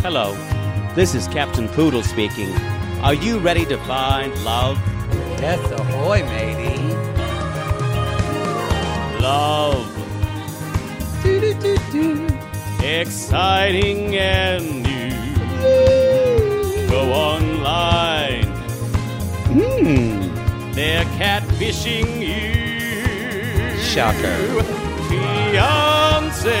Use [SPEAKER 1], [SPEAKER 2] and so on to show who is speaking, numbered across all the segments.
[SPEAKER 1] Hello, this is Captain Poodle speaking. Are you ready to find love?
[SPEAKER 2] Death ahoy, matey.
[SPEAKER 1] Love. Exciting and new. Go online.
[SPEAKER 2] Hmm.
[SPEAKER 1] They're catfishing you.
[SPEAKER 2] Shocker.
[SPEAKER 1] Fiance.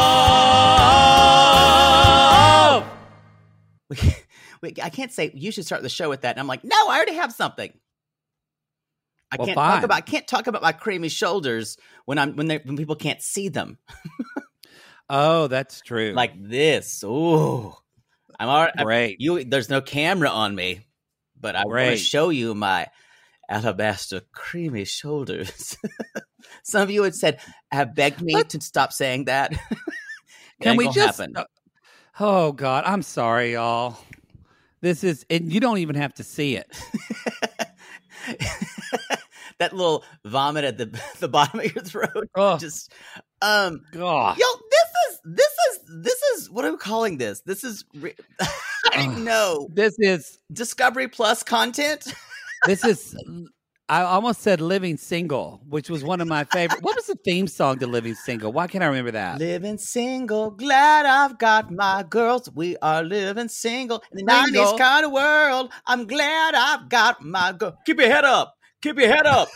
[SPEAKER 3] Wait, I can't say you should start the show with that. And I'm like, no, I already have something. I
[SPEAKER 2] Well,
[SPEAKER 3] can't
[SPEAKER 2] fine.
[SPEAKER 3] talk about I can't talk about my creamy shoulders when I'm when they when people can't see them
[SPEAKER 2] Oh, that's true.
[SPEAKER 3] like this. Ooh, I'm all right.
[SPEAKER 2] Great.
[SPEAKER 3] You there's no camera on me, but I want to
[SPEAKER 2] Great.
[SPEAKER 3] show you my alabaster creamy shoulders. Some of you had said have begged me
[SPEAKER 2] Let-
[SPEAKER 3] to stop saying that. It
[SPEAKER 2] Can
[SPEAKER 3] ain't
[SPEAKER 2] we
[SPEAKER 3] gonna
[SPEAKER 2] just? uh,
[SPEAKER 3] happen.
[SPEAKER 2] Oh God, I'm sorry, y'all. This is, and you don't even have to see it. Oh.
[SPEAKER 3] that little vomit at the the bottom of your throat?
[SPEAKER 2] Oh.
[SPEAKER 3] Just um.
[SPEAKER 2] God,
[SPEAKER 3] Yo, this is this is this is what I'm calling this. This is re- I
[SPEAKER 2] Ugh.
[SPEAKER 3] didn't know
[SPEAKER 2] this is
[SPEAKER 3] Discovery Plus content.
[SPEAKER 2] this is. I almost said "Living Single," which was one of my favorite. what was the theme song to "Living Single"? Why can't I remember that?
[SPEAKER 3] Living single, glad I've got my girls. We are living single in the
[SPEAKER 2] Single.
[SPEAKER 3] nineties kind of world. I'm glad I've got my girl. Keep your head up. Keep your head up.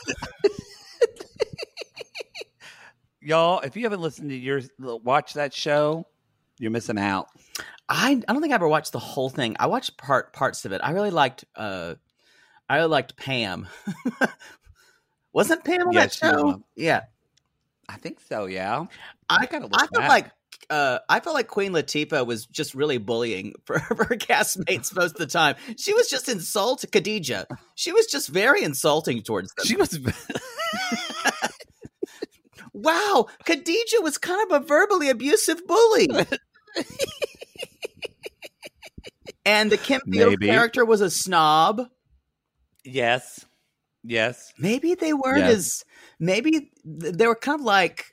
[SPEAKER 2] Y'all, if you haven't listened to your watch that show, you're missing out.
[SPEAKER 3] I I don't think I ever watched the whole thing. I watched part parts of it. I really liked uh I really liked Pam. Wasn't Pam on
[SPEAKER 2] Yes, you
[SPEAKER 3] that show?
[SPEAKER 2] know.
[SPEAKER 3] Yeah.
[SPEAKER 2] I think so. Yeah, I
[SPEAKER 3] I
[SPEAKER 2] gotta look
[SPEAKER 3] I felt
[SPEAKER 2] back.
[SPEAKER 3] like uh, I felt like Queen Latifah was just really bullying for her castmates most of the time. She was just insulting Khadija. She was just very insulting towards them.
[SPEAKER 2] she was.
[SPEAKER 3] wow, Khadija was kind of a verbally abusive bully. and the Kim Fields
[SPEAKER 2] Maybe.
[SPEAKER 3] character was a snob.
[SPEAKER 2] yes, yes.
[SPEAKER 3] Maybe they weren't
[SPEAKER 2] Yes.
[SPEAKER 3] as maybe th- they were kind of like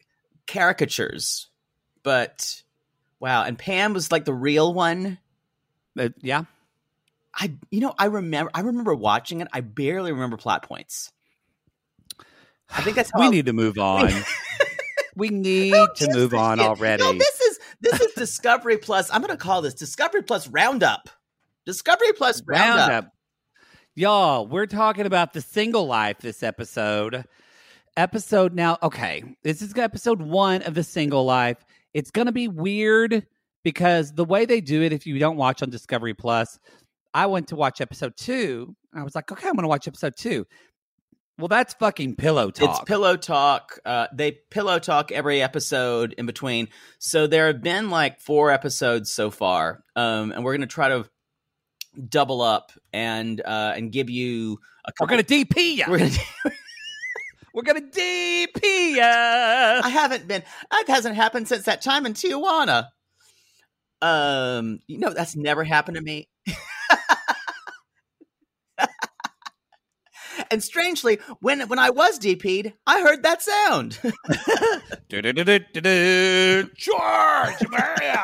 [SPEAKER 3] caricatures, but wow. And Pam was like the real one.
[SPEAKER 2] Uh, yeah.
[SPEAKER 3] I you know I remember I remember watching it. I barely remember plot points. I think that's how
[SPEAKER 2] we
[SPEAKER 3] I-
[SPEAKER 2] need to move on. we need
[SPEAKER 3] No,
[SPEAKER 2] to
[SPEAKER 3] this
[SPEAKER 2] move
[SPEAKER 3] is
[SPEAKER 2] on
[SPEAKER 3] it.
[SPEAKER 2] already.
[SPEAKER 3] No, this is this is Discovery Plus. I'm going to call this Discovery Plus Roundup. Discovery Plus Roundup.
[SPEAKER 2] Roundup. Y'all, we're talking about the single life this episode. Episode now, okay. This is episode one of the single life. It's going to be weird because the way they do it, if you don't watch on Discovery Plus, I went to watch episode two and I was like, okay, I'm going to watch episode two. Well, that's fucking pillow talk.
[SPEAKER 3] It's pillow talk. Uh, they pillow talk every episode in between. So there have been like four episodes so far, um, and we're going to try to double up and uh, and give you a
[SPEAKER 2] we're
[SPEAKER 3] couple.
[SPEAKER 2] going to DP you.
[SPEAKER 3] we're gonna
[SPEAKER 2] We're gonna DP ya.
[SPEAKER 3] I haven't been. That hasn't happened since that time in Tijuana. Um, you know that's never happened to me. and strangely, when when I was DP'd, I heard that sound.
[SPEAKER 2] Du-du-du-du-du-du.
[SPEAKER 3] George,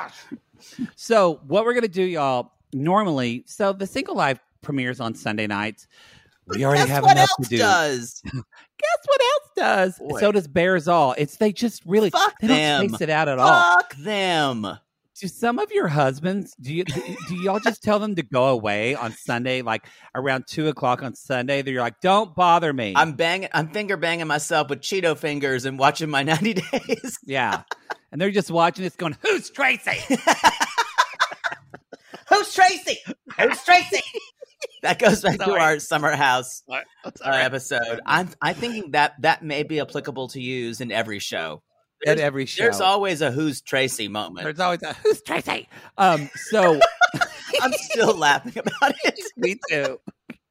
[SPEAKER 2] So, what we're going to do, y'all, normally, so the single live premieres on Sunday nights. We already
[SPEAKER 3] Guess
[SPEAKER 2] have
[SPEAKER 3] what
[SPEAKER 2] enough
[SPEAKER 3] else
[SPEAKER 2] to do.
[SPEAKER 3] does.
[SPEAKER 2] Guess what else does?
[SPEAKER 3] Boy.
[SPEAKER 2] So does Bears All. It's they just really
[SPEAKER 3] Fuck
[SPEAKER 2] they
[SPEAKER 3] them.
[SPEAKER 2] don't space it out at all.
[SPEAKER 3] Fuck them.
[SPEAKER 2] Do some of your husbands do you do do y'all just tell them to go away on Sunday, like around two o'clock on Sunday? That you're like, don't bother me.
[SPEAKER 3] I'm banging. I'm finger banging myself with Cheeto fingers and watching my 90 days.
[SPEAKER 2] yeah, and they're just watching this, going, "Who's Tracy?"
[SPEAKER 3] Who's Tracy? Who's Tracy? that goes back
[SPEAKER 2] Sorry.
[SPEAKER 3] to our summer house uh, episode. I'm I'm thinking that that may be applicable to use in every show.
[SPEAKER 2] At
[SPEAKER 3] There's,
[SPEAKER 2] every show,
[SPEAKER 3] there's always a who's Tracy moment.
[SPEAKER 2] There's always a "Who's Tracy?" Um, so
[SPEAKER 3] I'm still laughing about it.
[SPEAKER 2] me too,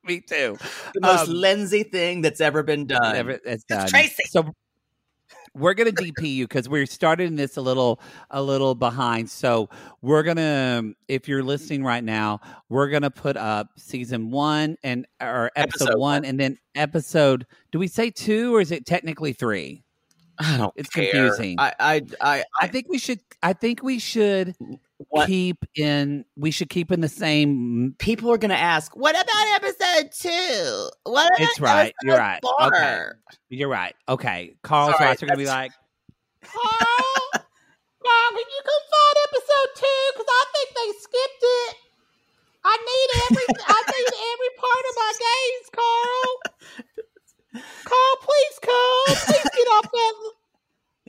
[SPEAKER 2] me too.
[SPEAKER 3] The most
[SPEAKER 2] Um,
[SPEAKER 3] lensy thing that's ever been done.
[SPEAKER 2] Ever- it's done.
[SPEAKER 3] Tracy.
[SPEAKER 2] So we're gonna DP you because we're starting this a little a little behind. So we're gonna if you're listening right now, we're gonna put up season one and or episode,
[SPEAKER 3] Episode
[SPEAKER 2] one and then episode do we say two or is it technically three?
[SPEAKER 3] I don't
[SPEAKER 2] It's
[SPEAKER 3] care.
[SPEAKER 2] confusing.
[SPEAKER 3] I I I,
[SPEAKER 2] I think we should I think we should
[SPEAKER 3] what
[SPEAKER 2] keep in we should keep in the same mm,
[SPEAKER 3] people are gonna ask. What about episode two? What? About
[SPEAKER 2] It's right. You're
[SPEAKER 3] episode
[SPEAKER 2] right.
[SPEAKER 3] Four?
[SPEAKER 2] Okay. you're right. Okay. Carl's
[SPEAKER 3] Sorry,
[SPEAKER 2] are gonna be like
[SPEAKER 3] that's- Carl, Carl, can you come find episode two? Because I think they skipped it. I need every, I need every part of my games, Carl. Carl, please come. Please get off that.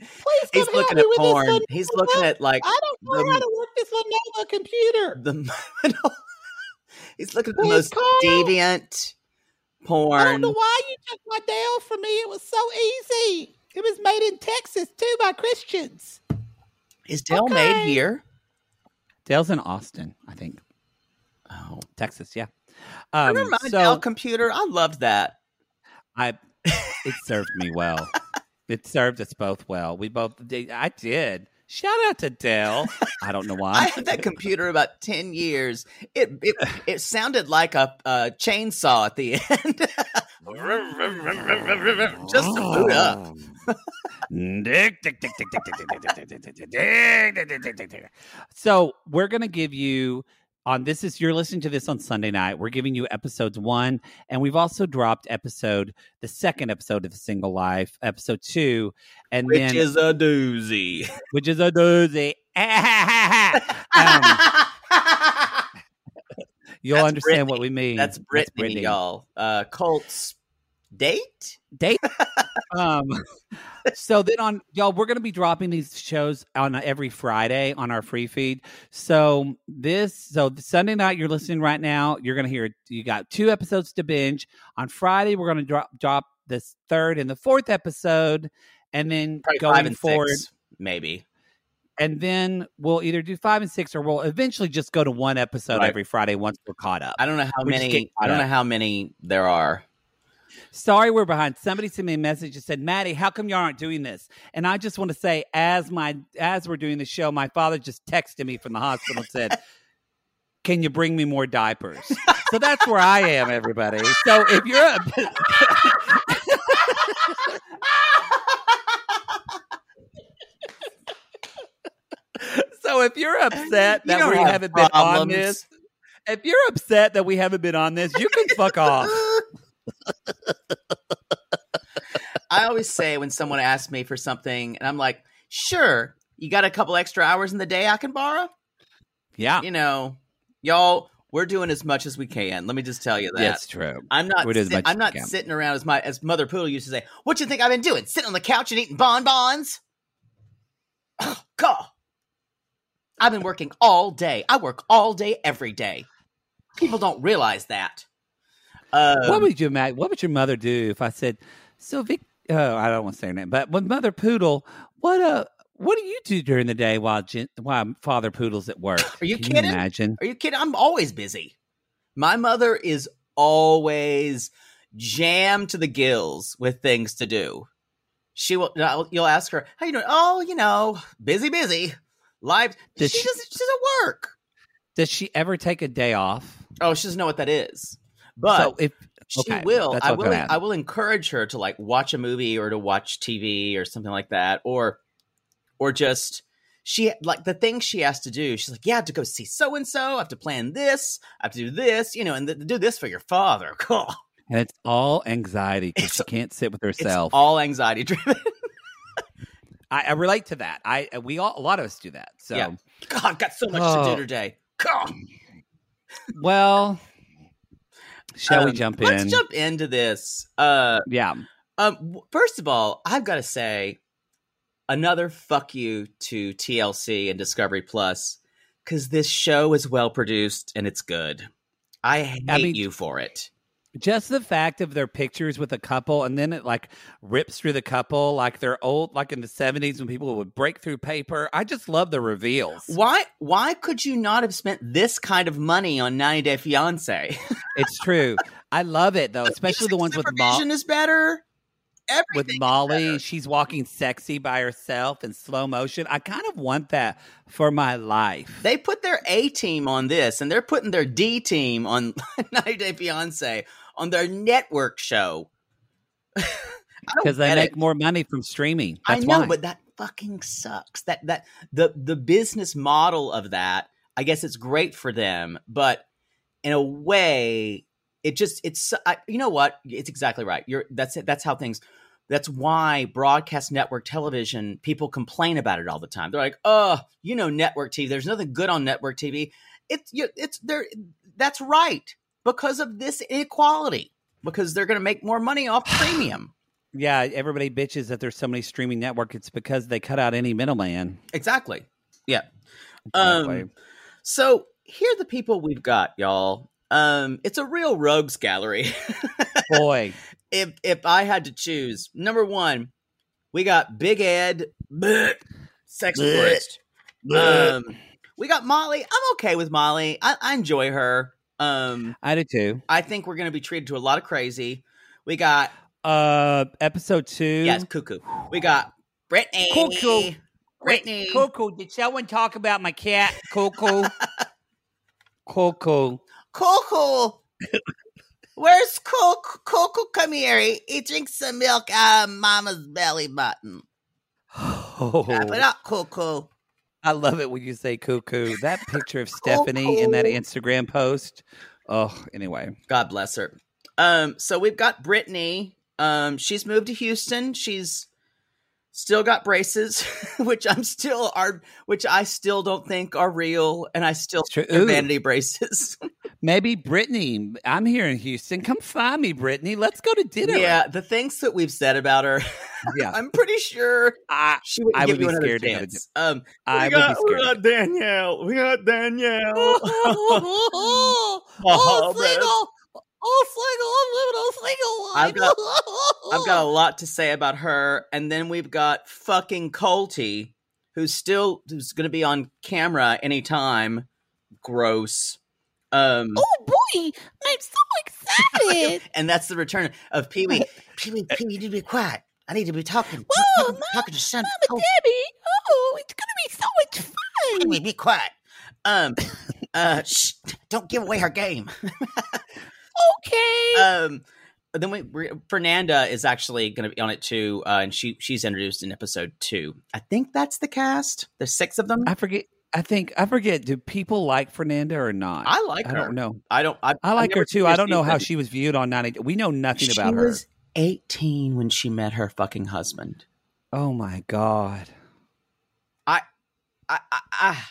[SPEAKER 3] Please come He's looking at porn. He's looking at like I don't know how to work this Lenovo computer. The he's looking at the most deviant porn. I don't know why you took my Dell from me. It was so easy. It was made in Texas too by Christians. Is Dell made here?
[SPEAKER 2] Dale's in Austin, I think. Oh. Texas, yeah. Um,
[SPEAKER 3] Remember my
[SPEAKER 2] so-
[SPEAKER 3] Dell computer? I loved that.
[SPEAKER 2] I it served me well. It served us both well. We both did. I did. Shout out to Dell. I don't know
[SPEAKER 3] I
[SPEAKER 2] why.
[SPEAKER 3] had that computer about ten years. It it, it sounded like a, uh chainsaw at the end. Just to boot up.
[SPEAKER 2] so we're gonna give you on this is you're listening to this on Sunday night. We're giving you episodes one, and we've also dropped episode the second episode of the Single Life, episode two, and
[SPEAKER 3] Which
[SPEAKER 2] then
[SPEAKER 3] is a doozy.
[SPEAKER 2] which is a doozy. Um, You'll
[SPEAKER 3] That's
[SPEAKER 2] understand
[SPEAKER 3] Britney.
[SPEAKER 2] what we mean.
[SPEAKER 3] That's Brittany,
[SPEAKER 2] Britney.
[SPEAKER 3] y'all. Uh, Colts date.
[SPEAKER 2] Date. um, so then on y'all, we're gonna be dropping these shows on uh, every Friday on our free feed. So this, so Sunday night you're listening right now. You're gonna hear you got two episodes to binge on Friday. We're gonna drop drop this third and the fourth episode, and then
[SPEAKER 3] Probably five
[SPEAKER 2] going
[SPEAKER 3] and
[SPEAKER 2] forward,
[SPEAKER 3] six, maybe.
[SPEAKER 2] and then we'll either do five and six, or we'll eventually just go to one episode
[SPEAKER 3] Right.
[SPEAKER 2] every Friday once we're caught up.
[SPEAKER 3] I don't know how
[SPEAKER 2] We're just getting
[SPEAKER 3] many.
[SPEAKER 2] caught
[SPEAKER 3] I don't
[SPEAKER 2] up.
[SPEAKER 3] know how many there are.
[SPEAKER 2] Sorry, we're behind. Somebody sent me a message and said, "Maddie, how come you aren't doing this?" And I just want to say, as my as we're doing the show, my father just texted me from the hospital and said, "Can you bring me more diapers?" so that's where I am, everybody. So if you're a so if you're upset
[SPEAKER 3] You
[SPEAKER 2] that
[SPEAKER 3] don't
[SPEAKER 2] we
[SPEAKER 3] have
[SPEAKER 2] haven't been on
[SPEAKER 3] problems.
[SPEAKER 2] this, if you're upset that we haven't been on this, you can fuck off.
[SPEAKER 3] I always say when someone asks me for something, and I'm like, "Sure, you got a couple extra hours in the day I can borrow."
[SPEAKER 2] Yeah,
[SPEAKER 3] You know, y'all, we're doing as much as we can. Let me just tell you that.
[SPEAKER 2] that's true.
[SPEAKER 3] I'm not.
[SPEAKER 2] We're doing as
[SPEAKER 3] sit-
[SPEAKER 2] much as
[SPEAKER 3] I'm
[SPEAKER 2] we
[SPEAKER 3] not
[SPEAKER 2] can.
[SPEAKER 3] sitting around as my as Mother Poodle used to say. What you think I've been doing? Sitting on the couch and eating bonbons? Oh, God, I've been working all day. I work all day every day. People don't realize that. Uh,
[SPEAKER 2] what would you, Matt? What would your mother do if I said, Sylvie? Oh, I don't want to say her name, but with Mother Poodle, what uh, what do you do during the day while Jen, while Father Poodle's at work?
[SPEAKER 3] Are you
[SPEAKER 2] Can
[SPEAKER 3] kidding?
[SPEAKER 2] imagine
[SPEAKER 3] Are you kidding? I'm always busy. My mother is always jammed to the gills with things to do. She will. You'll ask her, "How you doing?" Oh, you know, busy, busy. Life.
[SPEAKER 2] Does
[SPEAKER 3] she
[SPEAKER 2] she-
[SPEAKER 3] doesn't. She doesn't work.
[SPEAKER 2] Does she ever take a day off?
[SPEAKER 3] Oh, she doesn't know what that is. But
[SPEAKER 2] so if okay,
[SPEAKER 3] she will.
[SPEAKER 2] that's what
[SPEAKER 3] I
[SPEAKER 2] I'm
[SPEAKER 3] will.
[SPEAKER 2] gonna ask.
[SPEAKER 3] I will encourage her to like watch a movie or to watch TV or something like that, or or just she like the things she has to do. She's like, yeah, I have to go see so and so. I have to plan this. I have to do this. You know, and th- do this for your father. Cool.
[SPEAKER 2] and it's all anxiety because
[SPEAKER 3] It's-
[SPEAKER 2] she can't sit with
[SPEAKER 3] It's
[SPEAKER 2] herself.
[SPEAKER 3] all anxiety driven.
[SPEAKER 2] I, I relate to that. I we all a lot of us do that. So
[SPEAKER 3] Yeah. God, I've got so much to
[SPEAKER 2] Oh.
[SPEAKER 3] do today. God.
[SPEAKER 2] well, shall we
[SPEAKER 3] Um,
[SPEAKER 2] jump in?
[SPEAKER 3] Let's jump into this. Uh,
[SPEAKER 2] Yeah,
[SPEAKER 3] Um, w- first of all, I've got to say another fuck you to TLC and Discovery Plus because this show is well produced and it's good. I hate
[SPEAKER 2] mean-
[SPEAKER 3] you for it.
[SPEAKER 2] just the fact of their pictures with a couple, and then it like rips through the couple like they're old, like in the seventies when people would break through paper. I just love the reveals.
[SPEAKER 3] Why? Why could you not have spent this kind of money on 90 Day Fiance?
[SPEAKER 2] It's true. I love it though, especially the ones with Mo-
[SPEAKER 3] Supervision is better. Everything
[SPEAKER 2] with
[SPEAKER 3] is
[SPEAKER 2] Molly.
[SPEAKER 3] better.
[SPEAKER 2] She's walking sexy by herself in slow motion. I kind of want that for my life.
[SPEAKER 3] They put their A team on this, and they're putting their D team on 90 Day Fiance on their network show. I don't
[SPEAKER 2] because they
[SPEAKER 3] get it.
[SPEAKER 2] make more money from streaming. That's
[SPEAKER 3] I know,
[SPEAKER 2] why.
[SPEAKER 3] but that fucking sucks. That that the the business model of that, I guess it's great for them, but in a way, it just it's I, you know what? It's exactly right. You're that's it. That's how things. That's why broadcast network television people complain about it all the time. They're like, "Oh, you know, network TV. There's nothing good on network TV." It's you, it's there. That's right because of this inequality. Because they're going to make more money off premium.
[SPEAKER 2] yeah, everybody bitches that there's so many streaming network. It's because they cut out any middleman.
[SPEAKER 3] Exactly. Yeah.
[SPEAKER 2] Exactly.
[SPEAKER 3] Um, so here are the people we've got, y'all. Um, it's a real rogues gallery.
[SPEAKER 2] Boy,
[SPEAKER 3] if if I had to choose, number one, we got Big Ed, bleh, sex tourist. Um, we got Molly. I'm okay with Molly. I, I enjoy her. Um,
[SPEAKER 2] I do too.
[SPEAKER 3] I think we're gonna be treated to a lot of crazy. We got
[SPEAKER 2] Uh, episode two.
[SPEAKER 3] yes, cuckoo. We got Brittany.
[SPEAKER 2] Cuckoo.
[SPEAKER 3] Brittany.
[SPEAKER 2] Coco, did someone talk about my cat, Coco? Coco.
[SPEAKER 3] Coco. Where's Coco? Coco, come here. He drinks some milk out of Mama's belly button. Wrap it
[SPEAKER 2] Oh,
[SPEAKER 3] up, Coco.
[SPEAKER 2] I love it when you say cuckoo. That picture of Stephanie in that
[SPEAKER 3] Cuckoo.
[SPEAKER 2] Instagram post. Oh, anyway.
[SPEAKER 3] God bless her. Um, so we've got Brittany. Um, she's moved to Houston. She's still got braces, which I'm still are, which I still don't think are real, and I still
[SPEAKER 2] It's true.
[SPEAKER 3] think they're
[SPEAKER 2] Ooh.
[SPEAKER 3] vanity braces.
[SPEAKER 2] Maybe Brittany. I'm here in Houston. Come find me, Brittany. Let's go to dinner.
[SPEAKER 3] yeah, the things that we've said about her,
[SPEAKER 2] Yeah.
[SPEAKER 3] I'm pretty sure
[SPEAKER 2] I,
[SPEAKER 3] she would
[SPEAKER 2] I
[SPEAKER 3] give
[SPEAKER 2] would
[SPEAKER 3] you
[SPEAKER 2] be
[SPEAKER 3] another
[SPEAKER 2] scared to go to
[SPEAKER 3] chance. Um,
[SPEAKER 2] I would be
[SPEAKER 3] we got, we
[SPEAKER 2] scared.
[SPEAKER 3] got Danielle. We got Danielle.
[SPEAKER 4] oh,
[SPEAKER 3] Oh, man.
[SPEAKER 4] Oh, single.
[SPEAKER 3] I've
[SPEAKER 4] living a
[SPEAKER 3] got- I've got a lot to say about her, and then we've got fucking Colty, who's still who's going to be on camera anytime. Gross. Um,
[SPEAKER 4] Oh boy, I'm so excited.
[SPEAKER 3] and that's the return of Pee Wee. Pee Wee, Pee Wee, you need to be quiet. I need to be talking.
[SPEAKER 4] Whoa,
[SPEAKER 3] talking, talking to son.
[SPEAKER 4] Mama Debbie, oh, it's gonna be so much
[SPEAKER 3] Pee
[SPEAKER 4] fun.
[SPEAKER 3] Wee, be quiet. Um, uh, shh, don't give away her game.
[SPEAKER 4] Okay.
[SPEAKER 3] um then we we- Fernanda is actually going to be on it too, uh, and she she's introduced in episode two. I think that's the cast. There's six of them.
[SPEAKER 2] I forget. I think I forget. Do people like Fernanda or not?
[SPEAKER 3] I like
[SPEAKER 2] I
[SPEAKER 3] her.
[SPEAKER 2] don't know.
[SPEAKER 3] I don't. I,
[SPEAKER 2] I like
[SPEAKER 3] never
[SPEAKER 2] her too.
[SPEAKER 3] seen
[SPEAKER 2] I don't know how
[SPEAKER 3] season.
[SPEAKER 2] she was viewed on 90. We know nothing
[SPEAKER 3] She
[SPEAKER 2] about her.
[SPEAKER 3] was 18 when she met her fucking husband.
[SPEAKER 2] Oh my god.
[SPEAKER 3] I, I, I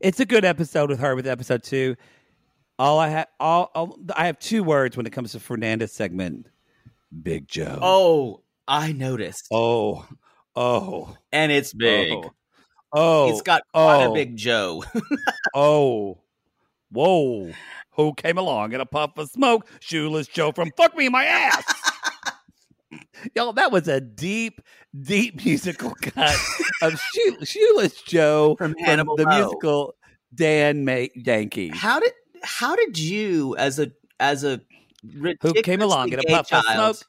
[SPEAKER 2] It's a good episode with her with episode 2. All I have all, all I have two words when it comes to Fernanda's segment. Big Joe.
[SPEAKER 3] oh, I noticed,
[SPEAKER 2] Oh. Oh.
[SPEAKER 3] and it's big.
[SPEAKER 2] Oh. Oh.
[SPEAKER 3] It's got quite a
[SPEAKER 2] Oh.
[SPEAKER 3] big Joe.
[SPEAKER 2] Oh. Whoa. Who came along in a puff of smoke? Shoeless Joe from Fuck Me in My Ass. Y'all, that was a deep, deep musical cut of Shoe- Shoeless Joe
[SPEAKER 3] From Hannibal
[SPEAKER 2] the
[SPEAKER 3] Moe.
[SPEAKER 2] musical Dan May Yankee.
[SPEAKER 3] how did how did you as a as a
[SPEAKER 2] who came along in a
[SPEAKER 3] ridiculously
[SPEAKER 2] puff
[SPEAKER 3] gay
[SPEAKER 2] of
[SPEAKER 3] child.
[SPEAKER 2] smoke.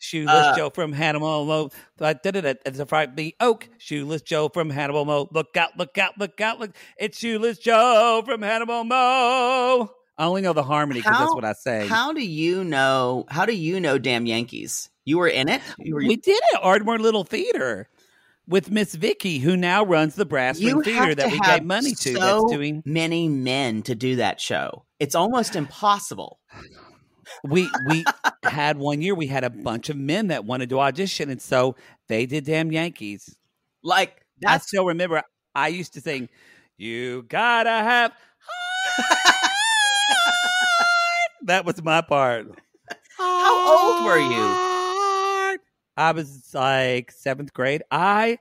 [SPEAKER 2] Shoeless
[SPEAKER 3] Uh,
[SPEAKER 2] Joe from Hannibal Mo. da- da- da- da- It's a fright the oak. Shoeless Joe from Hannibal Mo. Look out, look out, look out, look. It's Shoeless Joe from Hannibal Mo. I only know the harmony because that's
[SPEAKER 3] How-
[SPEAKER 2] what I say.
[SPEAKER 3] How do you know? How do you know? Damn Yankees! You were in it. You were.
[SPEAKER 2] we did it, Ardmore Little Theater, with Miss Vicky, who now runs the Brass
[SPEAKER 3] you
[SPEAKER 2] Ring Theater
[SPEAKER 3] have
[SPEAKER 2] that
[SPEAKER 3] to
[SPEAKER 2] we
[SPEAKER 3] have
[SPEAKER 2] gave money to.
[SPEAKER 3] So
[SPEAKER 2] that's doing.
[SPEAKER 3] many men to do that show. It's almost impossible.
[SPEAKER 2] we we had one year we had a bunch of men that wanted to audition and so they did damn yankees
[SPEAKER 3] Like
[SPEAKER 2] i
[SPEAKER 3] that's
[SPEAKER 2] still remember i used to sing you gotta have that was my part
[SPEAKER 3] how old were you?
[SPEAKER 2] Ah. i was like seventh grade i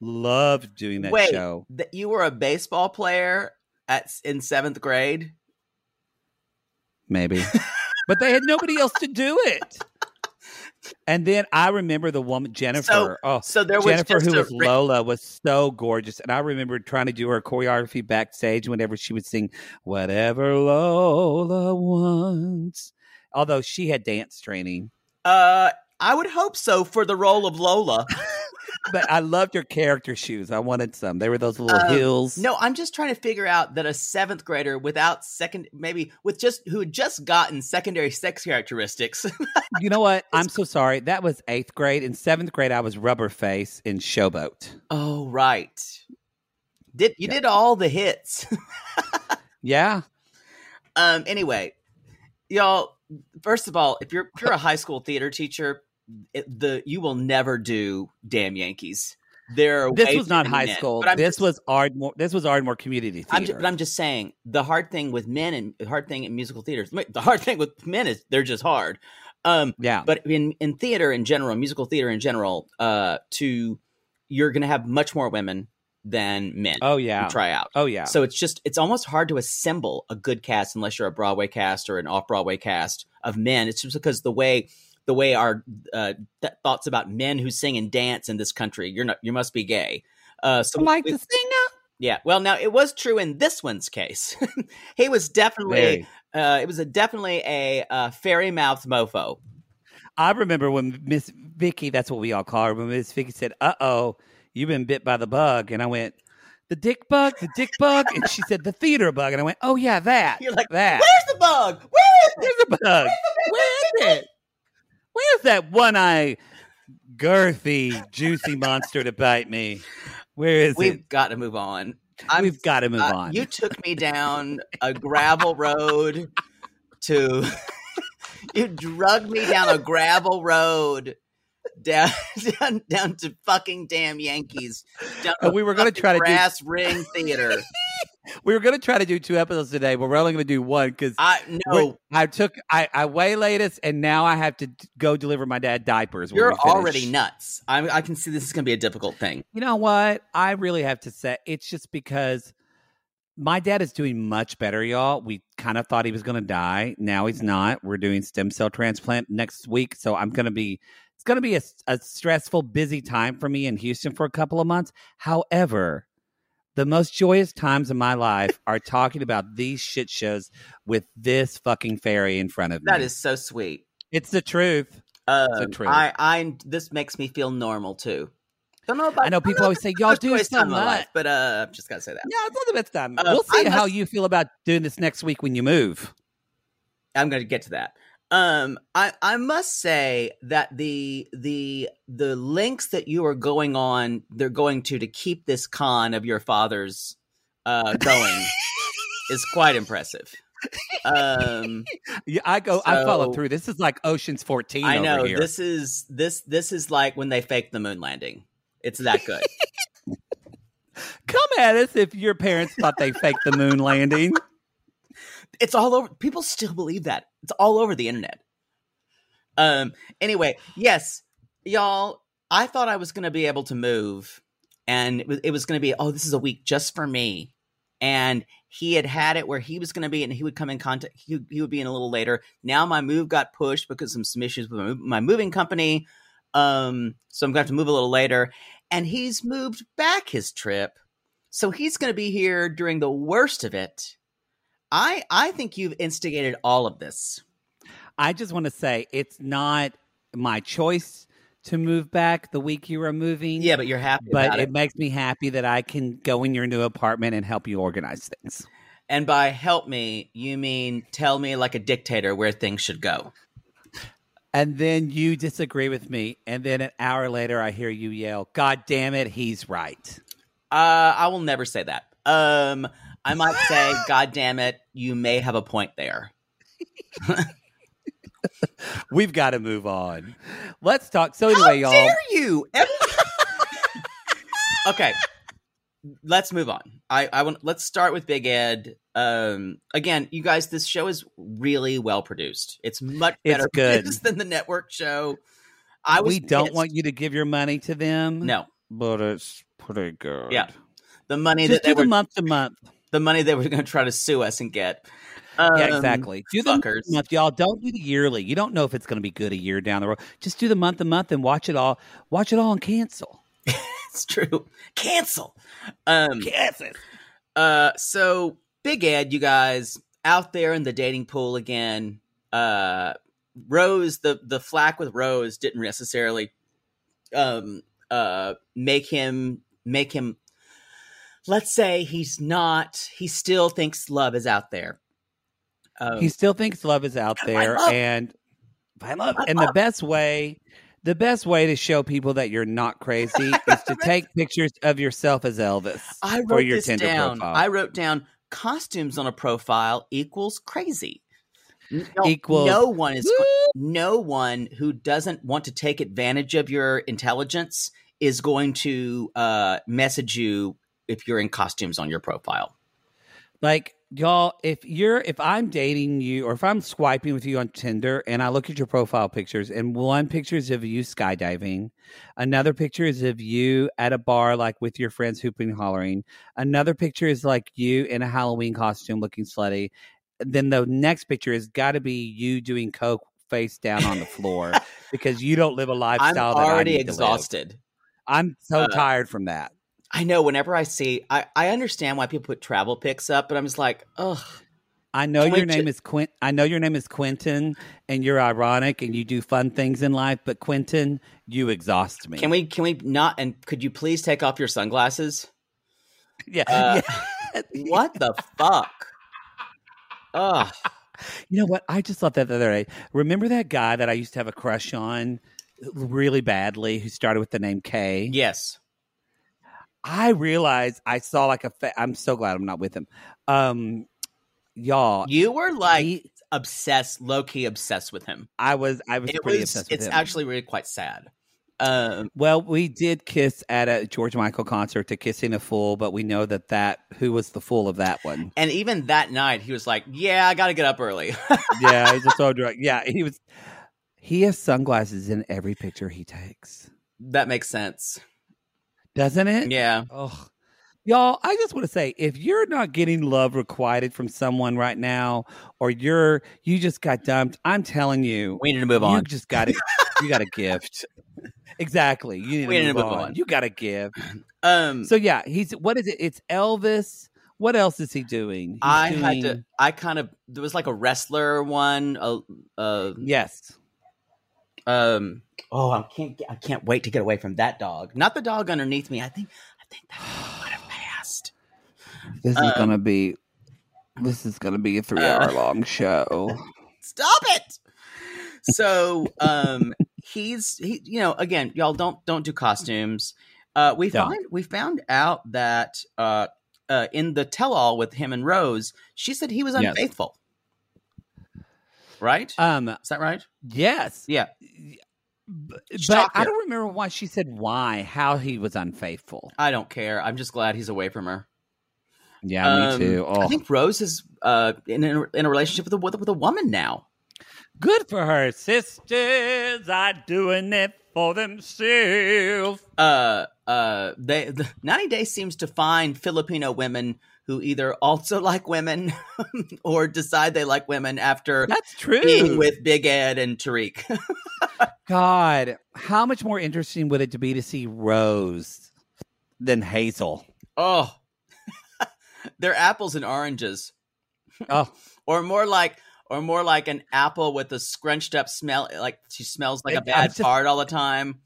[SPEAKER 2] loved doing that
[SPEAKER 3] Wait.
[SPEAKER 2] show
[SPEAKER 3] That you were a baseball player at in seventh grade.
[SPEAKER 2] maybe. but they had nobody else to do it. And then I remember the woman Jennifer. oh,
[SPEAKER 3] so there was
[SPEAKER 2] Jennifer,
[SPEAKER 3] just
[SPEAKER 2] who
[SPEAKER 3] a
[SPEAKER 2] was
[SPEAKER 3] ra-
[SPEAKER 2] Lola, was so gorgeous, and I remember trying to do her choreography backstage whenever she would sing "Whatever Lola Wants." Although she had dance training,
[SPEAKER 3] Uh, I would hope so for the role of Lola.
[SPEAKER 2] but I loved her character shoes. I wanted some. They were those little
[SPEAKER 3] Um,
[SPEAKER 2] heels.
[SPEAKER 3] No, I'm just trying to figure out that a seventh grader without second, maybe with just who had just gotten secondary sex characteristics.
[SPEAKER 2] you know what? I'm so sorry. That was eighth grade. In seventh grade, I was Rubber Face in Showboat.
[SPEAKER 3] oh, right. Did you did all the hits?
[SPEAKER 2] Yeah,
[SPEAKER 3] Um. Anyway, y'all. First of all, if you're if you're a high school theater teacher, it, the you will never do damn Yankees. There are
[SPEAKER 2] this
[SPEAKER 3] way
[SPEAKER 2] was not
[SPEAKER 3] too
[SPEAKER 2] high
[SPEAKER 3] many men,
[SPEAKER 2] school.
[SPEAKER 3] but I'm
[SPEAKER 2] This
[SPEAKER 3] just-
[SPEAKER 2] was Ardmore. This was Ardmore Community Theater.
[SPEAKER 3] I'm just, but I'm just saying the hard thing with men and the hard thing in musical theaters. The hard thing with men is they're just hard. Um,
[SPEAKER 2] yeah,
[SPEAKER 3] but in in theater in general, musical theater in general, uh, to you're going to have much more women than men
[SPEAKER 2] oh
[SPEAKER 3] who
[SPEAKER 2] yeah,
[SPEAKER 3] try out.
[SPEAKER 2] oh yeah.
[SPEAKER 3] So it's just it's almost hard to assemble a good cast unless you're a Broadway cast or an off Broadway cast of men. It's just because the way the way our uh, th- thoughts about men who sing and dance in this country, you're not you must be gay. Uh, so
[SPEAKER 2] like
[SPEAKER 3] we-
[SPEAKER 2] the singer.
[SPEAKER 3] yeah. Well, now it was true in this one's case. he was definitely uh, it was a definitely a uh, fairy mouth mofo.
[SPEAKER 2] I remember when Miss Vicky, that's what we all call her, when Miss Vicky said, "Uh oh, you've been bit by the bug," and I went, "The dick bug, the dick bug," and she said, "The theater bug," and I went, "Oh yeah, that."
[SPEAKER 3] You're like,
[SPEAKER 2] that.
[SPEAKER 3] Where's the bug? Where is it?
[SPEAKER 2] There's a bug. Where is it? Where's that one eye, girthy, juicy monster to bite me? Where is it?
[SPEAKER 3] We've got to move on. I'm-
[SPEAKER 2] We've got to move
[SPEAKER 3] uh,
[SPEAKER 2] on.
[SPEAKER 3] You took me down a gravel road to. you drugged me down a gravel road down down, down to fucking damn Yankees. Down
[SPEAKER 2] And Uh, we were gonna
[SPEAKER 3] fucking
[SPEAKER 2] try to do-
[SPEAKER 3] grass ring theater.
[SPEAKER 2] we were going to try to do two episodes today, but we're only going to do one because
[SPEAKER 3] I no.
[SPEAKER 2] I took I, I waylaid us, and now I have to d- go deliver my dad diapers. when
[SPEAKER 3] You're
[SPEAKER 2] we finish.
[SPEAKER 3] already nuts. I, I can see this is going to be a difficult thing.
[SPEAKER 2] You know what? I really have to say it's just because my dad is doing much better, y'all. We kind of thought he was going to die. Now he's not. We're doing stem cell transplant next week, so I'm going to be. It's going to be a, s- a stressful, busy time for me in Houston for a couple of months. However, the most joyous times in my life are talking about these shit shows with this fucking fairy in front of me.
[SPEAKER 3] That is so sweet.
[SPEAKER 2] It's the truth.
[SPEAKER 3] Um,
[SPEAKER 2] truth.
[SPEAKER 3] I, I, this makes me feel normal too. Don't know about.
[SPEAKER 2] I know
[SPEAKER 3] don't
[SPEAKER 2] people always say, y'all
[SPEAKER 3] about
[SPEAKER 2] do
[SPEAKER 3] choice
[SPEAKER 2] so
[SPEAKER 3] in my
[SPEAKER 2] much.
[SPEAKER 3] life, but uh, I'm just gonna say that.
[SPEAKER 2] No, it's not the best time.
[SPEAKER 3] Uh,
[SPEAKER 2] we'll see
[SPEAKER 3] I
[SPEAKER 2] how
[SPEAKER 3] must-
[SPEAKER 2] you feel about doing this next week when you move.
[SPEAKER 3] I'm going to get to that. Um, I I must say that the the the links that you are going on, they're going to to keep this con of your father's uh going is quite impressive. Um,
[SPEAKER 2] Yeah, I go. I follow
[SPEAKER 3] So-
[SPEAKER 2] through. This is like Ocean's Fourteen.
[SPEAKER 3] I know
[SPEAKER 2] over here.
[SPEAKER 3] this is this this is like when they faked the moon landing. It's that good.
[SPEAKER 2] Come at us if your parents thought they faked the moon landing.
[SPEAKER 3] it's all over. People still believe that. It's all over the internet. Um. Anyway, yes, y'all. I thought I was going to be able to move, and it was, it was going to be oh, this is a week just for me. And he had had it where he was going to be, and he would come in contact. He, would- he would be in a little later. Now my move got pushed because of some issues with my, my moving company. Um. So I'm going to have to move a little later, and he's moved back his trip, so he's going to be here during the worst of it. I I think you've instigated all of this.
[SPEAKER 2] I just want to say it's not my choice to move back the week you were moving.
[SPEAKER 3] Yeah, but you're happy
[SPEAKER 2] But
[SPEAKER 3] about
[SPEAKER 2] it,
[SPEAKER 3] it.
[SPEAKER 2] makes me happy that I can go in your new apartment and help you organize things.
[SPEAKER 3] And by help me, you mean tell me like a dictator where things should go.
[SPEAKER 2] And then you disagree with me. And then an hour later, I hear you yell, God damn it, he's right.
[SPEAKER 3] Uh, I will never say that. Um, I might say, God damn it, you may have a point there.
[SPEAKER 2] We've got to move on. Let's talk. So, anyway, y'all.
[SPEAKER 3] How dare you? Every- okay, let's move on. I, I want. Let's start with Big Ed. Um, again, you guys, this show is really well produced. It's much
[SPEAKER 2] It's
[SPEAKER 3] better
[SPEAKER 2] good.
[SPEAKER 3] produced than the network show. I was
[SPEAKER 2] we don't
[SPEAKER 3] pissed.
[SPEAKER 2] want you to give your money to them.
[SPEAKER 3] no
[SPEAKER 2] But it's pretty good.
[SPEAKER 3] Yeah. the money
[SPEAKER 2] Just
[SPEAKER 3] that they
[SPEAKER 2] do
[SPEAKER 3] were
[SPEAKER 2] the month to month.
[SPEAKER 3] the money they were going to try to sue us and get.
[SPEAKER 2] Yeah,
[SPEAKER 3] Um,
[SPEAKER 2] exactly. Do the month to
[SPEAKER 3] fuckers.
[SPEAKER 2] month, y'all. Don't do the yearly. You don't know if it's going to be good a year down the road. Just do the month to month and watch it all. Watch it all and cancel.
[SPEAKER 3] It's true. Cancel. Um,
[SPEAKER 2] Cancel.
[SPEAKER 3] Uh, so Big Ed, you guys out there in the dating pool again. Uh, Rose, the the flack with Rose didn't necessarily um uh make him make him. Let's say he's not. He still thinks love is out there. Um,
[SPEAKER 2] He still thinks love is out there,
[SPEAKER 3] love.
[SPEAKER 2] and and the best way, the best way to show people that you're not crazy is to take pictures of yourself as Elvis
[SPEAKER 3] I
[SPEAKER 2] for
[SPEAKER 3] wrote
[SPEAKER 2] your
[SPEAKER 3] this
[SPEAKER 2] Tinder
[SPEAKER 3] down.
[SPEAKER 2] profile.
[SPEAKER 3] I wrote down costumes on a profile equals crazy. No,
[SPEAKER 2] Equals-
[SPEAKER 3] no one is no one who doesn't want to take advantage of your intelligence is going to uh, message you if you're in costumes on your profile.
[SPEAKER 2] Like y'all, if you're if I'm dating you or if I'm swiping with you on Tinder and I look at your profile pictures and one picture is of you skydiving, another picture is of you at a bar like with your friends hooping and hollering, another picture is like you in a Halloween costume looking slutty, then the next picture has got to be you doing coke face down on the floor because you don't live a
[SPEAKER 3] I'm
[SPEAKER 2] lifestyle that I
[SPEAKER 3] already
[SPEAKER 2] need to live.
[SPEAKER 3] exhausted.
[SPEAKER 2] I'm so
[SPEAKER 3] Uh,
[SPEAKER 2] tired from that.
[SPEAKER 3] I know. Whenever I see, I, I understand why people put travel pics up, but I'm just like, ugh.
[SPEAKER 2] I know
[SPEAKER 3] Can we
[SPEAKER 2] your name
[SPEAKER 3] ju-
[SPEAKER 2] is Quint. I know your name is Quentin, and you're ironic, and you do fun things in life. But Quentin, you exhaust me.
[SPEAKER 3] Can we? Can we not? And could you please take off your sunglasses?
[SPEAKER 2] Yeah.
[SPEAKER 3] uh,
[SPEAKER 2] yeah.
[SPEAKER 3] What the fuck? Ugh.
[SPEAKER 2] You know what? I just thought that the other day. Remember that guy that I used to have a crush on, really badly, who started with the name K.
[SPEAKER 3] Yes.
[SPEAKER 2] I realized I saw like a. Fa- I'm so glad I'm not with him. Um, y'all,
[SPEAKER 3] You were like
[SPEAKER 2] he-
[SPEAKER 3] obsessed, low key obsessed with him.
[SPEAKER 2] I was. I was
[SPEAKER 3] It
[SPEAKER 2] pretty
[SPEAKER 3] was.
[SPEAKER 2] obsessed with
[SPEAKER 3] it's
[SPEAKER 2] him.
[SPEAKER 3] actually really quite sad. Um,
[SPEAKER 2] Well, we did kiss at a George Michael concert to "Kissing a Fool," but we know that that who was the fool of that one.
[SPEAKER 3] and even that night, he was like, "Yeah, I got to get up early."
[SPEAKER 2] yeah, he's a so drunk. Yeah, he was. He has sunglasses in every picture he takes,
[SPEAKER 3] that makes sense.
[SPEAKER 2] doesn't it?
[SPEAKER 3] Yeah,
[SPEAKER 2] Ugh. Y'all, I just want to say if you're not getting love requited from someone right now, or you're you just got dumped, I'm telling you,
[SPEAKER 3] we need to move
[SPEAKER 2] you
[SPEAKER 3] on.
[SPEAKER 2] just got it. You got a gift. Exactly. You need,
[SPEAKER 3] We
[SPEAKER 2] to, move on. You got a gift.
[SPEAKER 3] Um,
[SPEAKER 2] So yeah, he's what is it? It's Elvis. What else is he doing? He's
[SPEAKER 3] I had
[SPEAKER 2] doing-
[SPEAKER 3] to. I kind of there was like a wrestler one. A, uh,
[SPEAKER 2] Yes.
[SPEAKER 3] um. Oh, I can't. Get, I can't wait to get away from that dog. Not the dog underneath me. I think. I think that dog might have passed.
[SPEAKER 2] This
[SPEAKER 3] Um, uh,
[SPEAKER 2] is gonna be this is gonna be a three hour long show.
[SPEAKER 3] stop it so um he's he you know again y'all don't don't do costumes uh we
[SPEAKER 2] Don't.
[SPEAKER 3] find we found out that uh uh in the tell-all with him and rose she said he was
[SPEAKER 2] Yes.
[SPEAKER 3] unfaithful right
[SPEAKER 2] Um
[SPEAKER 3] is that right
[SPEAKER 2] yes.
[SPEAKER 3] yeah
[SPEAKER 2] B- But
[SPEAKER 3] Shocker.
[SPEAKER 2] I don't remember why she said why, how he was unfaithful.
[SPEAKER 3] i don't care i'm just glad he's away from her
[SPEAKER 2] Yeah,
[SPEAKER 3] Um,
[SPEAKER 2] me too.
[SPEAKER 3] i
[SPEAKER 2] Oh,
[SPEAKER 3] think rose is uh in a, in a relationship with a, with, a- with a woman now
[SPEAKER 2] good for her. Sisters are doing it for themselves.
[SPEAKER 3] uh uh they the 90 days seems to find filipino women who either also like women or decide they like women after
[SPEAKER 2] That's true.
[SPEAKER 3] being with big ed and tariq
[SPEAKER 2] God, how much more interesting would it be to see Rose than Hazel?
[SPEAKER 3] oh they're apples and oranges
[SPEAKER 2] Oh,
[SPEAKER 3] or more like or more like an apple with a scrunched up smell, like she smells like
[SPEAKER 2] It-
[SPEAKER 3] a
[SPEAKER 2] I'm
[SPEAKER 3] bad
[SPEAKER 2] just-
[SPEAKER 3] fart all the time,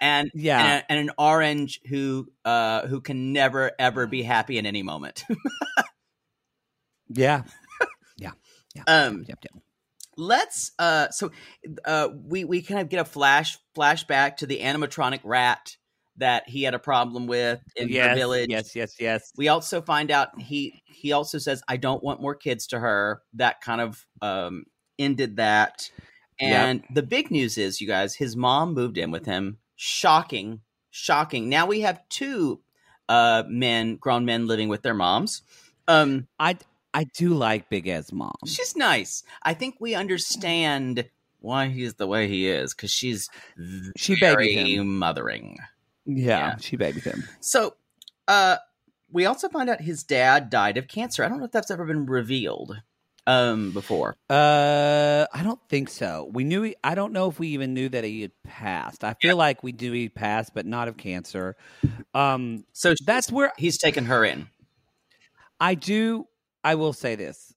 [SPEAKER 3] and
[SPEAKER 2] Yeah.
[SPEAKER 3] and, and an orange who uh who can never ever be happy in any moment.
[SPEAKER 2] Yeah.
[SPEAKER 3] um,
[SPEAKER 2] Yep, yep.
[SPEAKER 3] let's uh so uh we we kind of get a flash flashback to the animatronic rat that he had a problem with in
[SPEAKER 2] yes,
[SPEAKER 3] the village.
[SPEAKER 2] Yes, yes, yes.
[SPEAKER 3] We also find out he he also says I don't want more kids to her. That kind of um ended that.
[SPEAKER 2] Yep.
[SPEAKER 3] And the big news is you guys his mom moved in with him. Shocking. Shocking. Now we have two uh men, grown men living with their moms. Um
[SPEAKER 2] I I do like Big Ed's mom.
[SPEAKER 3] Mm. She's nice. I think we understand why he's the way he is because she's
[SPEAKER 2] She
[SPEAKER 3] very
[SPEAKER 2] babied him.
[SPEAKER 3] mothering.
[SPEAKER 2] Yeah,
[SPEAKER 3] yeah.
[SPEAKER 2] she babied him.
[SPEAKER 3] So, uh, we also find out his dad died of cancer. I don't know if that's ever been revealed um, before.
[SPEAKER 2] Uh, I don't think so. We knew. He, I don't know if we even knew that he had passed. I feel like we knew he passed, but not of cancer. Um,
[SPEAKER 3] So that's
[SPEAKER 2] that's where
[SPEAKER 3] he's taken her in.
[SPEAKER 2] I do. I will say this: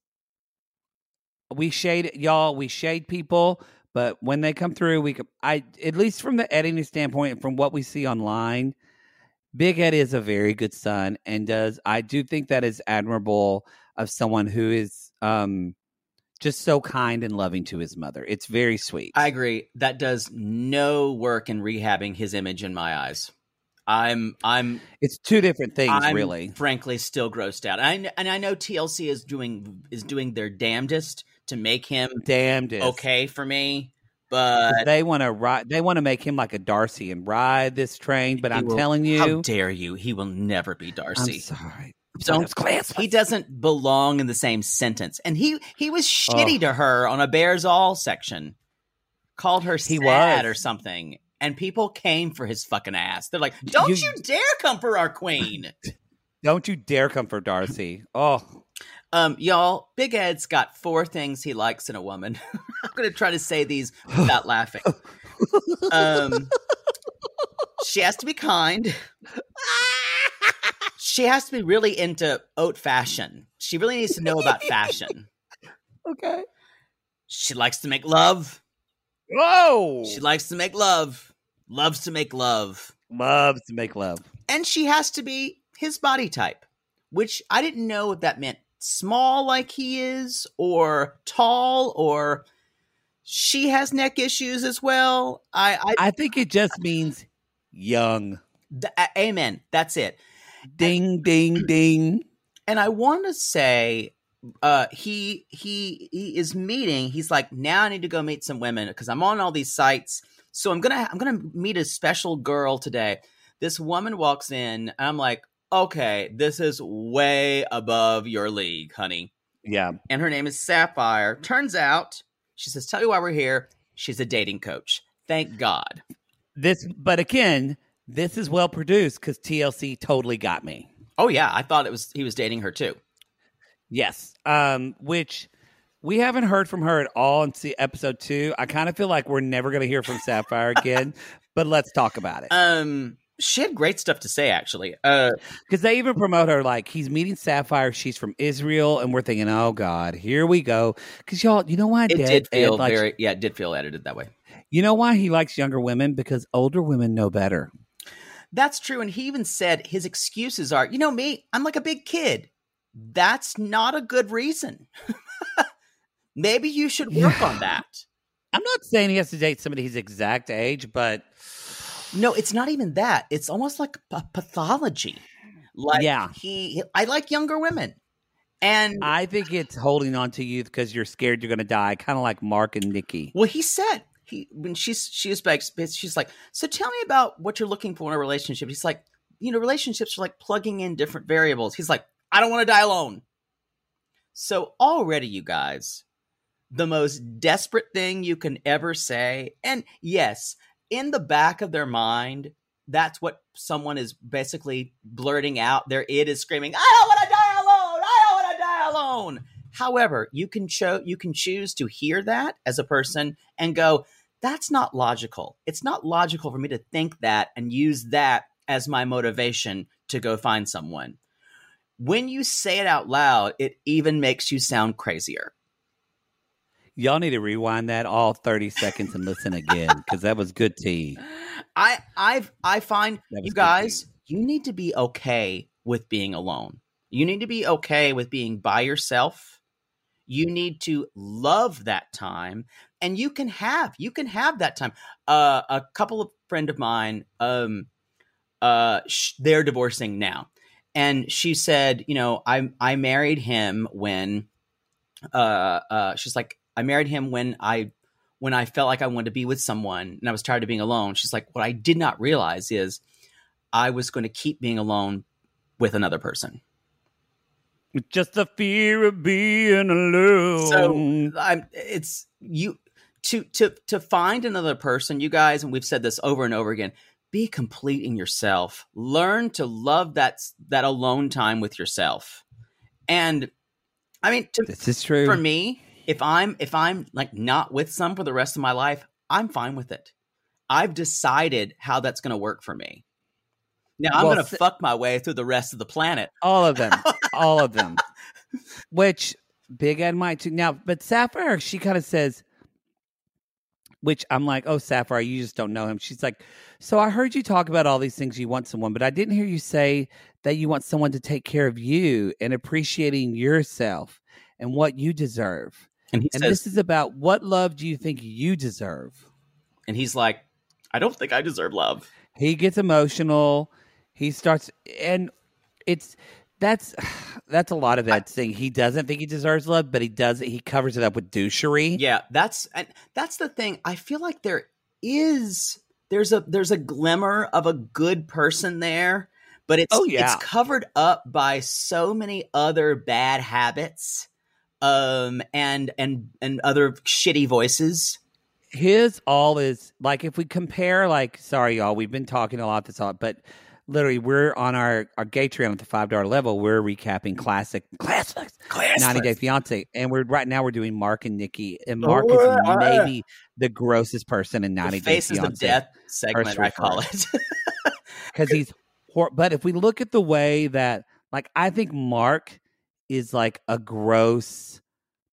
[SPEAKER 2] we shade y'all. We shade people, but when they come through, we. can- I at least from the editing standpoint, and from what we see online, Big Ed is a very good son, and does I do think that is admirable of someone who is um just so kind and loving to his mother. It's very sweet.
[SPEAKER 3] I agree. That does no work in rehabbing his image in my eyes. I'm I'm
[SPEAKER 2] it's two different things,
[SPEAKER 3] I'm
[SPEAKER 2] really.
[SPEAKER 3] frankly still grossed out. I, kn- and I know TLC is doing is doing their damnedest to make him
[SPEAKER 2] Damned. is-
[SPEAKER 3] okay for me, but
[SPEAKER 2] 'Cause They want to ride. They want to make him like a Darcy and ride this train. But
[SPEAKER 3] He
[SPEAKER 2] I'm
[SPEAKER 3] will-
[SPEAKER 2] telling you,
[SPEAKER 3] how dare you? He will never be Darcy.
[SPEAKER 2] I'm sorry.
[SPEAKER 3] Don't-
[SPEAKER 2] Don't class.
[SPEAKER 3] he doesn't belong in the same sentence. And he he was shitty
[SPEAKER 2] Ugh.
[SPEAKER 3] to her on a bears all section, called her
[SPEAKER 2] He
[SPEAKER 3] sad
[SPEAKER 2] was.
[SPEAKER 3] or something. And people came for his fucking ass. They're like, "Don't you,
[SPEAKER 2] You-
[SPEAKER 3] dare come for our queen,
[SPEAKER 2] Don't you dare come for Darcy. Oh,
[SPEAKER 3] um, y'all." Big Ed's got four things he likes in a woman. I'm gonna try to say these without laughing. Um, she has to be kind. She has to be really into oat fashion. She really needs to know about fashion.
[SPEAKER 2] okay.
[SPEAKER 3] She likes to make love.
[SPEAKER 2] Whoa.
[SPEAKER 3] She likes to make love. Loves to make love.
[SPEAKER 2] loves to make love.
[SPEAKER 3] And she has to be his body type, which I didn't know if that meant small like he is or tall or she has neck issues as well. I, I,
[SPEAKER 2] I think it just means young.
[SPEAKER 3] th- a- amen. That's it.
[SPEAKER 2] Ding, ding, ding.
[SPEAKER 3] and I want to say uh he he he is meeting he's like now I need to go meet some women because I'm on all these sites so I'm going to I'm going to meet a special girl today this woman walks in and I'm like okay this is way above your league honey
[SPEAKER 2] Yeah.
[SPEAKER 3] and her name is Sapphire turns out she says tell you why we're here she's a dating coach thank god
[SPEAKER 2] This, but again, this is well produced because TLC totally got me.
[SPEAKER 3] oh yeah I thought it was he was dating her too
[SPEAKER 2] Yes. Um, which we haven't heard from her at all in se- episode two. I kind of feel like we're never going to hear from Sapphire again, but let's talk about it.
[SPEAKER 3] um she had great stuff to say actually uh
[SPEAKER 2] Because they even promote her like he's meeting Sapphire. She's from Israel, and we're thinking, oh God, here we go. Because y'all, you know why Dad-
[SPEAKER 3] it did
[SPEAKER 2] Ed
[SPEAKER 3] feel
[SPEAKER 2] likes-
[SPEAKER 3] very yeah it did feel edited that way
[SPEAKER 2] You know why he likes younger women? Because older women know better.
[SPEAKER 3] that's true and he even said his excuses are you know me i'm like a big kid that's not a good reason maybe you should work on that
[SPEAKER 2] I'm not saying he has to date somebody his exact age, but
[SPEAKER 3] no it's not even that it's almost like a pathology like
[SPEAKER 2] Yeah.
[SPEAKER 3] he i like younger women and
[SPEAKER 2] I think it's holding on to youth because you're scared you're going to die, kind of like Mark and Nikki.
[SPEAKER 3] Well, he said he when she's she was back, she's like, so tell me about what you're looking for in a relationship. He's like, you know, relationships are like plugging in different variables. He's like, I don't want to die alone. So already, you guys, the most desperate thing you can ever say, and yes, in the back of their mind, that's what someone is basically blurting out. Their it is screaming, I don't want to die alone. I don't want to die alone. However, you can cho- you can choose to hear that as a person and go, that's not logical. It's not logical for me to think that and use that as my motivation to go find someone. When you say it out loud, it even makes you sound crazier.
[SPEAKER 2] Y'all need to rewind that all 30 seconds and listen again because that was good tea.
[SPEAKER 3] I I've I find
[SPEAKER 2] That was
[SPEAKER 3] you
[SPEAKER 2] good
[SPEAKER 3] guys you need to be okay with being alone. You need to be okay with being by yourself. You need to love that time and you can have you can have that time. Uh, a couple of friend of mine um uh sh- they're divorcing now. And she said, you know, I I married him when uh uh she's like I married him when I when I felt like I wanted to be with someone and I was tired of being alone. She's like, what I did not realize is I was going to keep being alone with another person.
[SPEAKER 2] With Just the fear of being alone.
[SPEAKER 3] So I'm, it's you to to to find another person, you guys, and we've said this over and over again. Be complete in yourself. Learn to love that that alone time with yourself. And I mean, to,
[SPEAKER 2] this is true.
[SPEAKER 3] for me if i'm if i'm like not with some for the rest of my life i'm fine with it i've decided how that's going to work for me now i'm
[SPEAKER 2] Well,
[SPEAKER 3] going to
[SPEAKER 2] s-
[SPEAKER 3] fuck my way through the rest of the planet
[SPEAKER 2] All of them. all of them. Which Big Ed might too. Now, but Sapphire, she kind of says, which I'm like, oh, Sapphire, you just don't know him. She's like, so I heard you talk about all these things you want someone, but I didn't hear you say that you want someone to take care of you and appreciating yourself and what you deserve.
[SPEAKER 3] and he
[SPEAKER 2] And
[SPEAKER 3] says
[SPEAKER 2] this is about what love do you think you deserve?
[SPEAKER 3] and he's like i don't think i deserve love
[SPEAKER 2] he gets emotional he starts and it's that's that's a lot of that thing he doesn't think he deserves love but he does it he covers it up with douchery
[SPEAKER 3] yeah that's and that's the thing i feel like there is there's a there's a glimmer of a good person there but it's
[SPEAKER 2] Oh, yeah.
[SPEAKER 3] it's covered up by so many other bad habits um and and and other shitty voices
[SPEAKER 2] his all is like if we compare like sorry y'all we've been talking a lot this all but literally we're on our our gatreon at the five dollar level we're recapping classic classics 90 Day Fiance. And we're right now we're doing Mark and Nikki. And Mark is maybe the grossest person in 90
[SPEAKER 3] Oh, the
[SPEAKER 2] Day
[SPEAKER 3] faces
[SPEAKER 2] Fiance.
[SPEAKER 3] of death segment i
[SPEAKER 2] reference.
[SPEAKER 3] call it
[SPEAKER 2] because he's hor- but if we look at the way that like i think mark is like a gross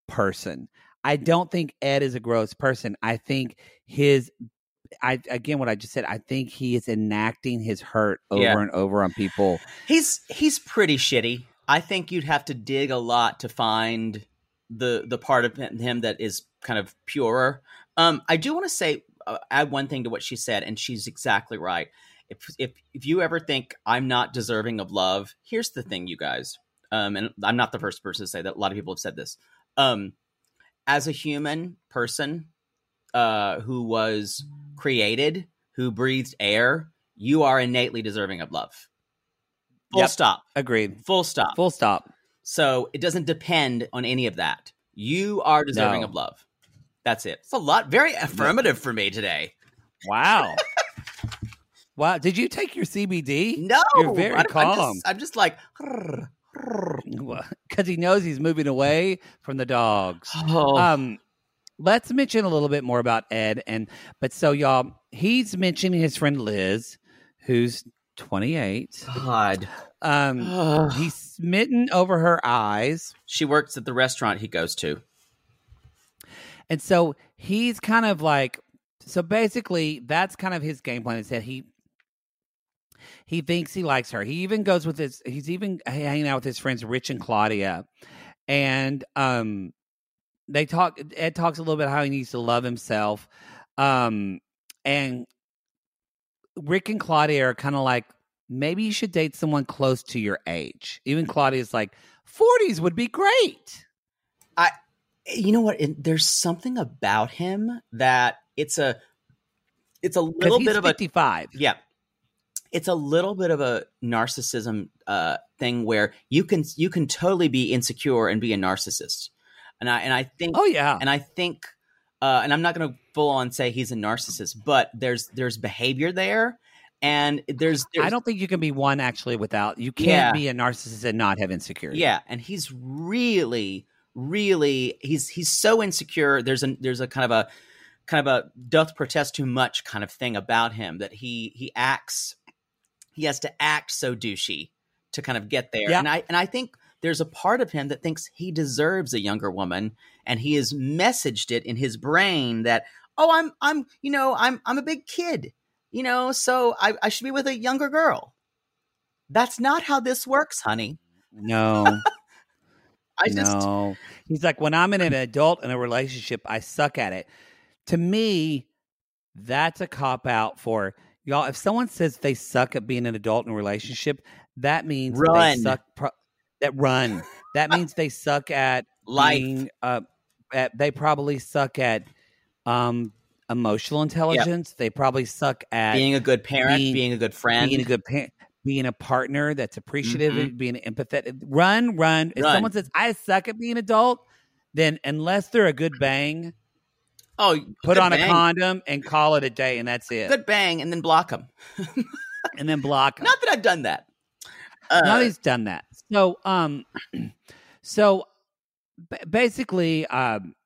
[SPEAKER 2] person i don't think ed is a gross person i think his i again what i just said i think he is enacting his hurt over
[SPEAKER 3] Yeah.
[SPEAKER 2] and over on people
[SPEAKER 3] he's he's pretty shitty i think you'd have to dig a lot to find the the part of him that is kind of purer um i do want to say uh, add one thing to what she said and she's exactly right if if if you ever think i'm not deserving of love here's the thing you guys um and i'm not the first person to say that a lot of people have said this um as a human person uh who was created who breathed air you are innately deserving of love full
[SPEAKER 2] Yep.
[SPEAKER 3] stop
[SPEAKER 2] agreed
[SPEAKER 3] Full stop.
[SPEAKER 2] full stop
[SPEAKER 3] So it doesn't depend on any of that. You are deserving
[SPEAKER 2] No.
[SPEAKER 3] of love. That's it. It's a lot very affirmative for me today.
[SPEAKER 2] wow wow did you take your cbd
[SPEAKER 3] No,
[SPEAKER 2] You're very
[SPEAKER 3] I'm- I'm,
[SPEAKER 2] calm. Ah.
[SPEAKER 3] just, I'm just like, "Grr, grr."
[SPEAKER 2] because he knows he's moving away from the dogs
[SPEAKER 3] oh,
[SPEAKER 2] um let's mention a little bit more about ed and but so y'all he's mentioning his friend liz who's 28
[SPEAKER 3] God.
[SPEAKER 2] um
[SPEAKER 3] Ugh.
[SPEAKER 2] he's smitten over her eyes
[SPEAKER 3] she works at the restaurant he goes to.
[SPEAKER 2] and so he's kind of like so basically that's kind of his game plan is that he he thinks he likes her he even goes with his he's even hanging out with his friends rich and claudia and um they talk ed talks a little bit how he needs to love himself um and rick and claudia are kind of like maybe you should date someone close to your age even claudia's like 40s would be great
[SPEAKER 3] You know what? It, there's something about him that it's a, it's a
[SPEAKER 2] because
[SPEAKER 3] little
[SPEAKER 2] he's
[SPEAKER 3] bit of a
[SPEAKER 2] 55
[SPEAKER 3] Yeah. It's a little bit of a narcissism uh, thing where you can you can totally be insecure and be a narcissist. And I and I think
[SPEAKER 2] oh yeah
[SPEAKER 3] and I think uh, and I'm not going to full on say he's a narcissist, but there's there's behavior there and there's, there's
[SPEAKER 2] I don't think you can be one actually without you can't
[SPEAKER 3] Yeah.
[SPEAKER 2] be a narcissist and not have insecurity.
[SPEAKER 3] Yeah, and he's really, really he's he's so insecure. There's a there's a kind of a kind of a doth protest too much kind of thing about him that he he acts he has to act so douchey to kind of get there.
[SPEAKER 2] Yeah.
[SPEAKER 3] And I and I think there's a part of him that thinks he deserves a younger woman and he has messaged it in his brain that oh i'm i'm you know i'm i'm a big kid you know so i, I should be with a younger girl that's not how this works honey
[SPEAKER 2] No.
[SPEAKER 3] i just
[SPEAKER 2] no. He's like, when I'm in an adult in a relationship, I suck at it. To me, that's a cop out for y'all. If someone says they suck at being an adult in a relationship, that means that
[SPEAKER 3] Run.
[SPEAKER 2] they suck. Pro- that run. That means they suck at
[SPEAKER 3] life
[SPEAKER 2] being, uh, at, they probably suck at um, emotional intelligence. They probably suck at
[SPEAKER 3] being a good parent
[SPEAKER 2] being-
[SPEAKER 3] being, a good friend
[SPEAKER 2] being a good parent, being a partner that's appreciative, and being empathetic. Run, run. If
[SPEAKER 3] Mm-hmm. Run.
[SPEAKER 2] someone says, I suck at being an adult, then unless they're a good bang,
[SPEAKER 3] oh
[SPEAKER 2] put
[SPEAKER 3] good
[SPEAKER 2] on a
[SPEAKER 3] bang.
[SPEAKER 2] condom and call it a day, and that's it.
[SPEAKER 3] good bang and then block him
[SPEAKER 2] And then block. 'em.
[SPEAKER 3] not that i've done that uh,
[SPEAKER 2] now he's done that. So, um, so b- basically, um,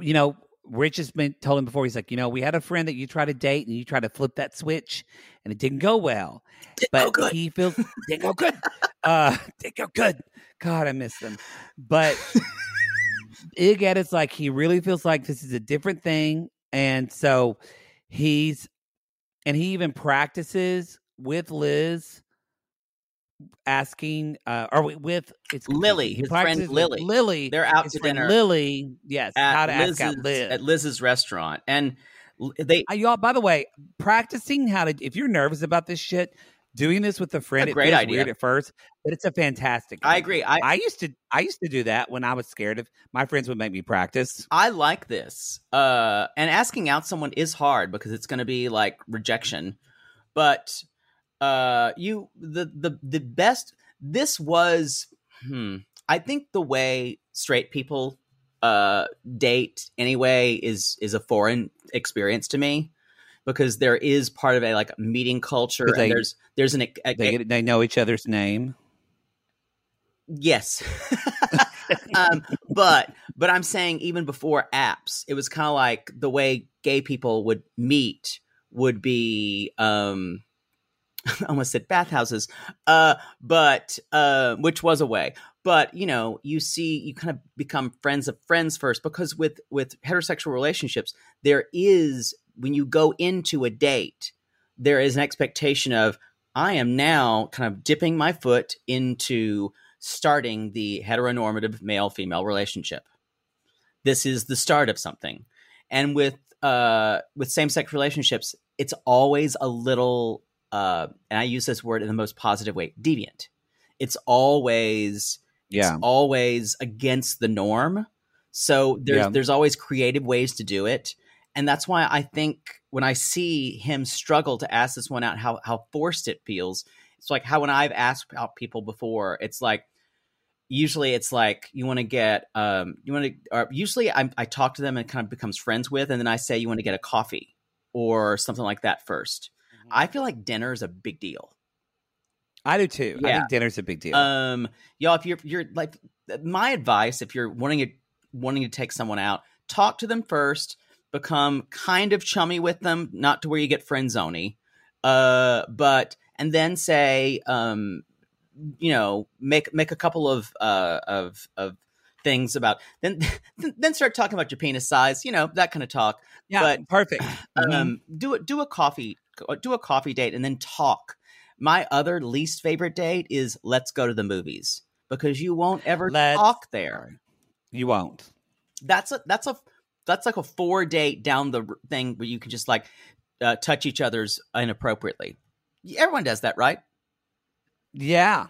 [SPEAKER 2] you know, Rich has been told him before. He's like, you know, we had a friend that you try to date and you try to flip that switch, and it didn't go well. but
[SPEAKER 3] go good.
[SPEAKER 2] he feels didn't go good. Uh, didn't go good. God, I miss them. But Ig is like he really feels like this is a different thing, and so he's and he even practices with Liz asking uh or wi- with it's
[SPEAKER 3] Lily,
[SPEAKER 2] he
[SPEAKER 3] his friend
[SPEAKER 2] practices with
[SPEAKER 3] Lily.
[SPEAKER 2] Lily
[SPEAKER 3] they're out
[SPEAKER 2] his
[SPEAKER 3] to
[SPEAKER 2] friend
[SPEAKER 3] dinner
[SPEAKER 2] Lily yes how to ask out Liz
[SPEAKER 3] at Liz's restaurant, and l- they
[SPEAKER 2] I, y'all, by the way, practicing how to, if you're nervous about this shit, doing this with a friend,
[SPEAKER 3] A
[SPEAKER 2] it
[SPEAKER 3] great
[SPEAKER 2] feels
[SPEAKER 3] idea.
[SPEAKER 2] weird at first, but it's a fantastic.
[SPEAKER 3] I
[SPEAKER 2] idea.
[SPEAKER 3] agree. I,
[SPEAKER 2] I used to, I used to do that when I was scared of my friends would make me practice.
[SPEAKER 3] I like this. Uh, and asking out someone is hard because it's going to be like rejection. But uh, you the the the best. This was. Hmm, I think the way straight people uh, date anyway is is a foreign experience to me because there is part of a like meeting culture
[SPEAKER 2] 'Cause
[SPEAKER 3] and
[SPEAKER 2] they-
[SPEAKER 3] there's there's an e, a- a-
[SPEAKER 2] They get, they know each other's name.
[SPEAKER 3] Yes. um, but but I'm saying even before apps, it was kind of like the way gay people would meet would be um I almost said bathhouses. Uh but uh which was a way. But you know, you see you kind of become friends of friends first because with with heterosexual relationships, there is when you go into a date, there is an expectation of I am now kind of dipping my foot into starting the heteronormative male female relationship. This is the start of something. And with uh, with same sex relationships, it's always a little, uh, and I use this word in the most positive way, deviant. It's always
[SPEAKER 2] Yeah,
[SPEAKER 3] it's always against the norm. So there's
[SPEAKER 2] Yeah.
[SPEAKER 3] there's always creative ways to do it. And that's why I think when I see him struggle to ask this one out, how how forced it feels. It's like how when I've asked out people before, it's like usually it's like you want to get um you want to or usually I, I talk to them and kind of becomes friends with, and then I say you want to get a coffee or something like that 1st
[SPEAKER 2] Mm-hmm.
[SPEAKER 3] I feel like dinner is a big deal.
[SPEAKER 2] I do too. I
[SPEAKER 3] Yeah.
[SPEAKER 2] think dinner's a big deal.
[SPEAKER 3] Um, y'all, if you're you're like my advice, if you're wanting to wanting to take someone out, talk to them first, become kind of chummy with them, not to where you get friend zony, uh, but and then say, um, you know, make make a couple of uh of of things about then then start talking about your penis size, you know, that kind of talk
[SPEAKER 2] yeah,
[SPEAKER 3] but-
[SPEAKER 2] perfect.
[SPEAKER 3] um, do a do a coffee uh, do a coffee date and then talk. My other least favorite date is let's go to the movies because you won't ever
[SPEAKER 2] Let's-
[SPEAKER 3] talk there.
[SPEAKER 2] you won't.
[SPEAKER 3] That's a that's a that's like a four date down the r- thing where you can just like uh, touch each other's inappropriately. Everyone does that, right?
[SPEAKER 2] Yeah,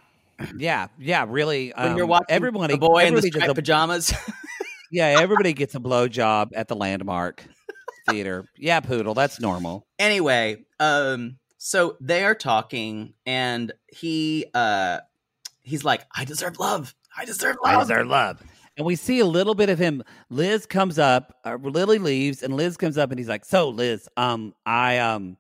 [SPEAKER 2] yeah, yeah. Really, um,
[SPEAKER 3] When you're watching
[SPEAKER 2] everybody,
[SPEAKER 3] the boy in the
[SPEAKER 2] everybody does
[SPEAKER 3] striped
[SPEAKER 2] a-
[SPEAKER 3] pajamas.
[SPEAKER 2] yeah, everybody gets a blowjob at the Landmark Theater. Yeah, poodle, that's normal.
[SPEAKER 3] anyway, um, so they are talking, and he uh, he's like, "I deserve love. I deserve love.
[SPEAKER 2] love. And we see a little bit of him. Liz comes up, uh, Lily leaves, and Liz comes up and he's like, "So, Liz, um, I um,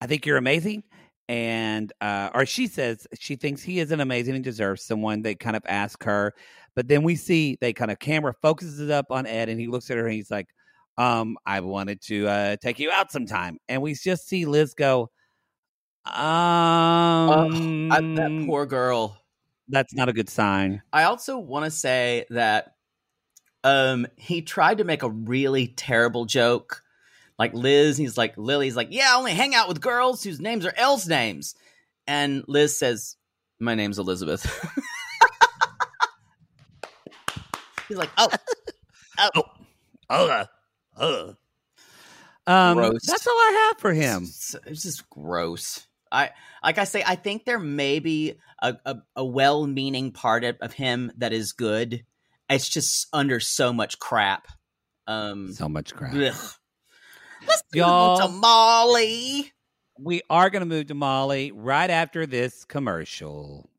[SPEAKER 2] I think you're amazing." And uh, or she says she thinks he is an amazing and deserves someone. They kind of ask her, but then we see they kind of camera focuses it up on Ed, and he looks at her and he's like, "Um, I wanted to uh, take you out sometime." And we just see Liz go, "Um, Mm.
[SPEAKER 3] I- that poor girl.
[SPEAKER 2] That's not a good sign.
[SPEAKER 3] I also want to say that um he tried to make a really terrible joke. Like Liz, he's like Lily's like, "Yeah, I only hang out with girls whose names are L's names." And Liz says, "My name's Elizabeth." he's like, "Oh. oh. Oh. Oh.
[SPEAKER 2] Um,
[SPEAKER 3] Gross.
[SPEAKER 2] that's all I have for him.
[SPEAKER 3] It's, it's just gross. I like I say, I think there may be a, a, a well meaning part of, of him that is good. It's just under so much crap. Um
[SPEAKER 2] So much crap.
[SPEAKER 3] ugh. Let's
[SPEAKER 2] Y'all-
[SPEAKER 3] Y'all. to Molly.
[SPEAKER 2] We are going to move to Molly right after this commercial.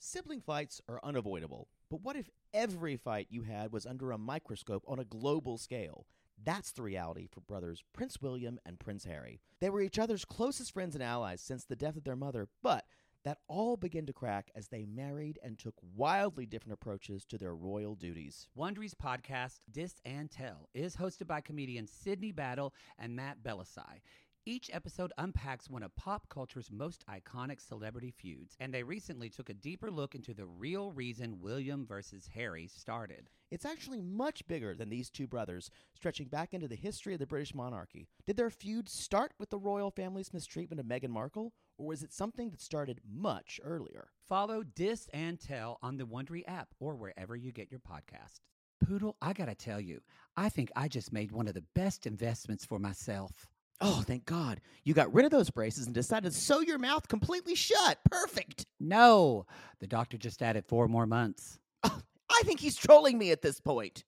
[SPEAKER 5] Sibling fights are unavoidable, but what if every fight you had was under a microscope on a global scale? That's the reality for brothers Prince William and Prince Harry. They were each other's closest friends and allies since the death of their mother, but that all began to crack as they married and took wildly different approaches to their royal duties.
[SPEAKER 2] Wondery's podcast, Dis and Tell, is hosted by comedians Sydney Battle and Matt Bellassai. Each episode unpacks one of pop culture's most iconic celebrity feuds, and they recently took a deeper look into the real reason William versus Harry started.
[SPEAKER 5] It's actually much bigger than these two brothers, stretching back into the history of the British monarchy. Did their feud start with the royal family's mistreatment of Meghan Markle, or was it something that started much earlier?
[SPEAKER 2] Follow Dis and Tell on the Wondery app or wherever you get your podcast. Poodle, I gotta tell you, I think I just made one of the best investments for myself.
[SPEAKER 5] Oh, thank God. You got rid of those braces and decided to sew your mouth completely shut. Perfect.
[SPEAKER 2] No, the doctor just added four more months.
[SPEAKER 5] I think he's trolling me at this point.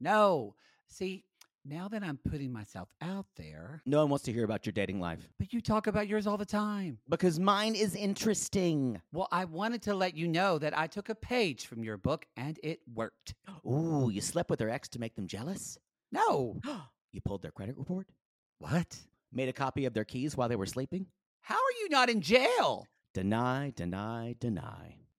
[SPEAKER 2] No, see, now that I'm putting myself out there,
[SPEAKER 5] No one wants to hear about your dating life
[SPEAKER 2] but you talk about yours all the time.
[SPEAKER 5] because mine is interesting.
[SPEAKER 2] Well, I wanted to let you know that I took a page from your book and it worked.
[SPEAKER 5] Ooh, you slept with their ex to make them jealous?
[SPEAKER 2] No.
[SPEAKER 5] You pulled their credit report?
[SPEAKER 2] What?
[SPEAKER 5] Made a copy of their keys while they were sleeping?
[SPEAKER 2] How are you not in jail?
[SPEAKER 5] Deny, deny, deny.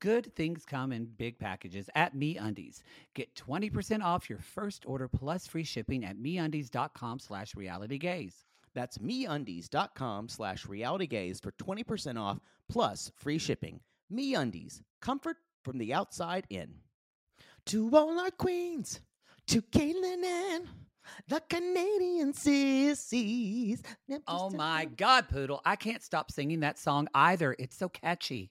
[SPEAKER 2] good things come in big packages at MeUndies. Get 20% off your first order plus free shipping at MeUndies.com slash realitygaze.
[SPEAKER 5] That's meundies.com slash realitygaze for 20% off plus free shipping. Meundies, comfort from the outside in. To all our queens, to Caitlin and the Canadian sissies. Now
[SPEAKER 2] Oh
[SPEAKER 5] just a
[SPEAKER 2] my
[SPEAKER 5] few-
[SPEAKER 2] God, Poodle, I can't stop singing that song either. It's so catchy.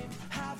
[SPEAKER 6] Have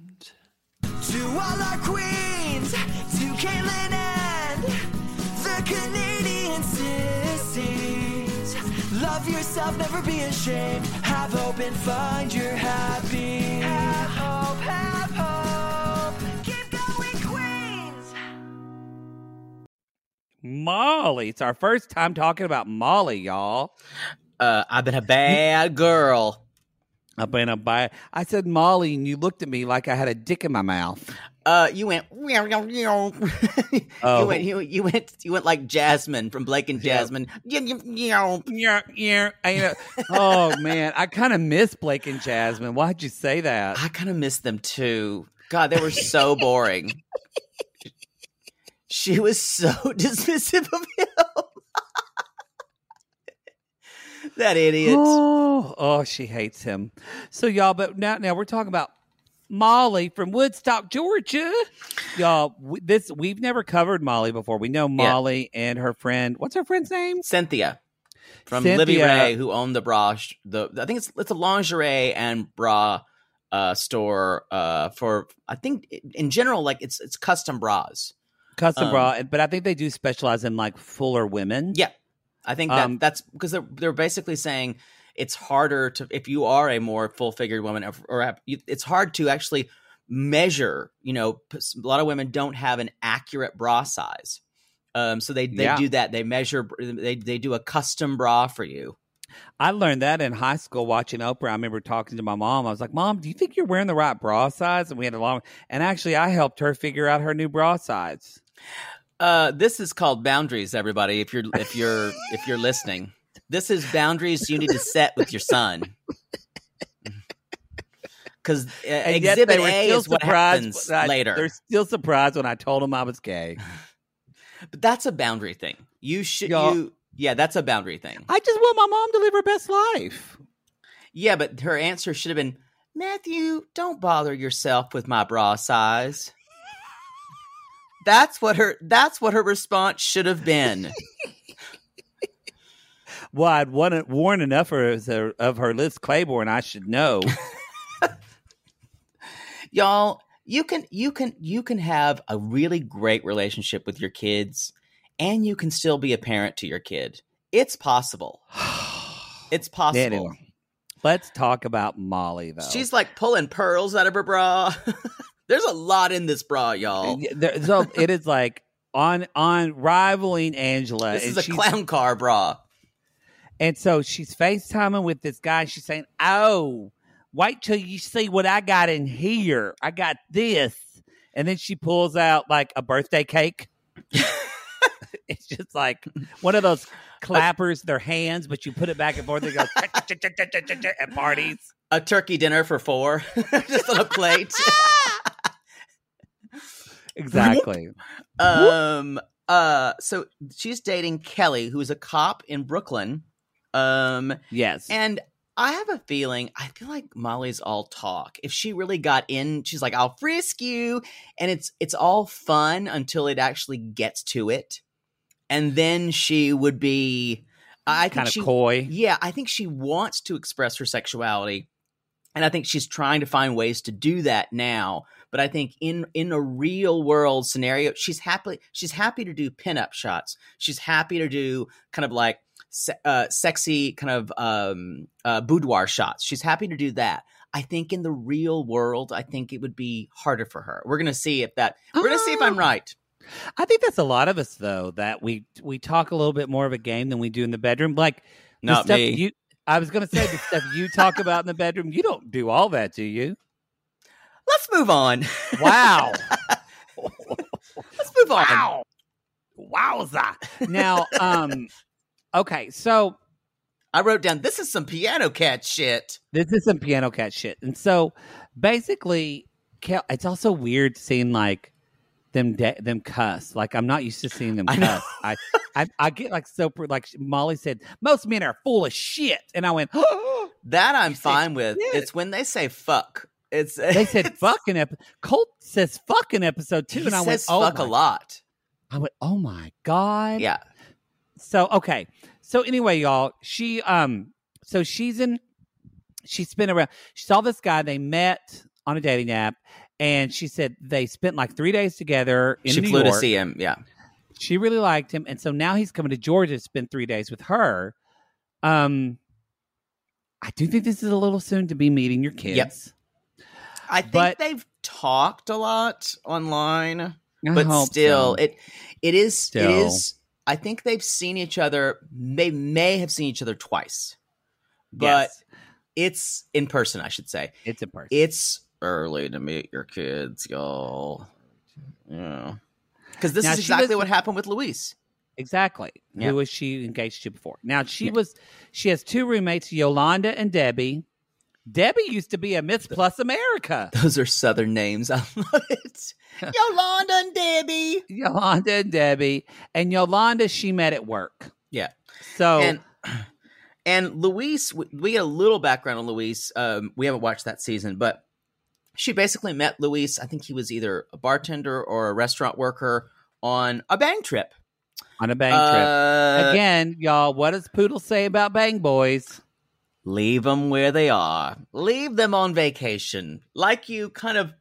[SPEAKER 6] To all our queens, to Caitlin and the Canadian sissies. Love yourself, never be ashamed. Have hope and find your happy. Have hope, have hope. Keep going, Queens.
[SPEAKER 2] Molly. It's our first time talking about Molly, y'all.
[SPEAKER 3] Uh, I've been a bad girl.
[SPEAKER 2] I've been a bi- I said Molly, and you looked at me like I had a dick in my mouth.
[SPEAKER 3] Uh, you went.
[SPEAKER 2] Oh.
[SPEAKER 3] you went. You, you went. You went like Jasmine from Blake and Jasmine.
[SPEAKER 2] Yeah, yeah. I know. oh man, I kind of miss Blake and Jasmine. Why'd you say that?
[SPEAKER 3] I kind of miss them too. God, they were so boring. she was so dismissive of him. that idiot.
[SPEAKER 2] Oh, oh, she hates him. So y'all, but now now we're talking about Molly from Woodstock, Georgia. Y'all, we, this we've never covered Molly before. We know Molly and her friend. What's her friend's name?
[SPEAKER 3] Cynthia from Libby
[SPEAKER 2] Cynthia.
[SPEAKER 3] Ray, who owned the bra. sh- The I think it's it's a lingerie and bra uh, store uh, for I think i- in general like it's it's custom bras.
[SPEAKER 2] Custom
[SPEAKER 3] Um,
[SPEAKER 2] bra, but I think they do specialize in like fuller women.
[SPEAKER 3] Yeah, I think that
[SPEAKER 2] Um,
[SPEAKER 3] that's because they're they're basically saying it's harder to if you are a more full figured woman or, or have, you, it's hard to actually measure. You know, p- s- a lot of women don't have an accurate bra size. Um, so they, they
[SPEAKER 2] Yeah.
[SPEAKER 3] do that. They measure. They they do a custom bra for you.
[SPEAKER 2] I learned that in high school watching Oprah. I remember talking to my mom. I was like, "Mom, do you think you're wearing the right bra size?" And we had a long. And actually, I helped her figure out her new bra size.
[SPEAKER 3] Uh, this is called boundaries, everybody. If you're if you're if you're listening, this is boundaries you need to set with your son. Because uh,
[SPEAKER 2] And yet
[SPEAKER 3] exhibit
[SPEAKER 2] they were
[SPEAKER 3] A
[SPEAKER 2] still
[SPEAKER 3] is what
[SPEAKER 2] surprised
[SPEAKER 3] happens
[SPEAKER 2] when I-
[SPEAKER 3] later.
[SPEAKER 2] They're still surprised when I told them I was gay.
[SPEAKER 3] But that's a boundary thing. You should
[SPEAKER 2] Y'all-
[SPEAKER 3] you yeah, that's a boundary thing.
[SPEAKER 2] I just want my mom to live her best life.
[SPEAKER 3] Yeah, but her answer should have been, Matthew, don't bother yourself with my bra size. That's what her that's what her response should have been.
[SPEAKER 2] Well, I'd won- worn enough of her, of her Liz Claiborne. I should know.
[SPEAKER 3] y'all you can you can you can have a really great relationship with your kids and you can still be a parent to your kid it's possible It's possible.
[SPEAKER 5] Anyway.
[SPEAKER 2] Let's talk about Molly though.
[SPEAKER 3] She's like pulling pearls out of her bra. There's a lot in this bra, y'all.
[SPEAKER 2] Yeah, there- so it is like on on rivaling Angela.
[SPEAKER 3] This
[SPEAKER 2] and
[SPEAKER 3] is a
[SPEAKER 2] she's-
[SPEAKER 3] clown car bra.
[SPEAKER 2] And so she's FaceTiming with this guy. She's saying, Oh, wait till you see what I got in here. I got this. And then she pulls out like a birthday cake. it's just like one of those clappers, their hands, but you put it back and forth. They go at parties.
[SPEAKER 3] A turkey dinner for four, just on a plate.
[SPEAKER 2] Exactly.
[SPEAKER 3] um uh so she's dating kelly who's a cop in brooklyn um
[SPEAKER 2] Yes.
[SPEAKER 3] and i have a feeling i feel like molly's all talk if she really got in she's like i'll frisk you and it's it's all fun until it actually gets to it and then she would be i think
[SPEAKER 2] kind of
[SPEAKER 3] she,
[SPEAKER 2] coy.
[SPEAKER 3] yeah, I think she wants to express her sexuality. And I think she's trying to find ways to do that now. But I think in in a real world scenario, she's happy she's happy to do pinup shots. She's happy to do kind of like se- uh, sexy kind of um, uh, boudoir shots. She's happy to do that. I think in the real world, I think it would be harder for her. We're gonna see if that. We're gonna see if I'm right.
[SPEAKER 2] I think that's a lot of us though that we we talk a little bit more of a game than we do in the bedroom. Like the
[SPEAKER 3] Not
[SPEAKER 2] stuff
[SPEAKER 3] me.
[SPEAKER 2] You, I was going to say the stuff you talk about in the bedroom. You don't do all that, do you?
[SPEAKER 3] Let's move on.
[SPEAKER 2] Wow,
[SPEAKER 3] Let's move on.
[SPEAKER 2] wow, wowza! Now, um, okay, so
[SPEAKER 3] I wrote down this is some piano cat shit.
[SPEAKER 2] this is some piano cat shit, and so basically, Kel, it's also weird seeing like them de- them cuss. Like I'm not used to seeing them
[SPEAKER 3] I know.
[SPEAKER 2] cuss. I, I I get like so pr- like Molly said, most men are full of shit, and I went. "Oh,
[SPEAKER 3] That I'm
[SPEAKER 2] You say
[SPEAKER 3] fine with.
[SPEAKER 2] shit.
[SPEAKER 3] It's when they say fuck. It's
[SPEAKER 2] they said
[SPEAKER 3] it's-
[SPEAKER 2] fucking ep- Colt says fucking episode two,
[SPEAKER 3] He
[SPEAKER 2] and I went
[SPEAKER 3] says
[SPEAKER 2] oh
[SPEAKER 3] fuck
[SPEAKER 2] my,
[SPEAKER 3] a lot.
[SPEAKER 2] I went oh my god.
[SPEAKER 3] Yeah,
[SPEAKER 2] So okay. So anyway, y'all, she um, so she's in, she spent around. She saw this guy they met on a dating app, and she said they spent like three days together in
[SPEAKER 3] she
[SPEAKER 2] New
[SPEAKER 3] flew
[SPEAKER 2] York.
[SPEAKER 3] to see him. Yeah,
[SPEAKER 2] She really liked him, and so now he's coming to Georgia to spend three days with her. Um, I do think this is a little soon to be meeting your kids.
[SPEAKER 3] Yep. I think
[SPEAKER 2] But-
[SPEAKER 3] they've talked a lot online,
[SPEAKER 2] I
[SPEAKER 3] but
[SPEAKER 2] hope so.
[SPEAKER 3] still, it it is it
[SPEAKER 2] Still.
[SPEAKER 3] is. I think they've seen each other. They may have seen each other twice, but
[SPEAKER 2] Yes,
[SPEAKER 3] it's in person. I should say
[SPEAKER 2] it's a person.
[SPEAKER 3] it's early to meet your kids, y'all. Yeah, because this
[SPEAKER 2] Now,
[SPEAKER 3] is
[SPEAKER 2] she was-
[SPEAKER 3] exactly what happened with Luis.
[SPEAKER 2] Exactly.
[SPEAKER 3] Yeah.
[SPEAKER 2] Who was she engaged to before? Now she was she has two roommates, Yolanda and Debbie. Debbie used to be a Miss Plus America.
[SPEAKER 3] Those are Southern names. I love it. Yolanda and Debbie.
[SPEAKER 2] Yolanda and Debbie. And Yolanda she met at work.
[SPEAKER 3] Yeah.
[SPEAKER 2] So
[SPEAKER 3] And and Luis, we- we had a little background on Luis. Um, we haven't watched that season, but she basically met Luis. I think he was either a bartender or a restaurant worker on a bang trip.
[SPEAKER 2] on a bang trip.
[SPEAKER 3] Uh,
[SPEAKER 2] Again, y'all, what does Poodle say about bang boys?
[SPEAKER 3] Leave them where they are. Leave them on vacation, like you kind of,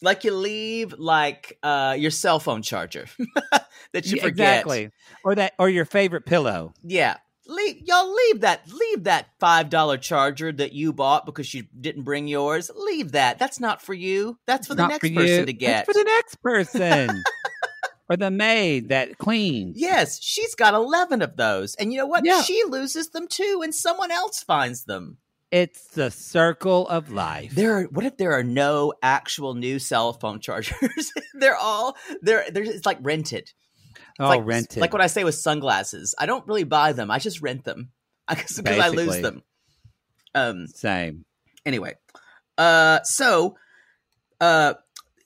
[SPEAKER 3] like you leave like uh, your cell phone charger that you
[SPEAKER 2] Yeah,
[SPEAKER 3] forget.
[SPEAKER 2] Exactly. Or that or your favorite pillow.
[SPEAKER 3] Yeah. Leave y'all leave that leave that five dollar charger that you bought because you didn't bring yours. Leave that. That's not for you. That's for the
[SPEAKER 2] Not
[SPEAKER 3] next
[SPEAKER 2] for you.
[SPEAKER 3] person to
[SPEAKER 2] It's
[SPEAKER 3] get.
[SPEAKER 2] for the next person. or the maid that cleans.
[SPEAKER 3] yes, she's got eleven of those. And you know what?
[SPEAKER 2] Yeah.
[SPEAKER 3] She loses them too and someone else finds them.
[SPEAKER 2] It's the circle of life.
[SPEAKER 3] There are what if there are no actual new cell phone chargers? they're all they're they're it's like rented. It's
[SPEAKER 2] oh,
[SPEAKER 3] like,
[SPEAKER 2] rented.
[SPEAKER 3] Like what I say with sunglasses. I don't really buy them. I just rent them. I guess because I lose
[SPEAKER 2] Basically.
[SPEAKER 3] them. Um
[SPEAKER 2] Same.
[SPEAKER 3] anyway uh so uh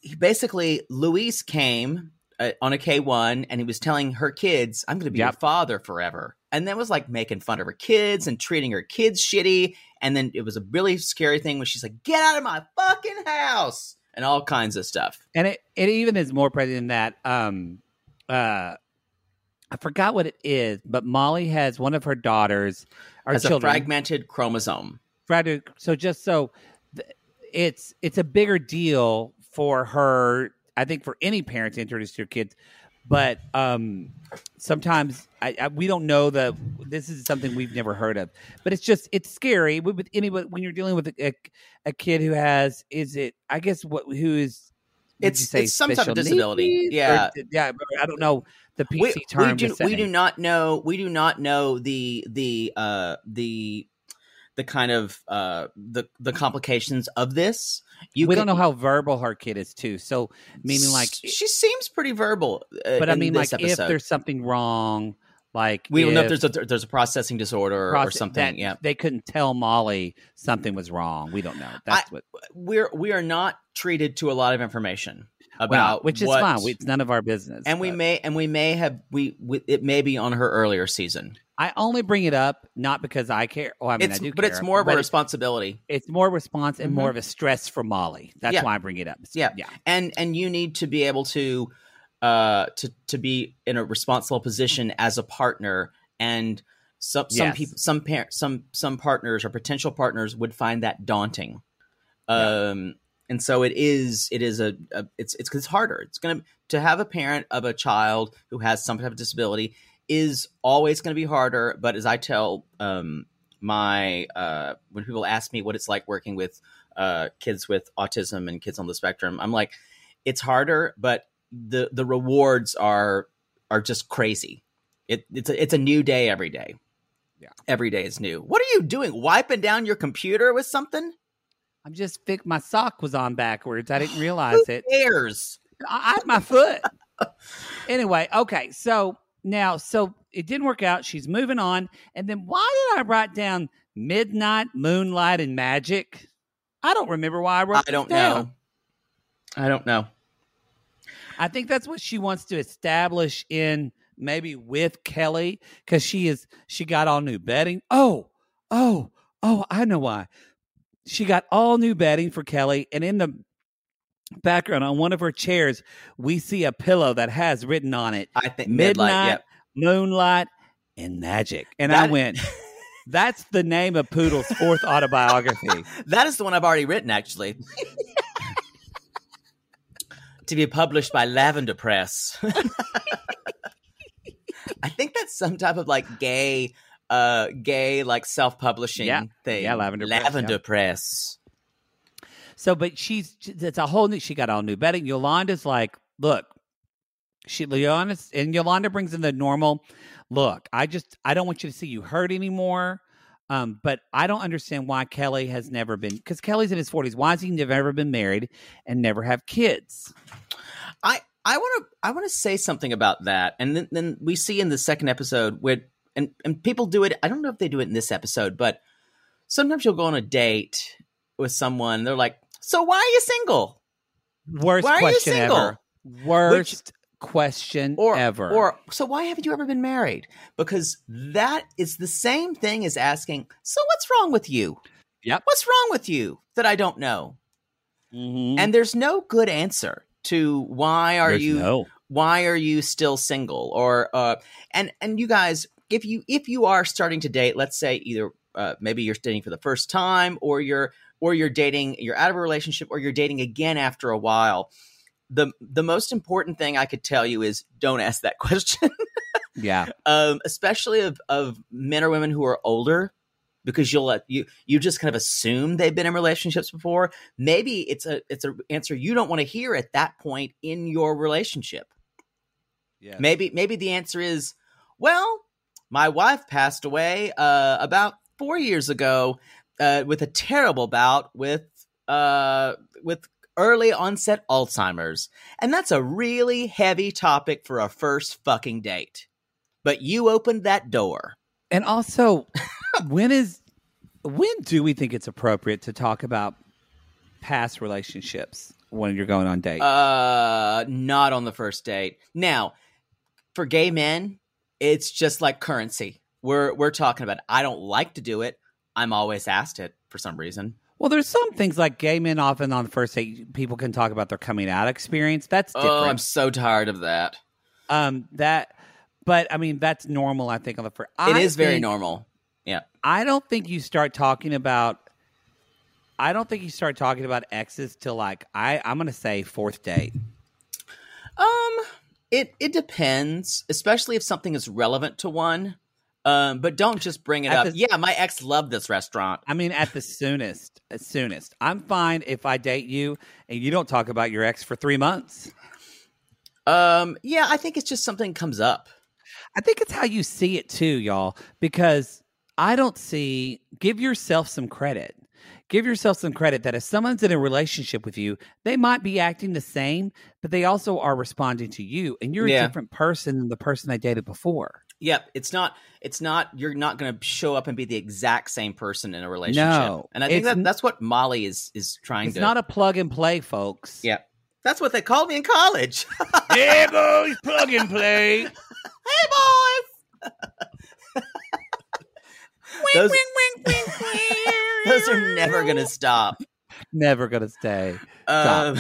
[SPEAKER 3] he- basically luis came uh, on a k1 and he was telling her kids i'm gonna be your
[SPEAKER 2] Yep.
[SPEAKER 3] father forever and then was like making fun of her kids and treating her kids shitty and then it was a really scary thing when she's like get out of my fucking house and all kinds of stuff
[SPEAKER 2] and it, it even is more present than that um uh i forgot what it is but molly has one of her daughters or
[SPEAKER 3] as a
[SPEAKER 2] children
[SPEAKER 3] fragmented chromosome
[SPEAKER 2] fragmented so just so th- it's it's a bigger deal for her i think for any parent to introduce your kids but um, sometimes I, I, we don't know the. This is something we've never heard of, but it's just it's scary. With, with anybody, when you're dealing with a, a, a kid who has, is it? I guess what who is. would
[SPEAKER 3] It's-
[SPEAKER 2] you say
[SPEAKER 3] it's some type of
[SPEAKER 2] special
[SPEAKER 3] disability.
[SPEAKER 2] needs? Or-
[SPEAKER 3] Yeah.
[SPEAKER 2] yeah. I don't know the PC
[SPEAKER 3] we,
[SPEAKER 2] term.
[SPEAKER 3] we do,
[SPEAKER 2] to say.
[SPEAKER 3] we do not know we do not know the the uh the the kind of uh the the complications of this you
[SPEAKER 2] we
[SPEAKER 3] can-
[SPEAKER 2] don't know how verbal her kid is too. So meaning like,
[SPEAKER 3] she seems pretty verbal uh,
[SPEAKER 2] but I
[SPEAKER 3] in
[SPEAKER 2] mean
[SPEAKER 3] this
[SPEAKER 2] like
[SPEAKER 3] episode.
[SPEAKER 2] if there's something wrong, like
[SPEAKER 3] we don't know if
[SPEAKER 2] if
[SPEAKER 3] there's a there's a processing disorder or
[SPEAKER 2] proce-
[SPEAKER 3] something
[SPEAKER 2] that
[SPEAKER 3] yeah
[SPEAKER 2] they couldn't tell Molly something was wrong. We don't know. That's what
[SPEAKER 3] we're we are not treated to a lot of information about
[SPEAKER 2] well, which is
[SPEAKER 3] what-
[SPEAKER 2] fine. uh, It's none of our business.
[SPEAKER 3] and we
[SPEAKER 2] but
[SPEAKER 3] may and we may have we, we it may be on her earlier season
[SPEAKER 2] I only bring it up not because I care. Oh, I mean,
[SPEAKER 3] it's
[SPEAKER 2] I do,
[SPEAKER 3] but it's
[SPEAKER 2] care,
[SPEAKER 3] more of a
[SPEAKER 2] but it's-
[SPEAKER 3] responsibility
[SPEAKER 2] It's more response and more of a stress for Molly. That's
[SPEAKER 3] Yeah.
[SPEAKER 2] why I bring it up. So,
[SPEAKER 3] Yeah.
[SPEAKER 2] yeah.
[SPEAKER 3] and and you need to be able to uh to to be in a responsible position as a partner and some some
[SPEAKER 2] Yes.
[SPEAKER 3] people some parents some some partners or potential partners would find that daunting um and so it is it is a, a it's, it's it's harder it's gonna to have a parent of a child who has some type of disability is always going to be harder but as i tell um my uh when people ask me what it's like working with uh kids with autism and kids on the spectrum i'm like it's harder but the the rewards are are just crazy it, it's a, it's a new day every day
[SPEAKER 2] Yeah.
[SPEAKER 3] every day is new what are you doing wiping down your computer with something
[SPEAKER 2] I'm just thick. My sock was on backwards. I didn't realize it.
[SPEAKER 3] airs
[SPEAKER 2] I, I my foot. anyway, okay. So now, so it didn't work out. She's moving on. And then why did I write down midnight, moonlight, and magic? I don't remember why I wrote.
[SPEAKER 3] I
[SPEAKER 2] this
[SPEAKER 3] don't
[SPEAKER 2] down.
[SPEAKER 3] know. I don't know.
[SPEAKER 2] I think that's what she wants to establish in maybe with Kelly because she is she got all new bedding. Oh, oh, oh! I know why. She got all new bedding for Kelly, and in the background on one of her chairs, we see a pillow that has written on it
[SPEAKER 3] I think midnight.
[SPEAKER 2] midnight,
[SPEAKER 3] yep.
[SPEAKER 2] moonlight, and magic. And I
[SPEAKER 3] That-
[SPEAKER 2] went. That's the name of Poodle's fourth autobiography.
[SPEAKER 3] That is the one I've already written, actually. to be published by Lavender Press. I think that's some type of like gay, uh, gay like self-publishing
[SPEAKER 2] Yeah.
[SPEAKER 3] thing.
[SPEAKER 2] Yeah, Lavender Press,
[SPEAKER 3] Lavender Press.
[SPEAKER 2] So, but she's it's a whole new. She got all new bedding. Yolanda's like, look, she Leona's and Yolanda brings in the normal. Look, I just I don't want you to see you hurt anymore. Um, but I don't understand why Kelly has never been because Kelly's in his forties. Why has he never been married and never have kids?
[SPEAKER 3] I I want to I want to say something about that, and then, then we see in the second episode where and and people do it. I don't know if they do it in this episode, but sometimes you'll go on a date with someone. They're like, "So why are you single?"
[SPEAKER 2] Worst
[SPEAKER 3] Why are you
[SPEAKER 2] question
[SPEAKER 3] single?
[SPEAKER 2] ever. Worst question
[SPEAKER 3] Or
[SPEAKER 2] ever.
[SPEAKER 3] or so why haven't you ever been married? Because that is the same thing as asking, "So what's wrong with you?"
[SPEAKER 2] Yep.
[SPEAKER 3] What's wrong with you that I don't know?
[SPEAKER 2] Mhm.
[SPEAKER 3] And there's no good answer to why are
[SPEAKER 2] There's
[SPEAKER 3] you
[SPEAKER 2] no.
[SPEAKER 3] why are you still single or uh and and you guys if you if you are starting to date let's say either uh, maybe you're dating for the first time or you're or you're dating you're out of a relationship or you're dating again after a while the the most important thing i could tell you is don't ask that question
[SPEAKER 2] yeah
[SPEAKER 3] um especially of of men or women who are older because you'll let you you just kind of assume they've been in relationships before maybe it's a it's an answer you don't want to hear at that point in your relationship
[SPEAKER 2] yeah
[SPEAKER 3] Maybe maybe the answer is, well, my wife passed away uh, about four years ago uh, with a terrible bout with uh, with early onset Alzheimer's, and that's a really heavy topic for a first fucking date. But you opened that door.
[SPEAKER 2] And also, when is when do we think it's appropriate to talk about past relationships when you're going on dates?
[SPEAKER 3] Uh, not on the first date. Now, for gay men, it's just like currency. We're we're talking about. it. I don't like to do it. I'm always asked it for some reason.
[SPEAKER 2] well, there's some things like gay men often on the first date people can talk about their coming out experience. That's
[SPEAKER 3] Oh, I'm
[SPEAKER 2] different.
[SPEAKER 3] so tired of that.
[SPEAKER 2] um, that, but I mean that's normal. I think on the first.
[SPEAKER 3] it is very normal. Yeah.
[SPEAKER 2] I don't think you start talking about. I don't think you start talking about exes till like I. I'm gonna say fourth date.
[SPEAKER 3] Um, It it depends, especially if something is relevant to one. Um, but don't just bring it
[SPEAKER 2] At
[SPEAKER 3] up.
[SPEAKER 2] the-
[SPEAKER 3] yeah, my ex loved this restaurant.
[SPEAKER 2] I mean, at the soonest, as soonest. I'm fine if I date you and you don't talk about your ex for three months.
[SPEAKER 3] Um, yeah, I think it's just something comes up.
[SPEAKER 2] I think it's how you see it too, y'all, because I don't see, give yourself some credit. Give yourself some credit that if someone's in a relationship with you, they might be acting the same, but they also are responding to you, and you're
[SPEAKER 3] Yeah.
[SPEAKER 2] a different person than the person they dated before.
[SPEAKER 3] Yep, it's not. It's not. You're not going to show up and be the exact same person in a relationship.
[SPEAKER 2] No,
[SPEAKER 3] and I think
[SPEAKER 2] it's
[SPEAKER 3] that,
[SPEAKER 2] n-
[SPEAKER 3] that's what Molly is is trying
[SPEAKER 2] It's
[SPEAKER 3] to.
[SPEAKER 2] not a plug and play, folks.
[SPEAKER 3] yeah, that's what they called me in college.
[SPEAKER 2] yeah boys, plug and play.
[SPEAKER 4] Hey, boys.
[SPEAKER 3] those,
[SPEAKER 4] Wink, wink, wink.
[SPEAKER 3] those are never going to stop.
[SPEAKER 2] Never gonna stay. Stop.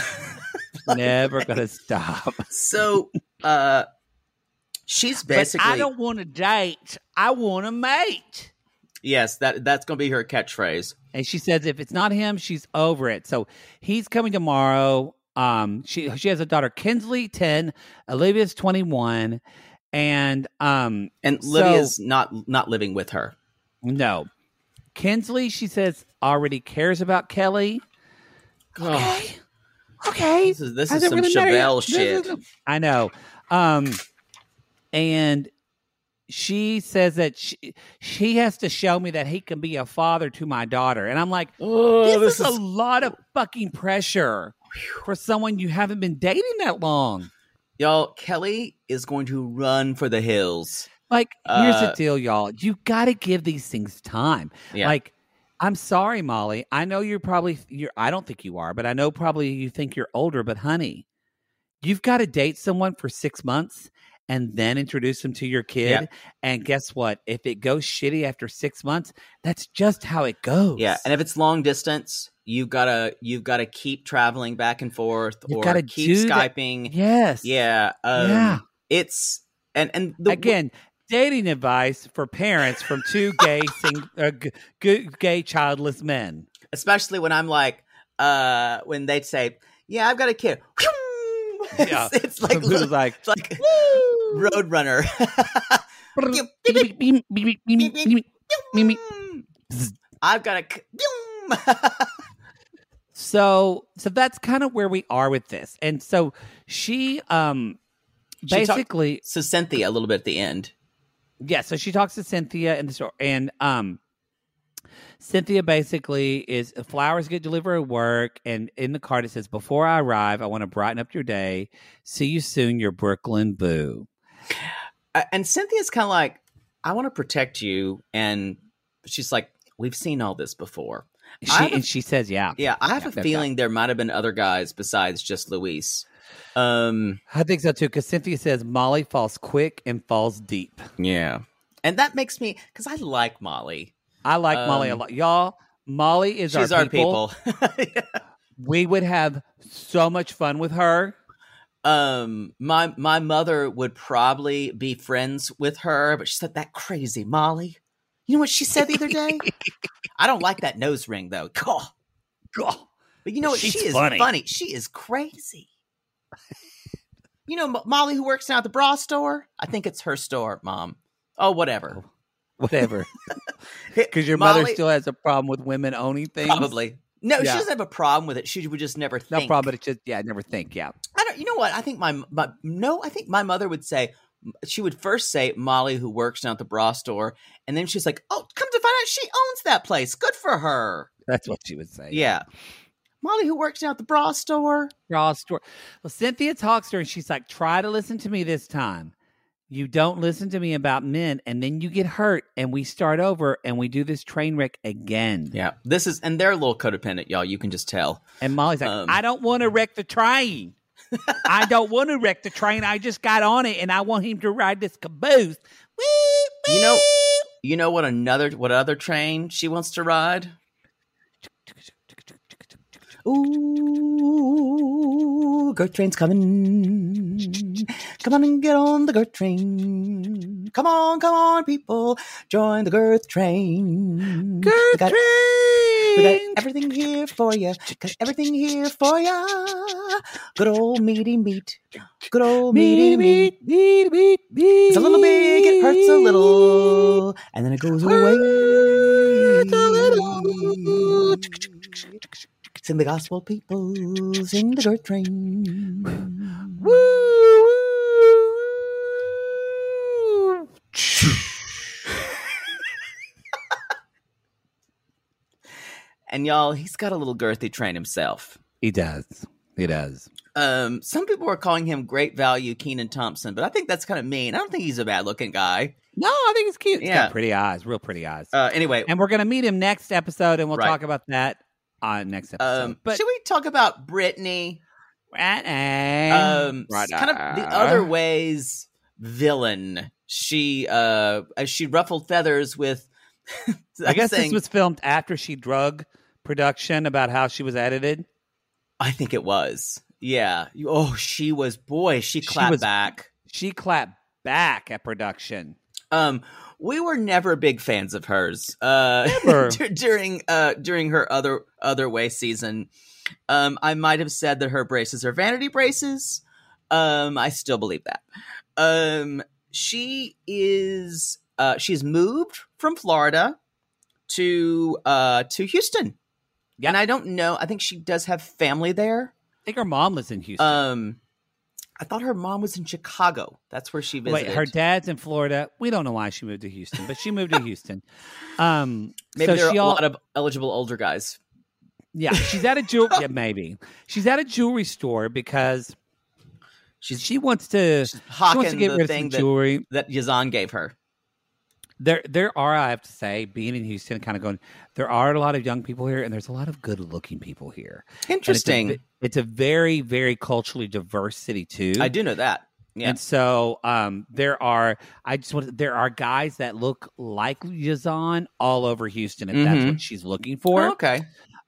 [SPEAKER 3] Um,
[SPEAKER 2] Never gonna stop.
[SPEAKER 3] so, uh, she's basically.
[SPEAKER 2] but I don't want to date. I want to mate.
[SPEAKER 3] Yes, that that's going to be her catchphrase.
[SPEAKER 2] And she says if it's not him, she's over it. So he's coming tomorrow. Um, she she has a daughter, Kinsley, ten. Olivia's twenty one, and um,
[SPEAKER 3] And
[SPEAKER 2] So-
[SPEAKER 3] Lydia's not not living with her.
[SPEAKER 2] no, Kinsley. She says already cares about Kelly. Okay, okay.
[SPEAKER 3] This is this
[SPEAKER 2] How's
[SPEAKER 3] is
[SPEAKER 2] it
[SPEAKER 3] some
[SPEAKER 2] really matter?
[SPEAKER 3] Chevelle
[SPEAKER 2] This
[SPEAKER 3] shit.
[SPEAKER 2] is- I know. Um, and she says that she, she has to show me that he can be a father to my daughter. And I'm like,
[SPEAKER 3] Oh,
[SPEAKER 2] this, is, a lot of fucking pressure for someone you haven't been dating that long.
[SPEAKER 3] Y'all, Kelly is going to run for the hills.
[SPEAKER 2] Like, here's
[SPEAKER 3] Uh,
[SPEAKER 2] the deal, y'all. You got to give these things time.
[SPEAKER 3] Yeah.
[SPEAKER 2] Like, I'm sorry, Molly. I know you're probably you're. I don't think you are, but I know probably you think you're older. But honey, you've got to date someone for six months and then introduce them to your kid.
[SPEAKER 3] Yeah.
[SPEAKER 2] And guess what? If it goes shitty after six months, that's just how it goes.
[SPEAKER 3] Yeah, and if it's long distance, you've gotta you've gotta keep traveling back and forth,
[SPEAKER 2] You've
[SPEAKER 3] or
[SPEAKER 2] gotta
[SPEAKER 3] keep
[SPEAKER 2] do that.
[SPEAKER 3] skyping.
[SPEAKER 2] yes,
[SPEAKER 3] Yeah, um,
[SPEAKER 2] Yeah.
[SPEAKER 3] It's and and the,
[SPEAKER 2] Again, dating advice for parents from two gay sing, uh, g- g- gay childless men.
[SPEAKER 3] especially when I'm like, uh, when they say, "Yeah, I've got a kid." It's-
[SPEAKER 2] Yeah.
[SPEAKER 3] it's, like
[SPEAKER 2] Who's
[SPEAKER 3] look,
[SPEAKER 2] like,
[SPEAKER 3] it's like Roadrunner. I've got a. c-
[SPEAKER 2] so so that's kind of where we are with this and so she um
[SPEAKER 3] She talked-
[SPEAKER 2] basically
[SPEAKER 3] so Cynthia a little bit at the end.
[SPEAKER 2] yeah so she talks to cynthia in the store and um cynthia basically is flowers get delivered at work and in the card it says before i arrive i want to brighten up your day see you soon your brooklyn boo
[SPEAKER 3] Uh, and Cynthia's kind of like, I want to protect you. And she's like, we've seen all this before.
[SPEAKER 2] she,
[SPEAKER 3] have a-
[SPEAKER 2] and she says yeah
[SPEAKER 3] Yeah, I have
[SPEAKER 2] Yeah,
[SPEAKER 3] a
[SPEAKER 2] that's
[SPEAKER 3] feeling there might have been other guys besides just Luis. Um,
[SPEAKER 2] i think so too because cynthia says molly falls quick and falls deep
[SPEAKER 3] yeah. And that makes me, because I like Molly.
[SPEAKER 2] i like molly a
[SPEAKER 3] Um,
[SPEAKER 2] lot y'all molly is
[SPEAKER 3] She's
[SPEAKER 2] our,
[SPEAKER 3] our people.
[SPEAKER 2] we would have so much fun with her
[SPEAKER 3] um, my my mother would probably be friends with her, but she said that crazy Molly. You know what she said the other day? I don't like that nose ring though. Gah. Gah. But you know what?
[SPEAKER 2] She's
[SPEAKER 3] she is funny.
[SPEAKER 2] funny.
[SPEAKER 3] She is crazy. you know Mo- Molly who works now at the bra store. I think it's her store, Mom. Oh, whatever.
[SPEAKER 2] whatever because Oh. your mother
[SPEAKER 3] Molly-
[SPEAKER 2] still has a problem with women owning things
[SPEAKER 3] probably. No, she
[SPEAKER 2] Yeah.
[SPEAKER 3] doesn't have a problem with it. She would just never
[SPEAKER 2] No
[SPEAKER 3] think.
[SPEAKER 2] problem. But it's just yeah, I never think. Yeah,
[SPEAKER 3] I don't. You know what? I think my, my no. I think my mother would say she would first say Molly, who works down at the bra store, and then she's like, "Oh, come to find out, she owns that place. Good for her."
[SPEAKER 2] that's what she would say.
[SPEAKER 3] Yeah, Molly, who works down at the bra store.
[SPEAKER 2] raw story. Well, Cynthia talks to her, and she's like, "Try to listen to me this time. You don't listen to me about men, and then you get hurt, and we start over, and we do this train wreck again."
[SPEAKER 3] Yeah, this is and they're a little codependent, y'all. You can just tell.
[SPEAKER 2] And Molly's like,
[SPEAKER 3] Um,
[SPEAKER 2] "I don't want to wreck the train." I don't want to wreck the train. I just got on it and I want him to ride this caboose.
[SPEAKER 3] You know, you know what another what other train she wants to ride? Ooh, GERT train's coming. Come on and get on the GERT train. Come on, come on, people. Join the GERT train. GERT train! We got everything here for you. Got everything here for ya. Good old meaty meat. Good old meaty meat.
[SPEAKER 2] meat, meat, meat.
[SPEAKER 3] It's a little big. It hurts a little, and then it goes away. Sing the gospel, people. Sing the dirt train. And y'all, he's got a little girthy train himself.
[SPEAKER 2] He does. He does.
[SPEAKER 3] Um, some people are calling him great value Keenan Thompson, but I think that's kind of mean. I don't think he's a bad looking guy.
[SPEAKER 2] No, I think it's cute. He's
[SPEAKER 3] Yeah.
[SPEAKER 2] got pretty eyes, real pretty eyes.
[SPEAKER 3] Uh, anyway,
[SPEAKER 2] and we're gonna meet him next episode, and we'll
[SPEAKER 3] Right.
[SPEAKER 2] talk about that on next episode.
[SPEAKER 3] um,
[SPEAKER 2] but
[SPEAKER 3] should we talk about Brittany?
[SPEAKER 2] um,
[SPEAKER 3] Um, s- kind of the other ways villain. She uh, uh, she ruffled feathers with.
[SPEAKER 2] I guess
[SPEAKER 3] saying,
[SPEAKER 2] this was filmed after she drug production about how she was edited.
[SPEAKER 3] I think it was. Yeah. You- Oh, she was. Boy, she
[SPEAKER 2] She
[SPEAKER 3] clapped
[SPEAKER 2] was-
[SPEAKER 3] back.
[SPEAKER 2] She clapped back at production.
[SPEAKER 3] Um, we were never big fans of hers. Uh,
[SPEAKER 2] Never.
[SPEAKER 3] dur- during uh during her other other way season, um, I might have said that her braces are vanity braces. Um, I still believe that. Um, she is uh she's moved from Florida to uh to Houston.
[SPEAKER 2] Yeah.
[SPEAKER 3] And I don't know. I think she does have family there.
[SPEAKER 2] I think her mom lives in Houston.
[SPEAKER 3] Um, I thought her mom was in Chicago. That's where she
[SPEAKER 2] Wait,
[SPEAKER 3] visited.
[SPEAKER 2] her dad's in Florida. We don't know why she moved to Houston, but she moved to Houston. Um,
[SPEAKER 3] Maybe
[SPEAKER 2] so
[SPEAKER 3] there are
[SPEAKER 2] she
[SPEAKER 3] a
[SPEAKER 2] al-
[SPEAKER 3] lot of eligible older guys.
[SPEAKER 2] yeah, she's at a jewel. yeah, maybe she's at a jewelry store because
[SPEAKER 3] She's
[SPEAKER 2] she wants to. She wants to
[SPEAKER 3] hawking
[SPEAKER 2] get
[SPEAKER 3] the
[SPEAKER 2] rid of
[SPEAKER 3] thing
[SPEAKER 2] some
[SPEAKER 3] that,
[SPEAKER 2] jewelry.
[SPEAKER 3] that Yazan gave her.
[SPEAKER 2] There, there are. I have to say, being in Houston, kind of going. There are a lot of young people here, and there's a lot of good-looking people here. And it's a
[SPEAKER 3] Interesting.
[SPEAKER 2] ve- It's a, very, very culturally diverse city too.
[SPEAKER 3] I do know that. Yeah.
[SPEAKER 2] And so um, there are, I just want to, there are guys that look like Yazan all over Houston if that's
[SPEAKER 3] Mhm.
[SPEAKER 2] what she's looking for.
[SPEAKER 3] Oh, okay.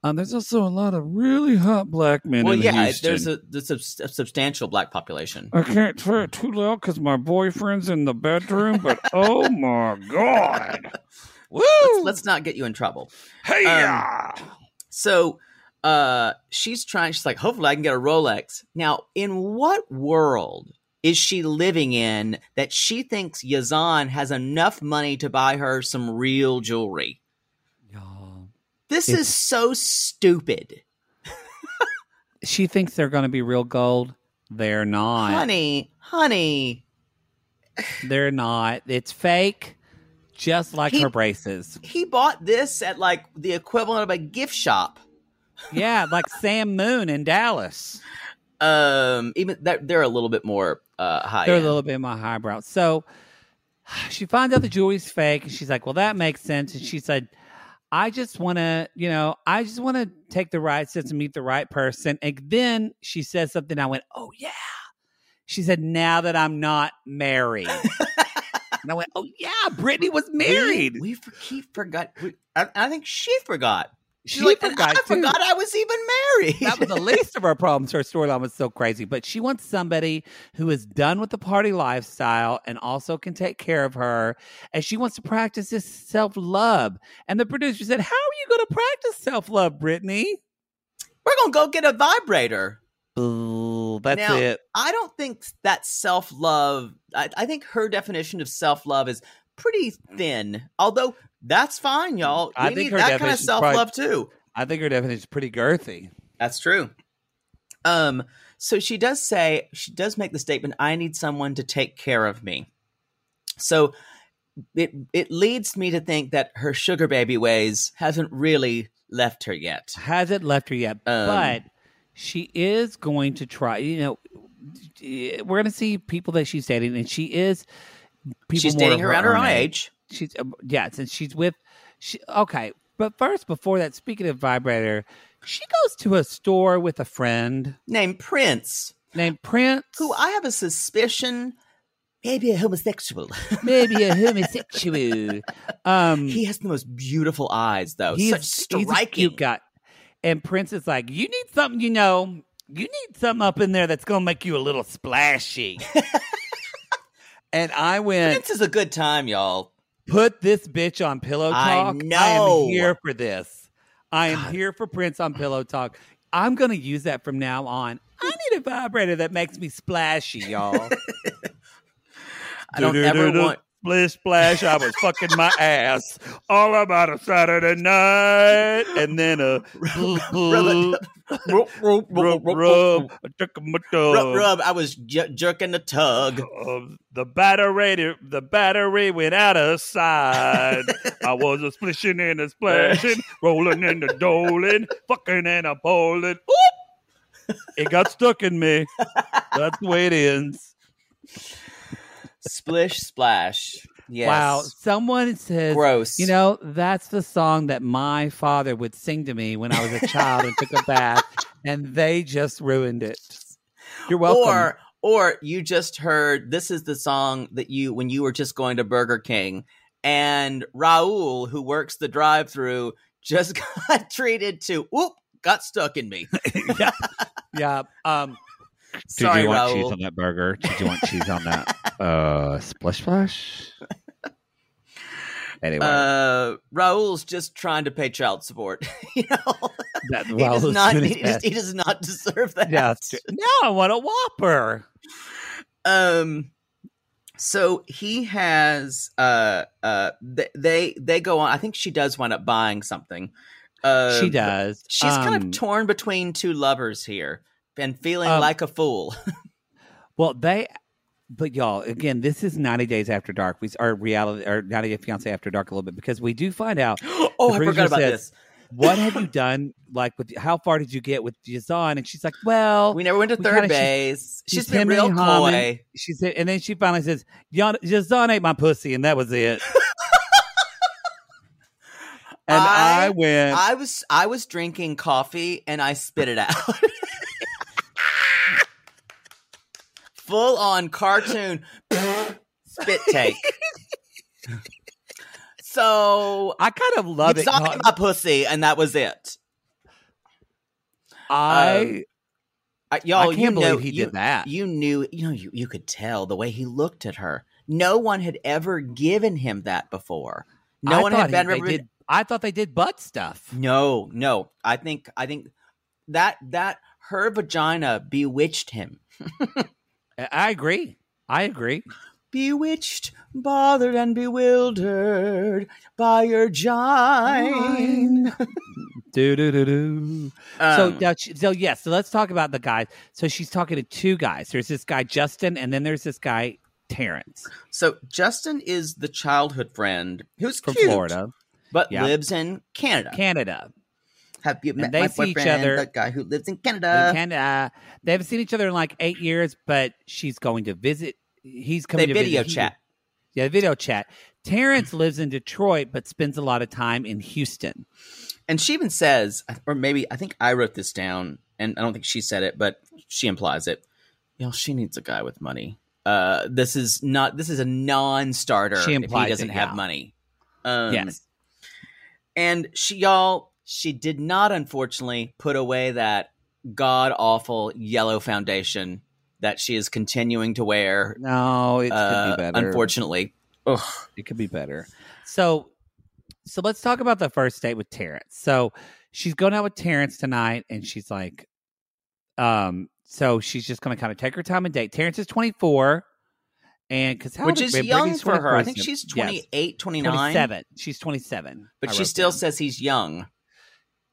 [SPEAKER 2] Um, there's also a lot of really hot black men
[SPEAKER 3] Well,
[SPEAKER 2] in
[SPEAKER 3] yeah,
[SPEAKER 2] Houston.
[SPEAKER 3] there's a, there's a s- a substantial black population.
[SPEAKER 2] I can't say it too loud because my boyfriend's in the bedroom, but oh my god! Woo!
[SPEAKER 3] Let's, um, let's not get you in trouble.
[SPEAKER 2] hey,
[SPEAKER 3] So uh, she's trying, she's like, hopefully I can get a Rolex. Now, in what world is she living in that she thinks Yazan has enough money to buy her some real jewelry? This is
[SPEAKER 2] It's-
[SPEAKER 3] so stupid.
[SPEAKER 2] she thinks they're going to be real gold. They're not.
[SPEAKER 3] honey, honey,
[SPEAKER 2] They're not. It's fake, just like
[SPEAKER 3] He-
[SPEAKER 2] her braces.
[SPEAKER 3] he bought this at like the equivalent of a gift shop.
[SPEAKER 2] Yeah, like Sam Moon in Dallas.
[SPEAKER 3] Um, even that they're a little bit more uh high.
[SPEAKER 2] They're a
[SPEAKER 3] end.
[SPEAKER 2] little bit my highbrow. So she finds out the jewelry's fake, and she's like, "Well, that makes sense." And she said, "I just want to, you know, I just want to take the right steps and meet the right person." And then she says something. I went, "Oh yeah." She said, "Now that I'm not married." and I went, "Oh yeah, Brittany was married.
[SPEAKER 3] We, we for- he forgot. We, I, I think she forgot. She's
[SPEAKER 2] She
[SPEAKER 3] like, and
[SPEAKER 2] forgot
[SPEAKER 3] I
[SPEAKER 2] too."
[SPEAKER 3] forgot I was even married.
[SPEAKER 2] that was the least of her problems. Her storyline was so crazy, but she wants somebody who is done with the party lifestyle and also can take care of her. And she wants to practice this self love. And the producer said, "How are you going to practice self love, Brittany?"
[SPEAKER 3] We're gonna go get a vibrator.
[SPEAKER 2] Ooh, that's
[SPEAKER 3] Now-
[SPEAKER 2] it.
[SPEAKER 3] I don't think that self love. I, I think her definition of self love is pretty thin. Although that's fine, y'all.
[SPEAKER 2] I
[SPEAKER 3] we
[SPEAKER 2] think
[SPEAKER 3] need
[SPEAKER 2] her
[SPEAKER 3] that kind of
[SPEAKER 2] definition's
[SPEAKER 3] self
[SPEAKER 2] probably-
[SPEAKER 3] love too.
[SPEAKER 2] I think her definition is pretty girthy.
[SPEAKER 3] That's true. Um, so she does say she does make the statement, "I need someone to take care of me." So it it leads me to think that her sugar baby ways hasn't really left her yet.
[SPEAKER 2] Hasn't left her yet,
[SPEAKER 3] Um,
[SPEAKER 2] but she is going to try. You know, we're going to see people that she's dating, and she is. People
[SPEAKER 3] She's
[SPEAKER 2] more
[SPEAKER 3] dating
[SPEAKER 2] of
[SPEAKER 3] around her
[SPEAKER 2] own
[SPEAKER 3] own age.
[SPEAKER 2] She's um, yeah, since she's with she okay. But first, before that, speaking of vibrator, she goes to a store with a friend
[SPEAKER 3] named Prince,
[SPEAKER 2] named Prince,
[SPEAKER 3] who I have a suspicion maybe a homosexual.
[SPEAKER 2] maybe a homosexual. Um,
[SPEAKER 3] he has the most beautiful eyes, though.
[SPEAKER 2] he's
[SPEAKER 3] Such
[SPEAKER 2] he's a
[SPEAKER 3] striking.
[SPEAKER 2] cute guy, and Prince is like, "You need something, you know, you need something up in there that's gonna make you a little splashy." and I went,
[SPEAKER 3] Prince is a good time, y'all.
[SPEAKER 2] "Put this bitch on pillow
[SPEAKER 3] I
[SPEAKER 2] talk.
[SPEAKER 3] know.
[SPEAKER 2] am here for this. I am here for Prince on Pillow Talk. I'm going to use that from now on. I need a vibrator that makes me splashy, y'all.
[SPEAKER 3] I don't ever want.
[SPEAKER 7] Splish splash, I was fucking my ass all about a Saturday night, and then a
[SPEAKER 3] Brother, rub, rub,
[SPEAKER 7] rub,
[SPEAKER 3] rub,
[SPEAKER 7] rub, I took my
[SPEAKER 3] rub,
[SPEAKER 7] tub.
[SPEAKER 3] rub. I was ju- jerking the tug.
[SPEAKER 7] of the battery, the battery went out of side. I was a splishing and a splashing, rolling and a doling, fucking and a bowling. Oop! It got stuck in me. That's the way it ends.
[SPEAKER 3] Splish splash. Yes.
[SPEAKER 2] Wow. Someone says,
[SPEAKER 3] Gross.
[SPEAKER 2] You know, that's the song that my father would sing to me when I was a child and took a bath, and they just ruined it. You're welcome.
[SPEAKER 3] Or or you just heard this is the song that you when you were just going to Burger King and Raul who works the drive-through just got treated to whoop got stuck in me.
[SPEAKER 2] yeah. Um,
[SPEAKER 8] Did
[SPEAKER 3] Sorry
[SPEAKER 8] you want cheese
[SPEAKER 3] Raul.
[SPEAKER 8] on that burger? Did you want cheese on that uh, splish splash? Anyway,
[SPEAKER 3] Uh Raul's just trying to pay child support. you know.
[SPEAKER 2] that,
[SPEAKER 3] He
[SPEAKER 2] well,
[SPEAKER 3] does
[SPEAKER 2] as
[SPEAKER 3] not
[SPEAKER 2] soon as
[SPEAKER 3] he, just,
[SPEAKER 2] best.
[SPEAKER 3] he does not deserve that.
[SPEAKER 2] Yeah, that's true. no, I want a Whopper.
[SPEAKER 3] um so he has uh uh th- they they go on i think she does wind up buying something uh
[SPEAKER 2] she does.
[SPEAKER 3] she's kind
[SPEAKER 2] Um,
[SPEAKER 3] of torn between two lovers here and feeling
[SPEAKER 2] Um,
[SPEAKER 3] like a fool
[SPEAKER 2] Well, they, but y'all, again, this is 90 Days After Dark. We are reality, or 90 Day Fiance After Dark a little bit because we do find out
[SPEAKER 3] oh i
[SPEAKER 2] producer
[SPEAKER 3] forgot about
[SPEAKER 2] says-
[SPEAKER 3] this
[SPEAKER 2] what have you done, like, with how far did you get with Yazan? And she's like, well,
[SPEAKER 3] we never went to
[SPEAKER 2] we
[SPEAKER 3] third
[SPEAKER 2] kinda- she's-
[SPEAKER 3] base she's
[SPEAKER 2] she's
[SPEAKER 3] been
[SPEAKER 2] hemming
[SPEAKER 3] real
[SPEAKER 2] and hawing.
[SPEAKER 3] coy
[SPEAKER 2] she said, and then she finally says, "Yon- Yazan ate my pussy, and that was it. and I,
[SPEAKER 3] I-
[SPEAKER 2] went,
[SPEAKER 3] i was i was drinking coffee and i spit it out full on cartoon spit take so
[SPEAKER 2] I kind of love
[SPEAKER 3] you
[SPEAKER 2] it.
[SPEAKER 3] saw
[SPEAKER 2] Con-
[SPEAKER 3] my pussy, and that was it.
[SPEAKER 2] I,
[SPEAKER 3] I, y'all,
[SPEAKER 2] I
[SPEAKER 3] you
[SPEAKER 2] can't believe
[SPEAKER 3] know-
[SPEAKER 2] he
[SPEAKER 3] you-
[SPEAKER 2] did that.
[SPEAKER 3] You knew, you know, you, you could tell the way he looked at her. No one had ever given him that before. No
[SPEAKER 2] I
[SPEAKER 3] one
[SPEAKER 2] thought
[SPEAKER 3] had
[SPEAKER 2] he-
[SPEAKER 3] been.
[SPEAKER 2] they did, I thought they did butt stuff.
[SPEAKER 3] No, no. I think, I think that that her vagina bewitched him.
[SPEAKER 2] I- I agree. I agree.
[SPEAKER 3] Bewitched, bothered, and bewildered by your gine.
[SPEAKER 2] Do do do do.
[SPEAKER 3] Um,
[SPEAKER 2] so, now she- so yes. so let's talk about the guys. So she's talking to two guys. There's this guy Justin, and then there's this guy Terrence
[SPEAKER 3] so Justin is the childhood friend who's
[SPEAKER 2] from
[SPEAKER 3] cute,
[SPEAKER 2] Florida,
[SPEAKER 3] but
[SPEAKER 2] Yeah.
[SPEAKER 3] lives in Canada.
[SPEAKER 2] Canada.
[SPEAKER 3] Have you
[SPEAKER 2] And
[SPEAKER 3] met
[SPEAKER 2] they
[SPEAKER 3] my
[SPEAKER 2] see each
[SPEAKER 3] boyfriend,
[SPEAKER 2] other-
[SPEAKER 3] the guy who lives in
[SPEAKER 2] Uh,
[SPEAKER 3] Canada?
[SPEAKER 2] Canada. They haven't seen each other in like eight years, but she's going to visit. He's coming
[SPEAKER 3] They
[SPEAKER 2] to
[SPEAKER 3] video
[SPEAKER 2] visit.
[SPEAKER 3] chat.
[SPEAKER 2] Yeah, video chat. Terrence lives in Detroit, but spends a lot of time in Houston.
[SPEAKER 3] And she even says, or maybe I think I wrote this down, and I don't think she said it, but she implies it. You know, she needs a guy with money. Uh, this is not. This is a non-starter.
[SPEAKER 2] She
[SPEAKER 3] if
[SPEAKER 2] implies
[SPEAKER 3] he doesn't
[SPEAKER 2] it,
[SPEAKER 3] have
[SPEAKER 2] yeah.
[SPEAKER 3] money. Um,
[SPEAKER 2] yes,
[SPEAKER 3] And she, y'all, she did not unfortunately put away that god awful yellow foundation that she is continuing to wear.
[SPEAKER 2] no, it
[SPEAKER 3] uh,
[SPEAKER 2] could be better.
[SPEAKER 3] Unfortunately, Ugh.
[SPEAKER 2] It could be better. So, so let's talk about the first date with Terrence. So she's going out with Terrence tonight, and she's like, um, so she's just going to kind of take her time and date. Terrence is twenty four, and because
[SPEAKER 3] which is young for her. I think she's
[SPEAKER 2] twenty
[SPEAKER 3] 28, 29.
[SPEAKER 2] twenty seven. She's twenty seven,
[SPEAKER 3] But she still says he's young.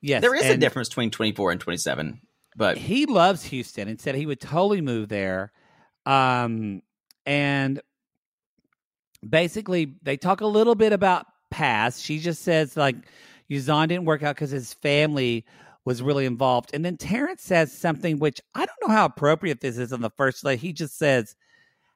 [SPEAKER 2] yes.
[SPEAKER 3] there is a
[SPEAKER 2] and
[SPEAKER 3] difference between 24 and 27. But
[SPEAKER 2] Uh, He loves Houston and said he would totally move there. Um, and basically, they talk a little bit about past. She just says, like, Yuzan didn't work out because his family was really involved. And then Terrence says something which I don't know how appropriate this is on the first day. He just says,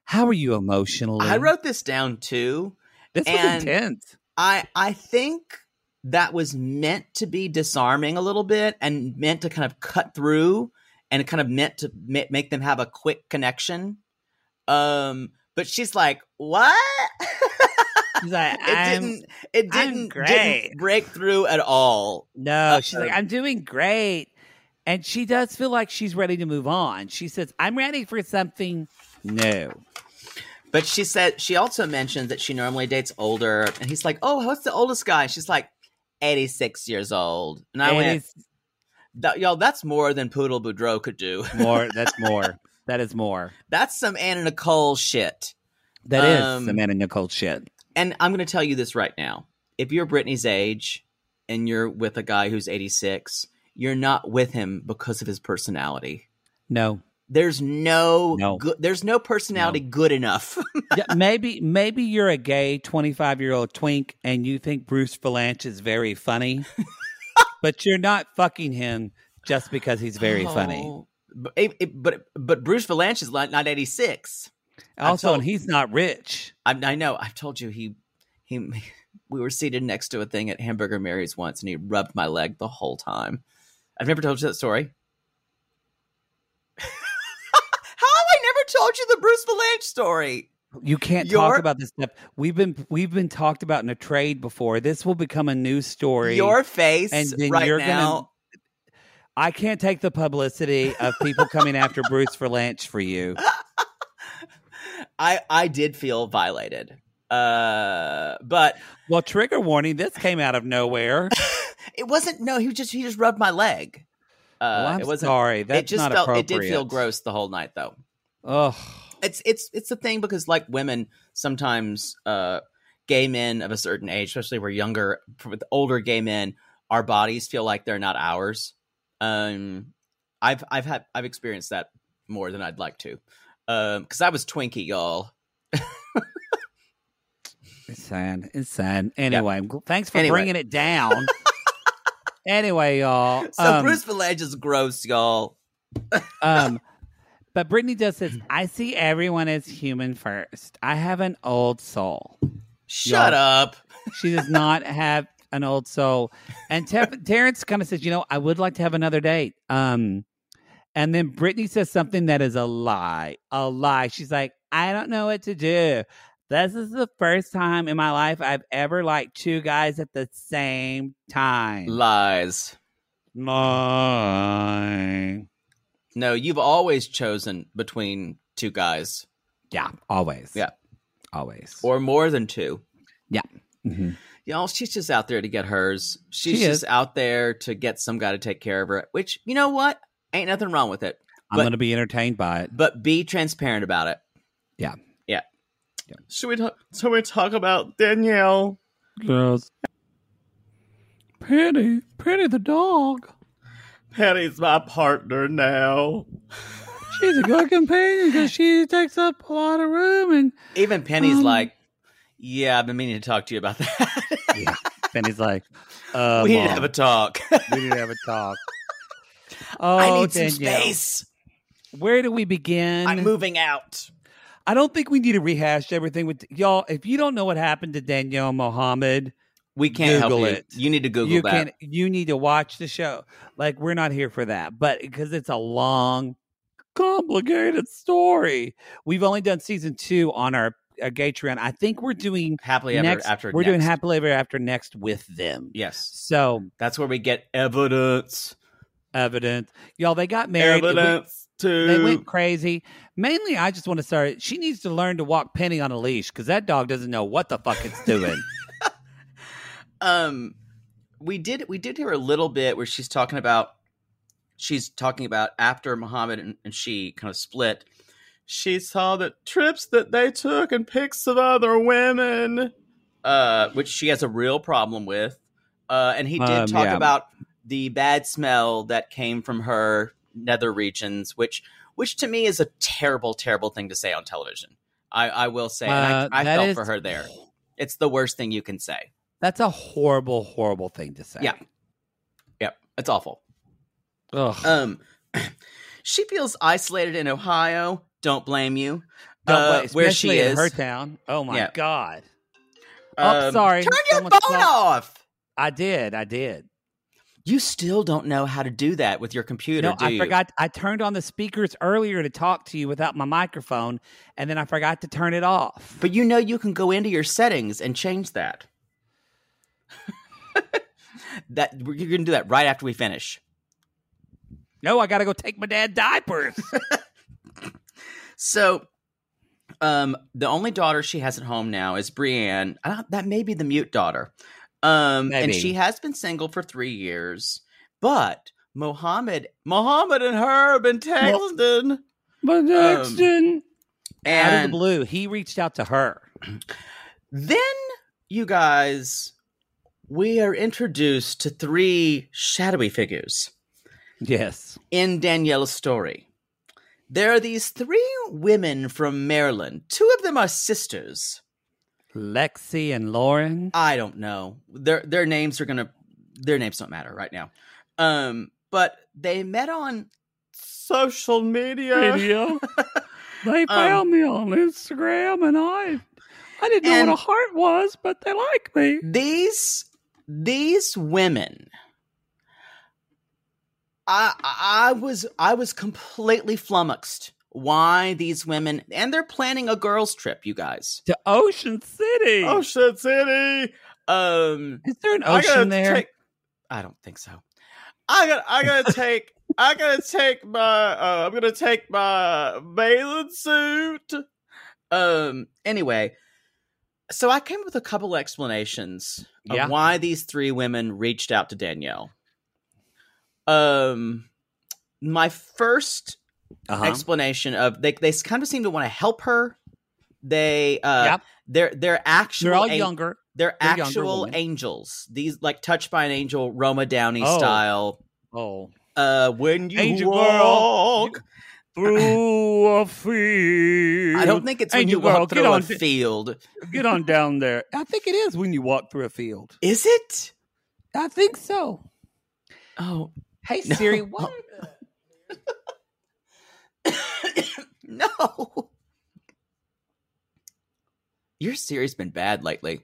[SPEAKER 2] How are you emotionally?
[SPEAKER 3] I wrote this down too.
[SPEAKER 2] this was
[SPEAKER 3] and-
[SPEAKER 2] intense.
[SPEAKER 3] I I think that was meant to be disarming a little bit and meant to kind of cut through and kind of meant to ma- make them have a quick connection. Um but she's like, "What?"
[SPEAKER 2] She's like,
[SPEAKER 3] it
[SPEAKER 2] I'm-
[SPEAKER 3] didn't it
[SPEAKER 2] I'm
[SPEAKER 3] didn't,
[SPEAKER 2] great.
[SPEAKER 3] didn't break through at all.
[SPEAKER 2] No, she's like,
[SPEAKER 3] Uh-oh.
[SPEAKER 2] I'm doing great. And she does feel like she's ready to move on. She says, I'm ready for something new.
[SPEAKER 3] But she said she also mentioned that she normally dates older, and he's like, "Oh, what's the oldest guy?" She's like, 86 years old. And I went,
[SPEAKER 2] It's
[SPEAKER 3] "Th- y'all, that's more than Poodle Boudreau could do.
[SPEAKER 2] more. That's more. That is more.
[SPEAKER 3] that's some Anna Nicole shit.
[SPEAKER 2] That is
[SPEAKER 3] Um,
[SPEAKER 2] the man in Nicole shit.
[SPEAKER 3] And I'm going to tell you this right now. If you're Britney's age and you're with a guy who's 86, you're not with him because of his personality.
[SPEAKER 2] No.
[SPEAKER 3] There's no,
[SPEAKER 2] No.
[SPEAKER 3] good there's no personality good enough.
[SPEAKER 2] yeah, maybe maybe you're a gay 25 year old twink and you think Bruce Valanche is very funny, but you're not fucking him just because he's very funny.
[SPEAKER 3] Oh. But, it- it- but but Bruce Valanche is not, not 86. I
[SPEAKER 2] Also,
[SPEAKER 3] told-
[SPEAKER 2] and he's not rich.
[SPEAKER 3] I, I know. I've told you he he. We were seated next to a thing at Hamburger Mary's once, and he rubbed my leg the whole time. I've never told you that story. How have I never told you the Bruce Valanche story?
[SPEAKER 2] You can't
[SPEAKER 3] Your-
[SPEAKER 2] talk about this stuff. We've been we've been talked about in a trade before. This will become a news story.
[SPEAKER 3] Your face
[SPEAKER 2] And then
[SPEAKER 3] right
[SPEAKER 2] you're gonna-
[SPEAKER 3] now.
[SPEAKER 2] I can't take the publicity of people coming after Bruce Valanche for you.
[SPEAKER 3] I I did feel violated. Uh, but
[SPEAKER 2] Well, trigger warning. This came out of nowhere.
[SPEAKER 3] Uh, it wasn't. No, he just he just rubbed my leg. Uh,
[SPEAKER 2] Well, I'm
[SPEAKER 3] it wasn't.
[SPEAKER 2] sorry. That's
[SPEAKER 3] it just
[SPEAKER 2] not
[SPEAKER 3] felt. It
[SPEAKER 2] appropriate.
[SPEAKER 3] did feel gross the whole night, though.
[SPEAKER 2] Ugh.
[SPEAKER 3] it's it's it's a thing because like women sometimes uh gay men of a certain age especially we're younger with older gay men our bodies feel like they're not ours um i've i've had i've experienced that more than i'd like to um because i was twinkie y'all
[SPEAKER 2] It's sad. It's sad. Anyway, I'm gl- thanks for
[SPEAKER 3] Anyway.
[SPEAKER 2] bringing it down. anyway, y'all.
[SPEAKER 3] so
[SPEAKER 2] um,
[SPEAKER 3] bruce Valange is gross y'all
[SPEAKER 2] um, but Brittany does this. I see everyone as human first. I have an old soul.
[SPEAKER 3] shut up
[SPEAKER 2] She does not have an old soul. And Te- Terrence kind of says, you know, I would like to have another date. Um, and then Brittany says something that is a lie, a lie. She's like, I don't know what to do. This is the first time in my life I've ever liked two guys at the same time.
[SPEAKER 3] lies
[SPEAKER 2] Lie.
[SPEAKER 3] no you've always chosen between two guys
[SPEAKER 2] Yeah, always.
[SPEAKER 3] Yeah.
[SPEAKER 2] always.
[SPEAKER 3] or more than two
[SPEAKER 2] Mhm.
[SPEAKER 3] Y'all, she's just out there to get hers. She's
[SPEAKER 2] She is.
[SPEAKER 3] just out there to get some guy to take care of her, which, you know what? Ain't nothing wrong with it.
[SPEAKER 2] I'm
[SPEAKER 3] But-
[SPEAKER 2] going to be entertained by it.
[SPEAKER 3] But be transparent about it.
[SPEAKER 2] Yeah.
[SPEAKER 3] Yeah.
[SPEAKER 2] Yeah.
[SPEAKER 3] Should we talk so we talk about Danielle?
[SPEAKER 7] Yes. Penny, Penny the dog.
[SPEAKER 4] Patty's my partner now.
[SPEAKER 7] She's a good companion because she takes up a lot of room and
[SPEAKER 3] Even Penny's
[SPEAKER 7] Um,
[SPEAKER 3] like, Yeah, I've been meaning to talk to you about that.
[SPEAKER 2] And he's like, uh,
[SPEAKER 3] we need
[SPEAKER 2] Mom,
[SPEAKER 3] to have a talk.
[SPEAKER 2] we need to have a talk. Oh,
[SPEAKER 3] I need some
[SPEAKER 2] Danielle,
[SPEAKER 3] space.
[SPEAKER 2] Where do we begin?
[SPEAKER 3] I'm moving out.
[SPEAKER 2] I don't think we need to rehash everything with y'all. If you don't know what happened to Danielle Mohammed,
[SPEAKER 3] We can't
[SPEAKER 2] Google
[SPEAKER 3] help you.
[SPEAKER 2] it.
[SPEAKER 3] You need to Google
[SPEAKER 2] you
[SPEAKER 3] that.
[SPEAKER 2] can you need to watch the show. Like we're not here for that, but because it's a long, complicated story. We've only done season two on our, our Gatreon. I think we're doing
[SPEAKER 3] Happily ever
[SPEAKER 2] next.
[SPEAKER 3] after
[SPEAKER 2] we're doing
[SPEAKER 3] next.
[SPEAKER 2] happily ever after next with them.
[SPEAKER 3] Yes.
[SPEAKER 2] So
[SPEAKER 3] That's where we get evidence.
[SPEAKER 2] evident, y'all. They got married. It went-
[SPEAKER 4] Evidence to
[SPEAKER 2] They went crazy. Mainly, I just want to start. She needs to learn to walk Penny on a leash because that dog doesn't know what the fuck it's doing.
[SPEAKER 3] um we did we did hear a little bit where she's talking about she's talking about after Muhammad and, and she kind of split.
[SPEAKER 4] she saw the trips that they took and pics of other women.
[SPEAKER 3] Uh which she has a real problem with. Uh and he did
[SPEAKER 2] Um,
[SPEAKER 3] talk
[SPEAKER 2] yeah.
[SPEAKER 3] about the bad smell that came from her nether regions, which which to me is a terrible, terrible thing to say on television. I, I will say,
[SPEAKER 2] Uh,
[SPEAKER 3] and I, I
[SPEAKER 2] that
[SPEAKER 3] felt
[SPEAKER 2] is-
[SPEAKER 3] for her there. It's the worst thing you can say.
[SPEAKER 2] That's a horrible, horrible thing to say.
[SPEAKER 3] Yeah. Yep, it's awful.
[SPEAKER 2] Ugh.
[SPEAKER 3] Um, she feels isolated in Ohio. Don't blame you.
[SPEAKER 2] Don't
[SPEAKER 3] uh,
[SPEAKER 2] blame-
[SPEAKER 3] where she
[SPEAKER 2] especially in
[SPEAKER 3] is.
[SPEAKER 2] her town. Oh my
[SPEAKER 3] Yeah.
[SPEAKER 2] god!
[SPEAKER 3] Um,
[SPEAKER 2] oh, sorry.
[SPEAKER 3] Turn your phone
[SPEAKER 2] Someone's call-
[SPEAKER 3] off.
[SPEAKER 2] I did. I did.
[SPEAKER 3] You still don't know how to do that with your computer,
[SPEAKER 2] No,
[SPEAKER 3] do
[SPEAKER 2] I
[SPEAKER 3] you?
[SPEAKER 2] forgot. I turned on the speakers earlier to talk to you without my microphone, and then I forgot to turn it off.
[SPEAKER 3] But you know you can go into your settings and change that. that you're gonna do that right after we finish.
[SPEAKER 2] no, I gotta go take my dad diapers.
[SPEAKER 3] So, um, the only daughter she has at home now is Brienne. Uh, that may be the mute daughter. Um, and
[SPEAKER 2] Maybe.
[SPEAKER 3] she has been single for three years, but Mohammed, Mohammed and her have been texting,
[SPEAKER 7] But
[SPEAKER 3] next
[SPEAKER 2] Out of the
[SPEAKER 3] and
[SPEAKER 2] blue, he reached out to her.
[SPEAKER 3] then you guys, we are introduced to three shadowy figures.
[SPEAKER 2] Yes.
[SPEAKER 3] in Danielle's story. There are these three women from Maryland. Two of them are sisters.
[SPEAKER 2] Lexi and Lauren.
[SPEAKER 3] I don't know. Their their names are gonna their names don't matter right now. Um, but they met on social media.
[SPEAKER 7] video. They found me on Instagram, and I I didn't know
[SPEAKER 3] And-
[SPEAKER 7] what a heart was, but they like me.
[SPEAKER 3] These these women. I I I was I was completely flummoxed. Why these women and they're planning a girls' trip, you guys. Oh,
[SPEAKER 2] To Ocean City.
[SPEAKER 7] Oh,
[SPEAKER 3] shit, City. Um
[SPEAKER 2] Is there an
[SPEAKER 3] I gotta
[SPEAKER 2] ocean there?
[SPEAKER 3] take- I don't think so. I got. I gotta take. I gotta take my. Uh, I'm gonna take my bathing suit. Um. Anyway, so I came up with a couple explanations of
[SPEAKER 2] Yeah.
[SPEAKER 3] why these three women reached out to Danielle. Um, my first
[SPEAKER 2] Uh-huh.
[SPEAKER 3] explanation of they they kind of seem to want to help her. They uh,
[SPEAKER 2] Yep.
[SPEAKER 3] they're they're actually
[SPEAKER 2] They're all younger.
[SPEAKER 3] they're
[SPEAKER 2] They're younger
[SPEAKER 3] actual
[SPEAKER 2] women.
[SPEAKER 3] angels. These like touched by an angel, Roma Downey
[SPEAKER 2] Oh.
[SPEAKER 3] style.
[SPEAKER 2] Oh.
[SPEAKER 3] Uh, when you
[SPEAKER 7] Angel girl,
[SPEAKER 3] walk,
[SPEAKER 7] through a field.
[SPEAKER 3] I don't think it's when
[SPEAKER 7] Angel
[SPEAKER 3] you walk
[SPEAKER 7] girl, get
[SPEAKER 3] through a
[SPEAKER 7] on-
[SPEAKER 3] field.
[SPEAKER 7] Get on down there. I think it is when you walk through a field.
[SPEAKER 3] Is it?
[SPEAKER 2] I think so.
[SPEAKER 3] Oh
[SPEAKER 2] Hey Siri, what?
[SPEAKER 3] no! Your series been bad lately.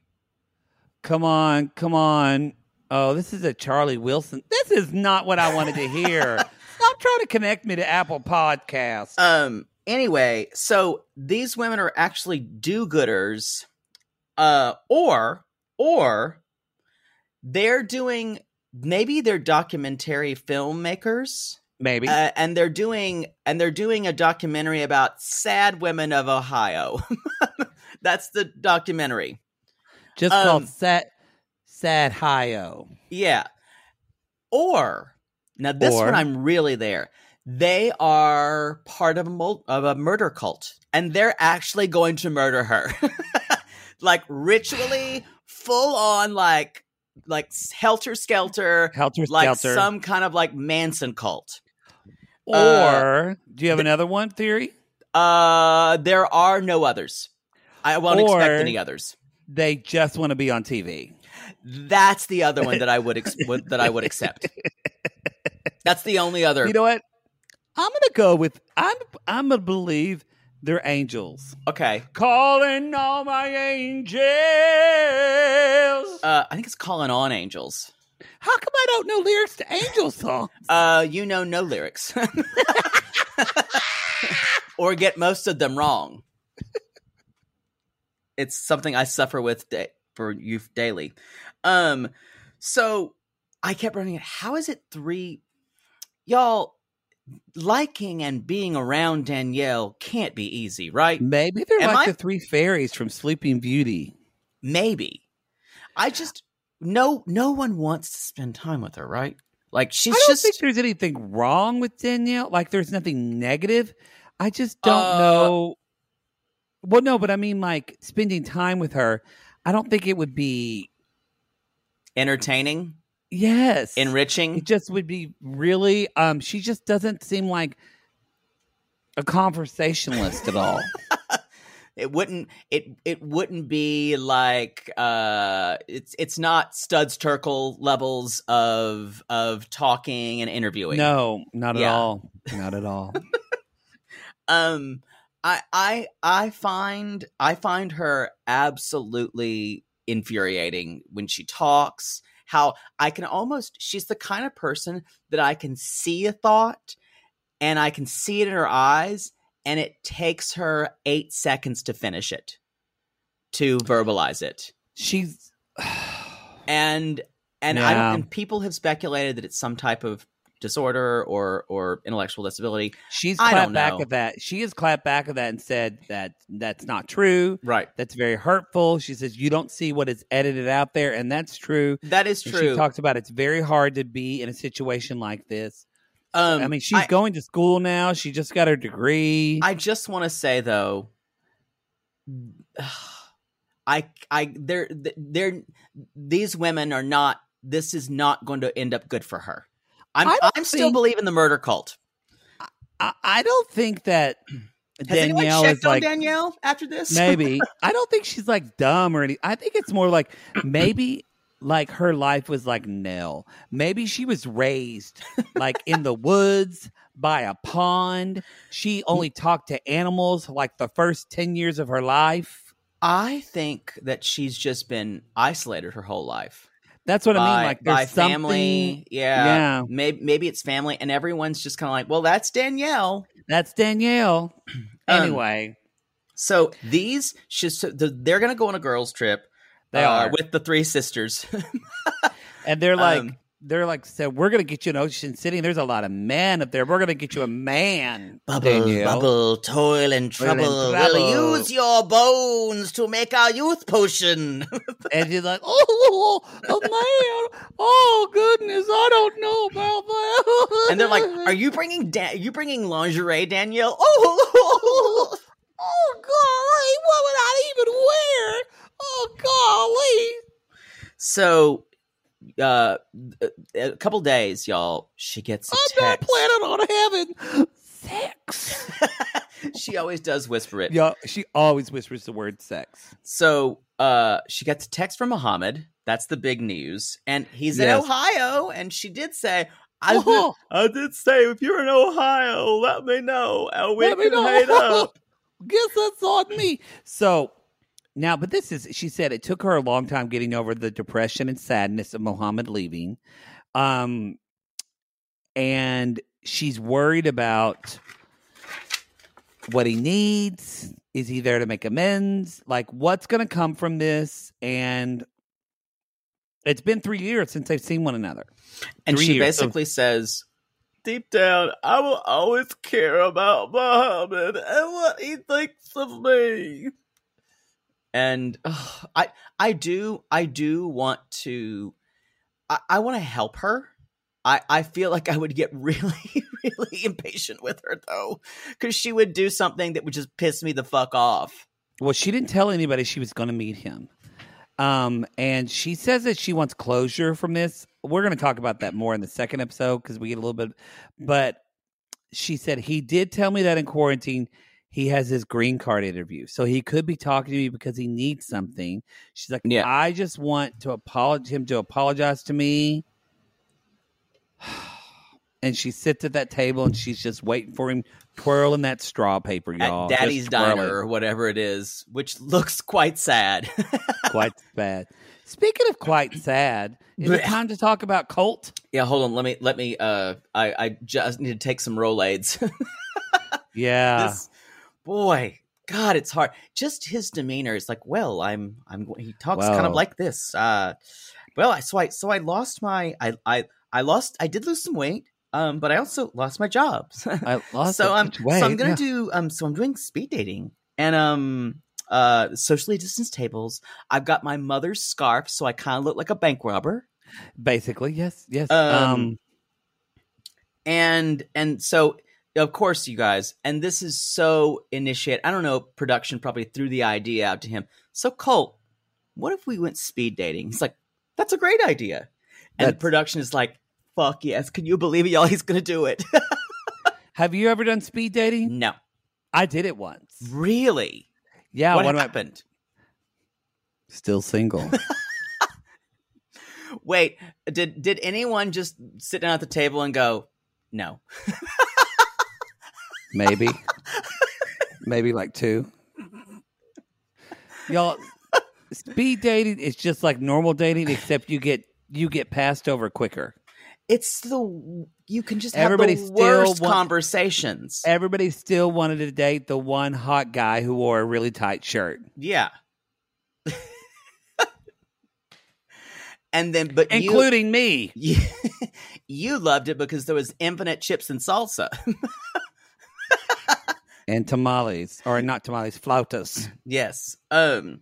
[SPEAKER 2] Come on, come on. Oh, this is a Charlie Wilson. This is not what I wanted to hear. Stop trying to connect me to Apple Podcasts.
[SPEAKER 3] Um. Anyway, so these women are actually do-gooders, uh, or or they're doing maybe they're documentary filmmakers.
[SPEAKER 2] Maybe.
[SPEAKER 3] Uh, and they're doing and they're doing a documentary about sad women of Ohio. That's the documentary.
[SPEAKER 2] Just
[SPEAKER 3] um,
[SPEAKER 2] called Sad Sad Hio.
[SPEAKER 3] Yeah. Or now this
[SPEAKER 2] Or-
[SPEAKER 3] one I'm really there. They are part of a mul- of a murder cult and they're actually going to murder her. like ritually full on like like helter skelter
[SPEAKER 2] Helter
[SPEAKER 3] like
[SPEAKER 2] Skelter.
[SPEAKER 3] some kind of like Manson cult.
[SPEAKER 2] or do you have another one theory?
[SPEAKER 3] Uh, there are no others. I won't
[SPEAKER 2] Or-
[SPEAKER 3] expect any others.
[SPEAKER 2] They just want to be on TV.
[SPEAKER 3] That's the other one that I would, ex- would that I would accept. That's the only other.
[SPEAKER 2] You know what? I'm gonna go with I'm I'm gonna believe they're angels.
[SPEAKER 3] okay.
[SPEAKER 7] Calling all my angels.
[SPEAKER 3] Uh, I think it's calling on angels.
[SPEAKER 2] How come I don't know lyrics to angel songs?
[SPEAKER 3] Uh, you know no lyrics, or get most of them wrong. It's something I suffer with da- for youth daily. Um, so I kept running it. How is it three, y'all? Liking and being around Danielle can't be easy, right?
[SPEAKER 2] Maybe they're
[SPEAKER 3] Am
[SPEAKER 2] like
[SPEAKER 3] I-
[SPEAKER 2] the three fairies from Sleeping Beauty.
[SPEAKER 3] Maybe. I just no. No one wants to spend time with her, right? Like she's
[SPEAKER 2] I don't
[SPEAKER 3] just
[SPEAKER 2] think there's anything wrong with Danielle. Like there's nothing negative. I just don't
[SPEAKER 3] Uh,
[SPEAKER 2] know. Well, no, but I mean like spending time with her. I don't think it would be
[SPEAKER 3] entertaining,
[SPEAKER 2] yes.
[SPEAKER 3] enriching.
[SPEAKER 2] it just would be really um she just doesn't seem like a conversationalist at all.
[SPEAKER 3] It wouldn't it it wouldn't be like uh it's it's not Studs Terkel levels of of talking and interviewing.
[SPEAKER 2] No, not at
[SPEAKER 3] Yeah.
[SPEAKER 2] all. Not at all.
[SPEAKER 3] Um I I I find I find her absolutely infuriating when she talks. How I can almost she's the kind of person that I can see a thought and I can see it in her eyes and it takes her 8 seconds to finish it to verbalize it.
[SPEAKER 2] She's
[SPEAKER 3] and and
[SPEAKER 2] Yeah.
[SPEAKER 3] I don't, and people have speculated that it's some type of disorder or or intellectual disability.
[SPEAKER 2] She's
[SPEAKER 3] I
[SPEAKER 2] clapped
[SPEAKER 3] don't
[SPEAKER 2] back
[SPEAKER 3] know.
[SPEAKER 2] at that. She has clapped back at that and said that that's not true.
[SPEAKER 3] Right.
[SPEAKER 2] That's very hurtful. She says you don't see what is edited out there, and that's true.
[SPEAKER 3] That is
[SPEAKER 2] And
[SPEAKER 3] true.
[SPEAKER 2] She talks about it's very hard to be in a situation like this.
[SPEAKER 3] um,
[SPEAKER 2] I mean, she's
[SPEAKER 3] I-
[SPEAKER 2] going to school now. She just got her degree.
[SPEAKER 3] I just want to say though, I I they're they're these women are not. This is not going to end up good for her. I'm
[SPEAKER 2] I don't
[SPEAKER 3] I'm still
[SPEAKER 2] think-
[SPEAKER 3] believing the murder cult.
[SPEAKER 2] I, I don't think that
[SPEAKER 3] Has
[SPEAKER 2] Danielle
[SPEAKER 3] anyone
[SPEAKER 2] is
[SPEAKER 3] checked on
[SPEAKER 2] like
[SPEAKER 3] Danielle after this?
[SPEAKER 2] maybe. I don't think she's like dumb or anything. I think it's more like maybe like her life was like Nell. Maybe she was raised like in the woods by a pond. She only talked to animals like the first 10 years of her life.
[SPEAKER 3] I think that she's just been isolated her whole life.
[SPEAKER 2] That's what I
[SPEAKER 3] by-
[SPEAKER 2] mean. Like
[SPEAKER 3] by
[SPEAKER 2] there's something.
[SPEAKER 3] family, yeah,
[SPEAKER 2] Yeah.
[SPEAKER 3] Maybe maybe it's family, and everyone's just kind of like, well, that's Danielle.
[SPEAKER 2] That's Danielle.
[SPEAKER 3] Um,
[SPEAKER 2] anyway,
[SPEAKER 3] So these, she's, so the- they're gonna go on a girls' trip.
[SPEAKER 2] They are.
[SPEAKER 3] uh, with the three sisters.
[SPEAKER 2] and they're like
[SPEAKER 3] um,
[SPEAKER 2] they're like said we're going to get you an Ocean City. and There's a lot of men up there. We're going to get you a man.
[SPEAKER 3] Bubble,
[SPEAKER 2] Danielle.
[SPEAKER 3] bubble, toil and
[SPEAKER 2] Toil and
[SPEAKER 3] trouble.
[SPEAKER 2] trouble.
[SPEAKER 3] We'll use your bones to make our youth potion.
[SPEAKER 2] And she's like, oh, a man. Oh, goodness. I don't know about that.
[SPEAKER 3] and they're like, "Are you bringing da- you bringing lingerie, Danielle?" Oh,
[SPEAKER 2] oh, golly, what would I even wear? Oh,
[SPEAKER 3] so uh, a couple days, y'all. She gets a
[SPEAKER 2] golly. I'm not
[SPEAKER 3] text.
[SPEAKER 2] planning on having sex.
[SPEAKER 3] she always does whisper it.
[SPEAKER 2] Yeah, she always whispers the word sex.
[SPEAKER 3] So uh, she gets a text from Muhammad. That's the big news. And he's
[SPEAKER 2] Yes.
[SPEAKER 3] in Ohio. And she did say, I,
[SPEAKER 2] Oh.
[SPEAKER 3] did, I did say, if you're in Ohio, let me know. And we
[SPEAKER 2] Let me
[SPEAKER 3] can
[SPEAKER 2] know.
[SPEAKER 3] hang out.
[SPEAKER 2] Guess that's on me. So now, but this is, she said it took her a long time getting over the depression and sadness of Muhammad leaving. Um, and she's worried about what he needs. Is he there to make amends? Like, what's going to come from this? And it's been three years since they've seen one another.
[SPEAKER 3] And
[SPEAKER 2] Three
[SPEAKER 3] she
[SPEAKER 2] years. So-
[SPEAKER 3] basically says, Deep down, I will always care about Muhammad and what he thinks of me. And ugh, I, I do, I do want to, I, I want to help her. I, I feel like I would get really, really impatient with her though, because she would do something that would just piss me the fuck off.
[SPEAKER 2] Well, she didn't tell anybody she was going to meet him. Um, and she says that she wants closure from this. We're going to talk about that more in the second episode because we get a little bit. But she said he did tell me that in quarantine he has his green card interview, so he could be talking to me because he needs something. She's like,
[SPEAKER 3] Yeah.
[SPEAKER 2] I just want to apologize him to apologize to me. And she sits at that table and she's just waiting for him, twirling that straw paper, y'all.
[SPEAKER 3] At
[SPEAKER 2] Just
[SPEAKER 3] Daddy's
[SPEAKER 2] twirl it
[SPEAKER 3] Diner or whatever it is, which looks quite sad.
[SPEAKER 2] quite bad. Speaking of quite sad, is it
[SPEAKER 3] Blech.
[SPEAKER 2] time to talk about Colt?
[SPEAKER 3] Yeah, hold on. Let me let me. Uh, I I just need to take some Rolades.
[SPEAKER 2] Yeah.
[SPEAKER 3] This- boy, God, it's hard. Just his demeanor is like, well, I'm I'm. He talks kind
[SPEAKER 2] Wow.
[SPEAKER 3] of like this. Uh, well, I so I so I lost my I I I lost. I did lose some weight. Um, but I also lost my job.
[SPEAKER 2] I lost
[SPEAKER 3] so
[SPEAKER 2] it.
[SPEAKER 3] I'm
[SPEAKER 2] Which way?
[SPEAKER 3] so I'm gonna
[SPEAKER 2] Yeah.
[SPEAKER 3] do um so I'm doing speed dating and um uh socially distanced tables. I've got my mother's scarf, so I kind of look like a bank robber.
[SPEAKER 2] basically yes, yes. Um,
[SPEAKER 3] Um, and and so of course you guys and this is so initiate i don't know production probably threw the idea out to him so colt what if we went speed dating he's like that's a great idea and
[SPEAKER 2] That's-
[SPEAKER 3] production is like fuck yes can you believe it y'all he's gonna do it
[SPEAKER 2] have you ever done speed dating?
[SPEAKER 3] no
[SPEAKER 2] I did it once.
[SPEAKER 3] really
[SPEAKER 2] Yeah,
[SPEAKER 3] what
[SPEAKER 2] one of my
[SPEAKER 3] happened
[SPEAKER 2] still single.
[SPEAKER 3] wait did did anyone just sit down at the table and go no
[SPEAKER 2] Maybe. Maybe like two. Y'all speed dating is just like normal dating, except you get you get passed over quicker.
[SPEAKER 3] it's the you can just have
[SPEAKER 2] Everybody
[SPEAKER 3] the
[SPEAKER 2] still
[SPEAKER 3] worst
[SPEAKER 2] wants-
[SPEAKER 3] conversations
[SPEAKER 2] Everybody still wanted to date the one hot guy who wore a really tight shirt.
[SPEAKER 3] Yeah. and then but you,
[SPEAKER 2] including me.
[SPEAKER 3] you you loved it because there was infinite chips and salsa.
[SPEAKER 2] And tamales, or not tamales, flautas.
[SPEAKER 3] Yes. Um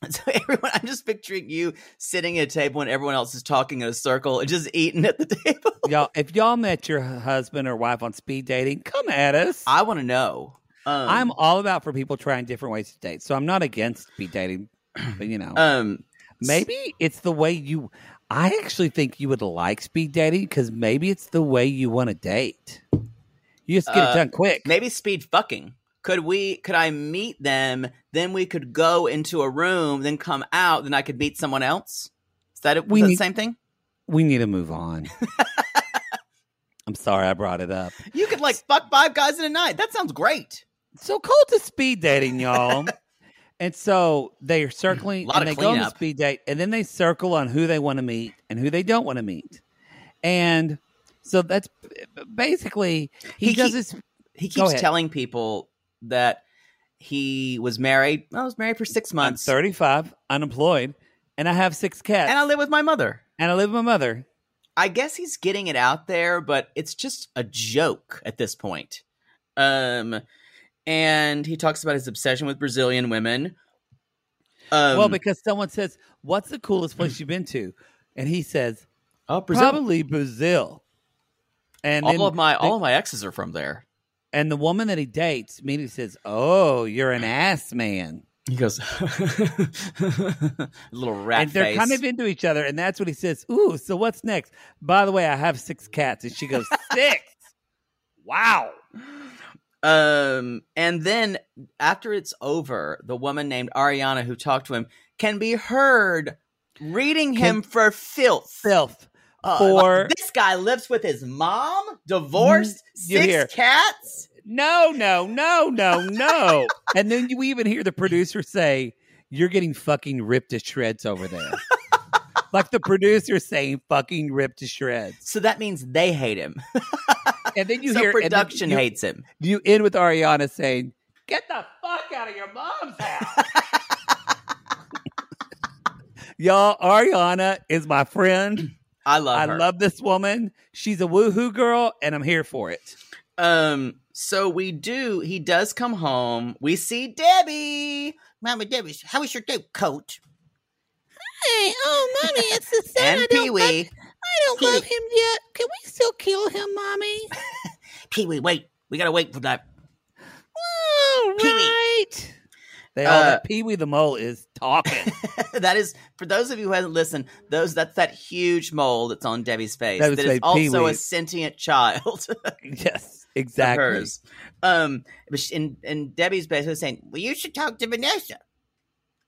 [SPEAKER 3] so everyone I'm just picturing you sitting at a table and everyone else is talking in a circle and just eating at the table.
[SPEAKER 2] y'all, if y'all met your husband or wife on speed dating, come at us.
[SPEAKER 3] I want to know. Um,
[SPEAKER 2] I'm all about for people trying different ways to date. So I'm not against speed dating, but you know,
[SPEAKER 3] um
[SPEAKER 2] maybe it's the way you. I actually think you would like speed dating because maybe it's the way you want to date. You just get
[SPEAKER 3] Uh,
[SPEAKER 2] it done quick.
[SPEAKER 3] maybe speed fucking. Could we could I meet them, then we could go into a room, then come out, then I could meet someone else? Is that, it?
[SPEAKER 2] We
[SPEAKER 3] was that the
[SPEAKER 2] need-
[SPEAKER 3] same thing?
[SPEAKER 2] we need to move on. I'm sorry I brought it up.
[SPEAKER 3] You could like fuck five guys in a night. That sounds great.
[SPEAKER 2] So called to speed dating, y'all. and so they are circling
[SPEAKER 3] Lot
[SPEAKER 2] and
[SPEAKER 3] of
[SPEAKER 2] they go on the
[SPEAKER 3] cleanup.
[SPEAKER 2] speed date and then they circle on who they want to meet and who they don't want to meet. And so that's basically he,
[SPEAKER 3] He
[SPEAKER 2] does
[SPEAKER 3] keep-
[SPEAKER 2] this
[SPEAKER 3] He
[SPEAKER 2] Go
[SPEAKER 3] keeps
[SPEAKER 2] ahead.
[SPEAKER 3] telling people that he was married. I was married for six
[SPEAKER 2] I'm
[SPEAKER 3] months,
[SPEAKER 2] 35, unemployed, and I have six cats.
[SPEAKER 3] and I live with my mother.
[SPEAKER 2] and I live with my mother.
[SPEAKER 3] I guess he's getting it out there, but it's just a joke at this point. Um, and he talks about his obsession with Brazilian women. Um,
[SPEAKER 2] well, because someone says, What's the coolest place you've been to? And he says,
[SPEAKER 3] oh, Brazil,
[SPEAKER 2] Probably Brazil. And then
[SPEAKER 3] all of my
[SPEAKER 2] the-
[SPEAKER 3] all of my exes are from there.
[SPEAKER 2] and the woman that he dates immediately says, Oh, you're an ass man.
[SPEAKER 3] He goes, little rat
[SPEAKER 2] and they're
[SPEAKER 3] face.
[SPEAKER 2] kind of into each other, and that's what he says. Ooh, so what's next? By the way, I have six cats, and she goes six. Wow.
[SPEAKER 3] Um, and then after it's over, the woman named Ariana who talked to him can be heard reading him for filth.
[SPEAKER 2] Self
[SPEAKER 3] Uh,
[SPEAKER 2] for
[SPEAKER 3] like, this guy lives with his mom, divorced,
[SPEAKER 2] Mm, you
[SPEAKER 3] six
[SPEAKER 2] hear.
[SPEAKER 3] cats.
[SPEAKER 2] no, no, no, no, no. and then you even hear the producer say, "You're getting fucking ripped to shreds over there." like the producer saying, "Fucking ripped to shreds,"
[SPEAKER 3] So that means they hate him.
[SPEAKER 2] and then you
[SPEAKER 3] so
[SPEAKER 2] hear and then
[SPEAKER 3] production
[SPEAKER 2] you-
[SPEAKER 3] hates him.
[SPEAKER 2] You end with Ariana saying, "Get the fuck out of your mom's house." Y'all, Ariana is my friend.
[SPEAKER 3] I love
[SPEAKER 2] I
[SPEAKER 3] her.
[SPEAKER 2] love this woman. She's a woohoo girl, and I'm here for it.
[SPEAKER 3] um so we do he does come home. We see Debbie. Mama Debbie, how was your day, coach?
[SPEAKER 4] Hey, oh, mommy, it's the son. I
[SPEAKER 3] And
[SPEAKER 4] don't, love,
[SPEAKER 3] Pee-wee.
[SPEAKER 4] I don't love him yet. Can we still kill him, mommy?
[SPEAKER 3] Pee-wee, wait. We gotta wait for that.
[SPEAKER 4] All
[SPEAKER 3] Pee-wee.
[SPEAKER 4] right.
[SPEAKER 2] They all
[SPEAKER 3] Uh,
[SPEAKER 2] that Pee Wee the Mole is talking.
[SPEAKER 3] that is for those of you who haven't listened, those that's that huge mole that's on Debbie's face.
[SPEAKER 2] That was
[SPEAKER 3] that is
[SPEAKER 2] like
[SPEAKER 3] also
[SPEAKER 2] Pee-wee.
[SPEAKER 3] a sentient child.
[SPEAKER 2] yes,
[SPEAKER 3] of
[SPEAKER 2] exactly.
[SPEAKER 3] hers. Um, but she- and and Debbie's basically saying, "Well, you should talk to Vanessa."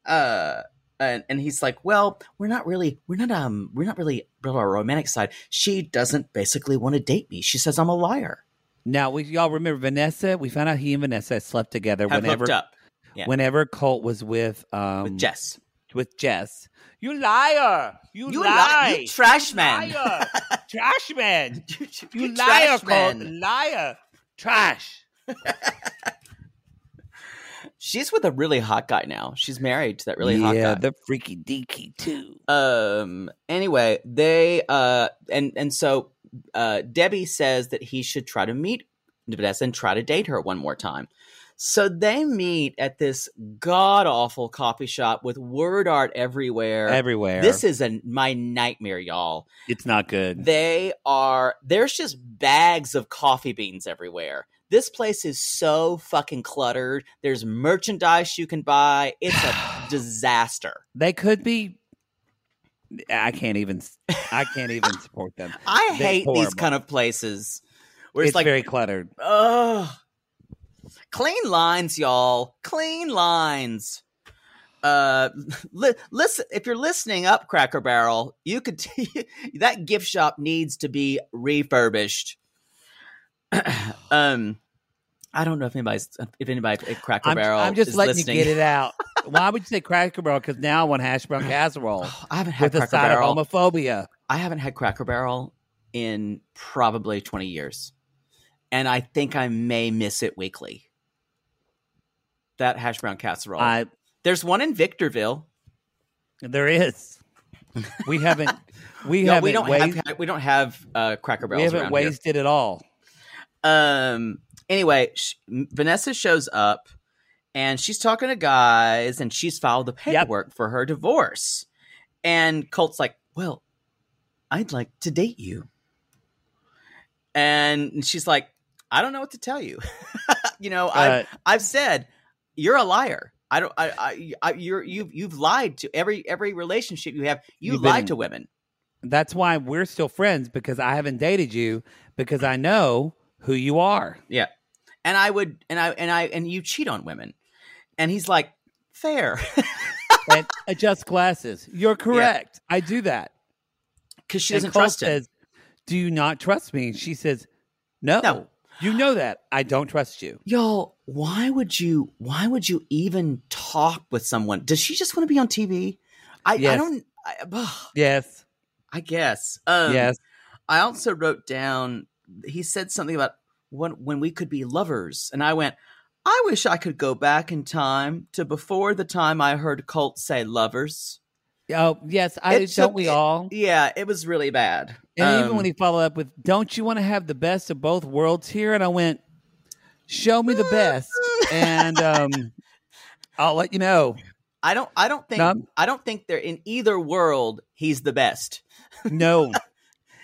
[SPEAKER 3] Uh, and and he's like, "Well, we're not really, we're not, um, we're not really on our romantic side. She doesn't basically want to date me. She says I'm a liar.
[SPEAKER 2] Now we y'all remember Vanessa? We found out he and Vanessa slept together
[SPEAKER 3] Have
[SPEAKER 2] whenever
[SPEAKER 3] hooked up yeah.
[SPEAKER 2] whenever Colt was with um
[SPEAKER 3] with Jess.
[SPEAKER 2] with Jess. You liar! You,
[SPEAKER 3] You
[SPEAKER 2] lie!
[SPEAKER 3] li- you trash man.
[SPEAKER 2] Liar! trash man!
[SPEAKER 3] you,
[SPEAKER 2] You liar,
[SPEAKER 3] trash
[SPEAKER 2] Colt!
[SPEAKER 3] man.
[SPEAKER 2] Liar! Trash!
[SPEAKER 3] She's with a really hot guy now. She's married to that really hot guy.
[SPEAKER 2] yeah, the freaky deaky too.
[SPEAKER 3] um anyway they uh and and so uh debbie says that he should try to meet vanessa and try to date her one more time so they meet at this god awful coffee shop with word art everywhere
[SPEAKER 2] Everywhere.
[SPEAKER 3] this is a my nightmare y'all
[SPEAKER 2] it's not good.
[SPEAKER 3] they are there's just bags of coffee beans everywhere this place is so fucking cluttered there's merchandise you can buy it's a disaster
[SPEAKER 2] they could be i can't even i can't even support them
[SPEAKER 3] I
[SPEAKER 2] They're
[SPEAKER 3] hate these
[SPEAKER 2] horrible.
[SPEAKER 3] kind of places where
[SPEAKER 2] it's,
[SPEAKER 3] it's, like,
[SPEAKER 2] very cluttered
[SPEAKER 3] ugh. Clean lines, y'all. Clean lines. Uh, li- listen. If you're listening up, Cracker Barrel, you could that gift shop needs to be refurbished. um, I don't know if anybody's if anybody at Cracker
[SPEAKER 2] I'm,
[SPEAKER 3] Barrel.
[SPEAKER 2] I'm just
[SPEAKER 3] is
[SPEAKER 2] letting
[SPEAKER 3] listening.
[SPEAKER 2] you get it out why would you say cracker barrel because now i want hash brown casserole
[SPEAKER 3] I haven't had
[SPEAKER 2] with a
[SPEAKER 3] Cracker
[SPEAKER 2] side
[SPEAKER 3] Barrel.
[SPEAKER 2] of homophobia
[SPEAKER 3] I haven't had Cracker Barrel in probably 20 years. And I think I may miss it weekly. That hash brown casserole.
[SPEAKER 2] i
[SPEAKER 3] There's one in Victorville.
[SPEAKER 2] there is We haven't. We
[SPEAKER 3] No,
[SPEAKER 2] haven't.
[SPEAKER 3] we don't
[SPEAKER 2] wast-
[SPEAKER 3] have we don't have uh, Cracker Barrels
[SPEAKER 2] we haven't
[SPEAKER 3] around here.
[SPEAKER 2] wasted it all.
[SPEAKER 3] Um. Anyway, sh- Vanessa shows up, and she's talking to guys, and she's filed the paperwork for her divorce. And Colt's like, "Well, I'd like to date you," and she's like, "I don't know what to tell you. you know,
[SPEAKER 2] Uh,
[SPEAKER 3] I've I've said you're a liar." I don't. I. I. I you're. You've. You've lied to every every relationship you have. You
[SPEAKER 2] You've been
[SPEAKER 3] lied
[SPEAKER 2] in-
[SPEAKER 3] to women.
[SPEAKER 2] That's why we're still friends because I haven't dated you because I know who you are.
[SPEAKER 3] Yeah. And I would and I and I and you cheat on women. And he's like, fair.
[SPEAKER 2] and adjust glasses. You're correct. I do that.
[SPEAKER 3] Because she
[SPEAKER 2] And
[SPEAKER 3] doesn't
[SPEAKER 2] Cole
[SPEAKER 3] trust him.
[SPEAKER 2] says, "Do you not trust me?" And she says, "No,
[SPEAKER 3] No.
[SPEAKER 2] you know that I don't trust you."
[SPEAKER 3] Y'all, why would you why would you even talk with someone? Does she just want to be on TV? I, I
[SPEAKER 2] Yes.
[SPEAKER 3] don't I, ugh,
[SPEAKER 2] Yes,
[SPEAKER 3] I guess. Um,
[SPEAKER 2] yes.
[SPEAKER 3] I also wrote down he said something about when when we could be lovers, and I went, I wish I could go back in time to before the time I heard Colt say lovers.
[SPEAKER 2] Oh, yes. I
[SPEAKER 3] It
[SPEAKER 2] don't.
[SPEAKER 3] took-
[SPEAKER 2] we all.
[SPEAKER 3] Yeah, it was really bad.
[SPEAKER 2] and
[SPEAKER 3] Um,
[SPEAKER 2] even when he followed up with, "Don't you want to have the best of both worlds here?" and I went, "Show me the best, and um, I'll let you know."
[SPEAKER 3] I don't. I don't think.
[SPEAKER 2] None?
[SPEAKER 3] I don't think they're in either world. He's the best.
[SPEAKER 2] No.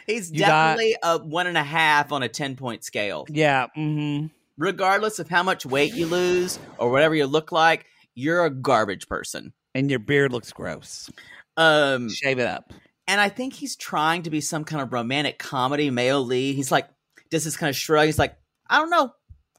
[SPEAKER 3] He's
[SPEAKER 2] You got-
[SPEAKER 3] definitely a one and a half on a ten point scale.
[SPEAKER 2] yeah. Mm-hmm.
[SPEAKER 3] Regardless of how much weight you lose or whatever you look like, you're a garbage person.
[SPEAKER 2] And your beard looks gross.
[SPEAKER 3] Um,
[SPEAKER 2] Shave it up.
[SPEAKER 3] and I think he's trying to be some kind of romantic comedy. Mayo Lee. He's like, does this kind of shrug. He's like, I don't know.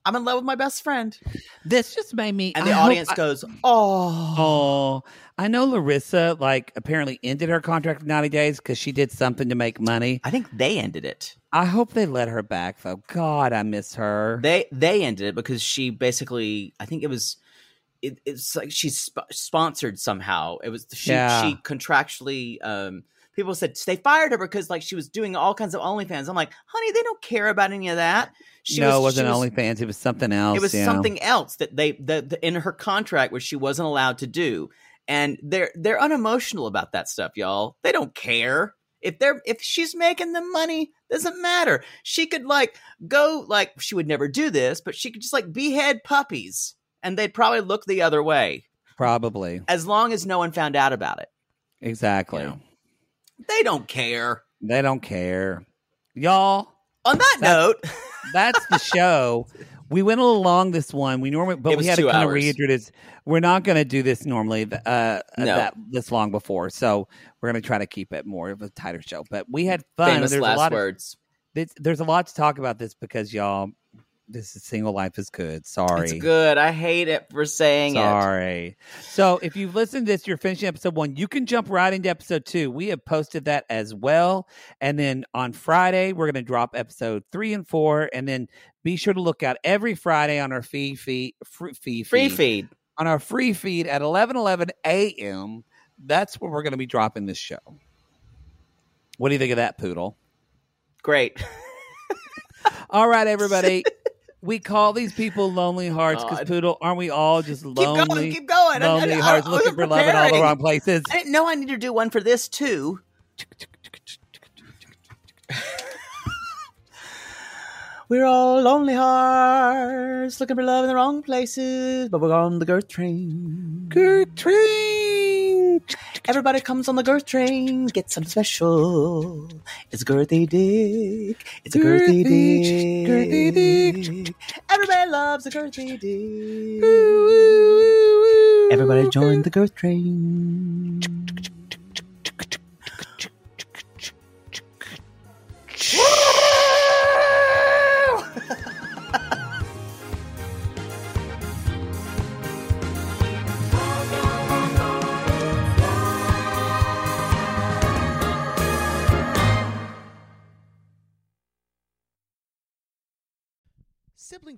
[SPEAKER 3] I'm in love with my best friend.
[SPEAKER 2] This just made me.
[SPEAKER 3] And the
[SPEAKER 2] I hope
[SPEAKER 3] audience
[SPEAKER 2] I-
[SPEAKER 3] goes, oh.
[SPEAKER 2] Oh, I know Larissa like apparently ended her contract of 90 days because she did something to make money.
[SPEAKER 3] I think they ended it.
[SPEAKER 2] I hope they let her back though. God, I miss her.
[SPEAKER 3] they they ended it because she basically i think it was it, it's like she's sp- sponsored somehow it was she
[SPEAKER 2] Yeah.
[SPEAKER 3] she contractually um people said they fired her because like she was doing all kinds of onlyfans i'm like honey they don't care about any of that she
[SPEAKER 2] no,
[SPEAKER 3] was,
[SPEAKER 2] it
[SPEAKER 3] she was-
[SPEAKER 2] wasn't OnlyFans. It was something else.
[SPEAKER 3] it was
[SPEAKER 2] yeah.
[SPEAKER 3] something else that they that that in her contract where she wasn't allowed to do and they're they're unemotional about that stuff y'all they don't care if they're if she's making the money doesn't matter she could like go like she would never do this but she could just like behead puppies and they'd probably look the other way
[SPEAKER 2] Probably.
[SPEAKER 3] as long as no one found out about it
[SPEAKER 2] Exactly.
[SPEAKER 3] Yeah. they don't care
[SPEAKER 2] They don't care. Y'all,
[SPEAKER 3] on that note
[SPEAKER 2] that's the show. We went a little long this one. We normally, but
[SPEAKER 3] It
[SPEAKER 2] we
[SPEAKER 3] was
[SPEAKER 2] had to
[SPEAKER 3] two
[SPEAKER 2] kind of
[SPEAKER 3] hours.
[SPEAKER 2] reintroduce. We're not going to do this normally, th- uh,
[SPEAKER 3] No.
[SPEAKER 2] that this long before. So we're going to try to keep it more of a tighter show. But we had fun. and
[SPEAKER 3] famous
[SPEAKER 2] There's a
[SPEAKER 3] last
[SPEAKER 2] lot of
[SPEAKER 3] words
[SPEAKER 2] this, there's a lot to talk about this because y'all, this is single life is good. Sorry,
[SPEAKER 3] it's good i hate it for saying it
[SPEAKER 2] sorry. So if you've listened to this, you're finishing episode one. You can jump right into episode two. We have posted that as well, and then on Friday we're going to drop episode three and four, and then be sure to look out every Friday on our fee fee free fee
[SPEAKER 3] free feed
[SPEAKER 2] on our free feed at 11 11 a.m. That's where we're going to be dropping this show. What do you think of that, Poodle?
[SPEAKER 3] great
[SPEAKER 2] All right, everybody. we call these people lonely hearts because
[SPEAKER 3] God.
[SPEAKER 2] poodle, aren't we all just lonely?
[SPEAKER 3] keep going keep going I- I-
[SPEAKER 2] Lonely
[SPEAKER 3] I-
[SPEAKER 2] hearts
[SPEAKER 3] I
[SPEAKER 2] looking
[SPEAKER 3] wasn't
[SPEAKER 2] for love in all the
[SPEAKER 3] preparing.
[SPEAKER 2] wrong places.
[SPEAKER 3] I didn't know I needed to do one for this too. We're all lonely hearts looking for love in the wrong places, but we're on the girth train. Girth train. Everybody comes on the girth train, get something special. It's a girthy dick. It's a girthy, dick. Girthy dick. Everybody loves a girthy dick. Everybody join the girth train.
[SPEAKER 5] Sibling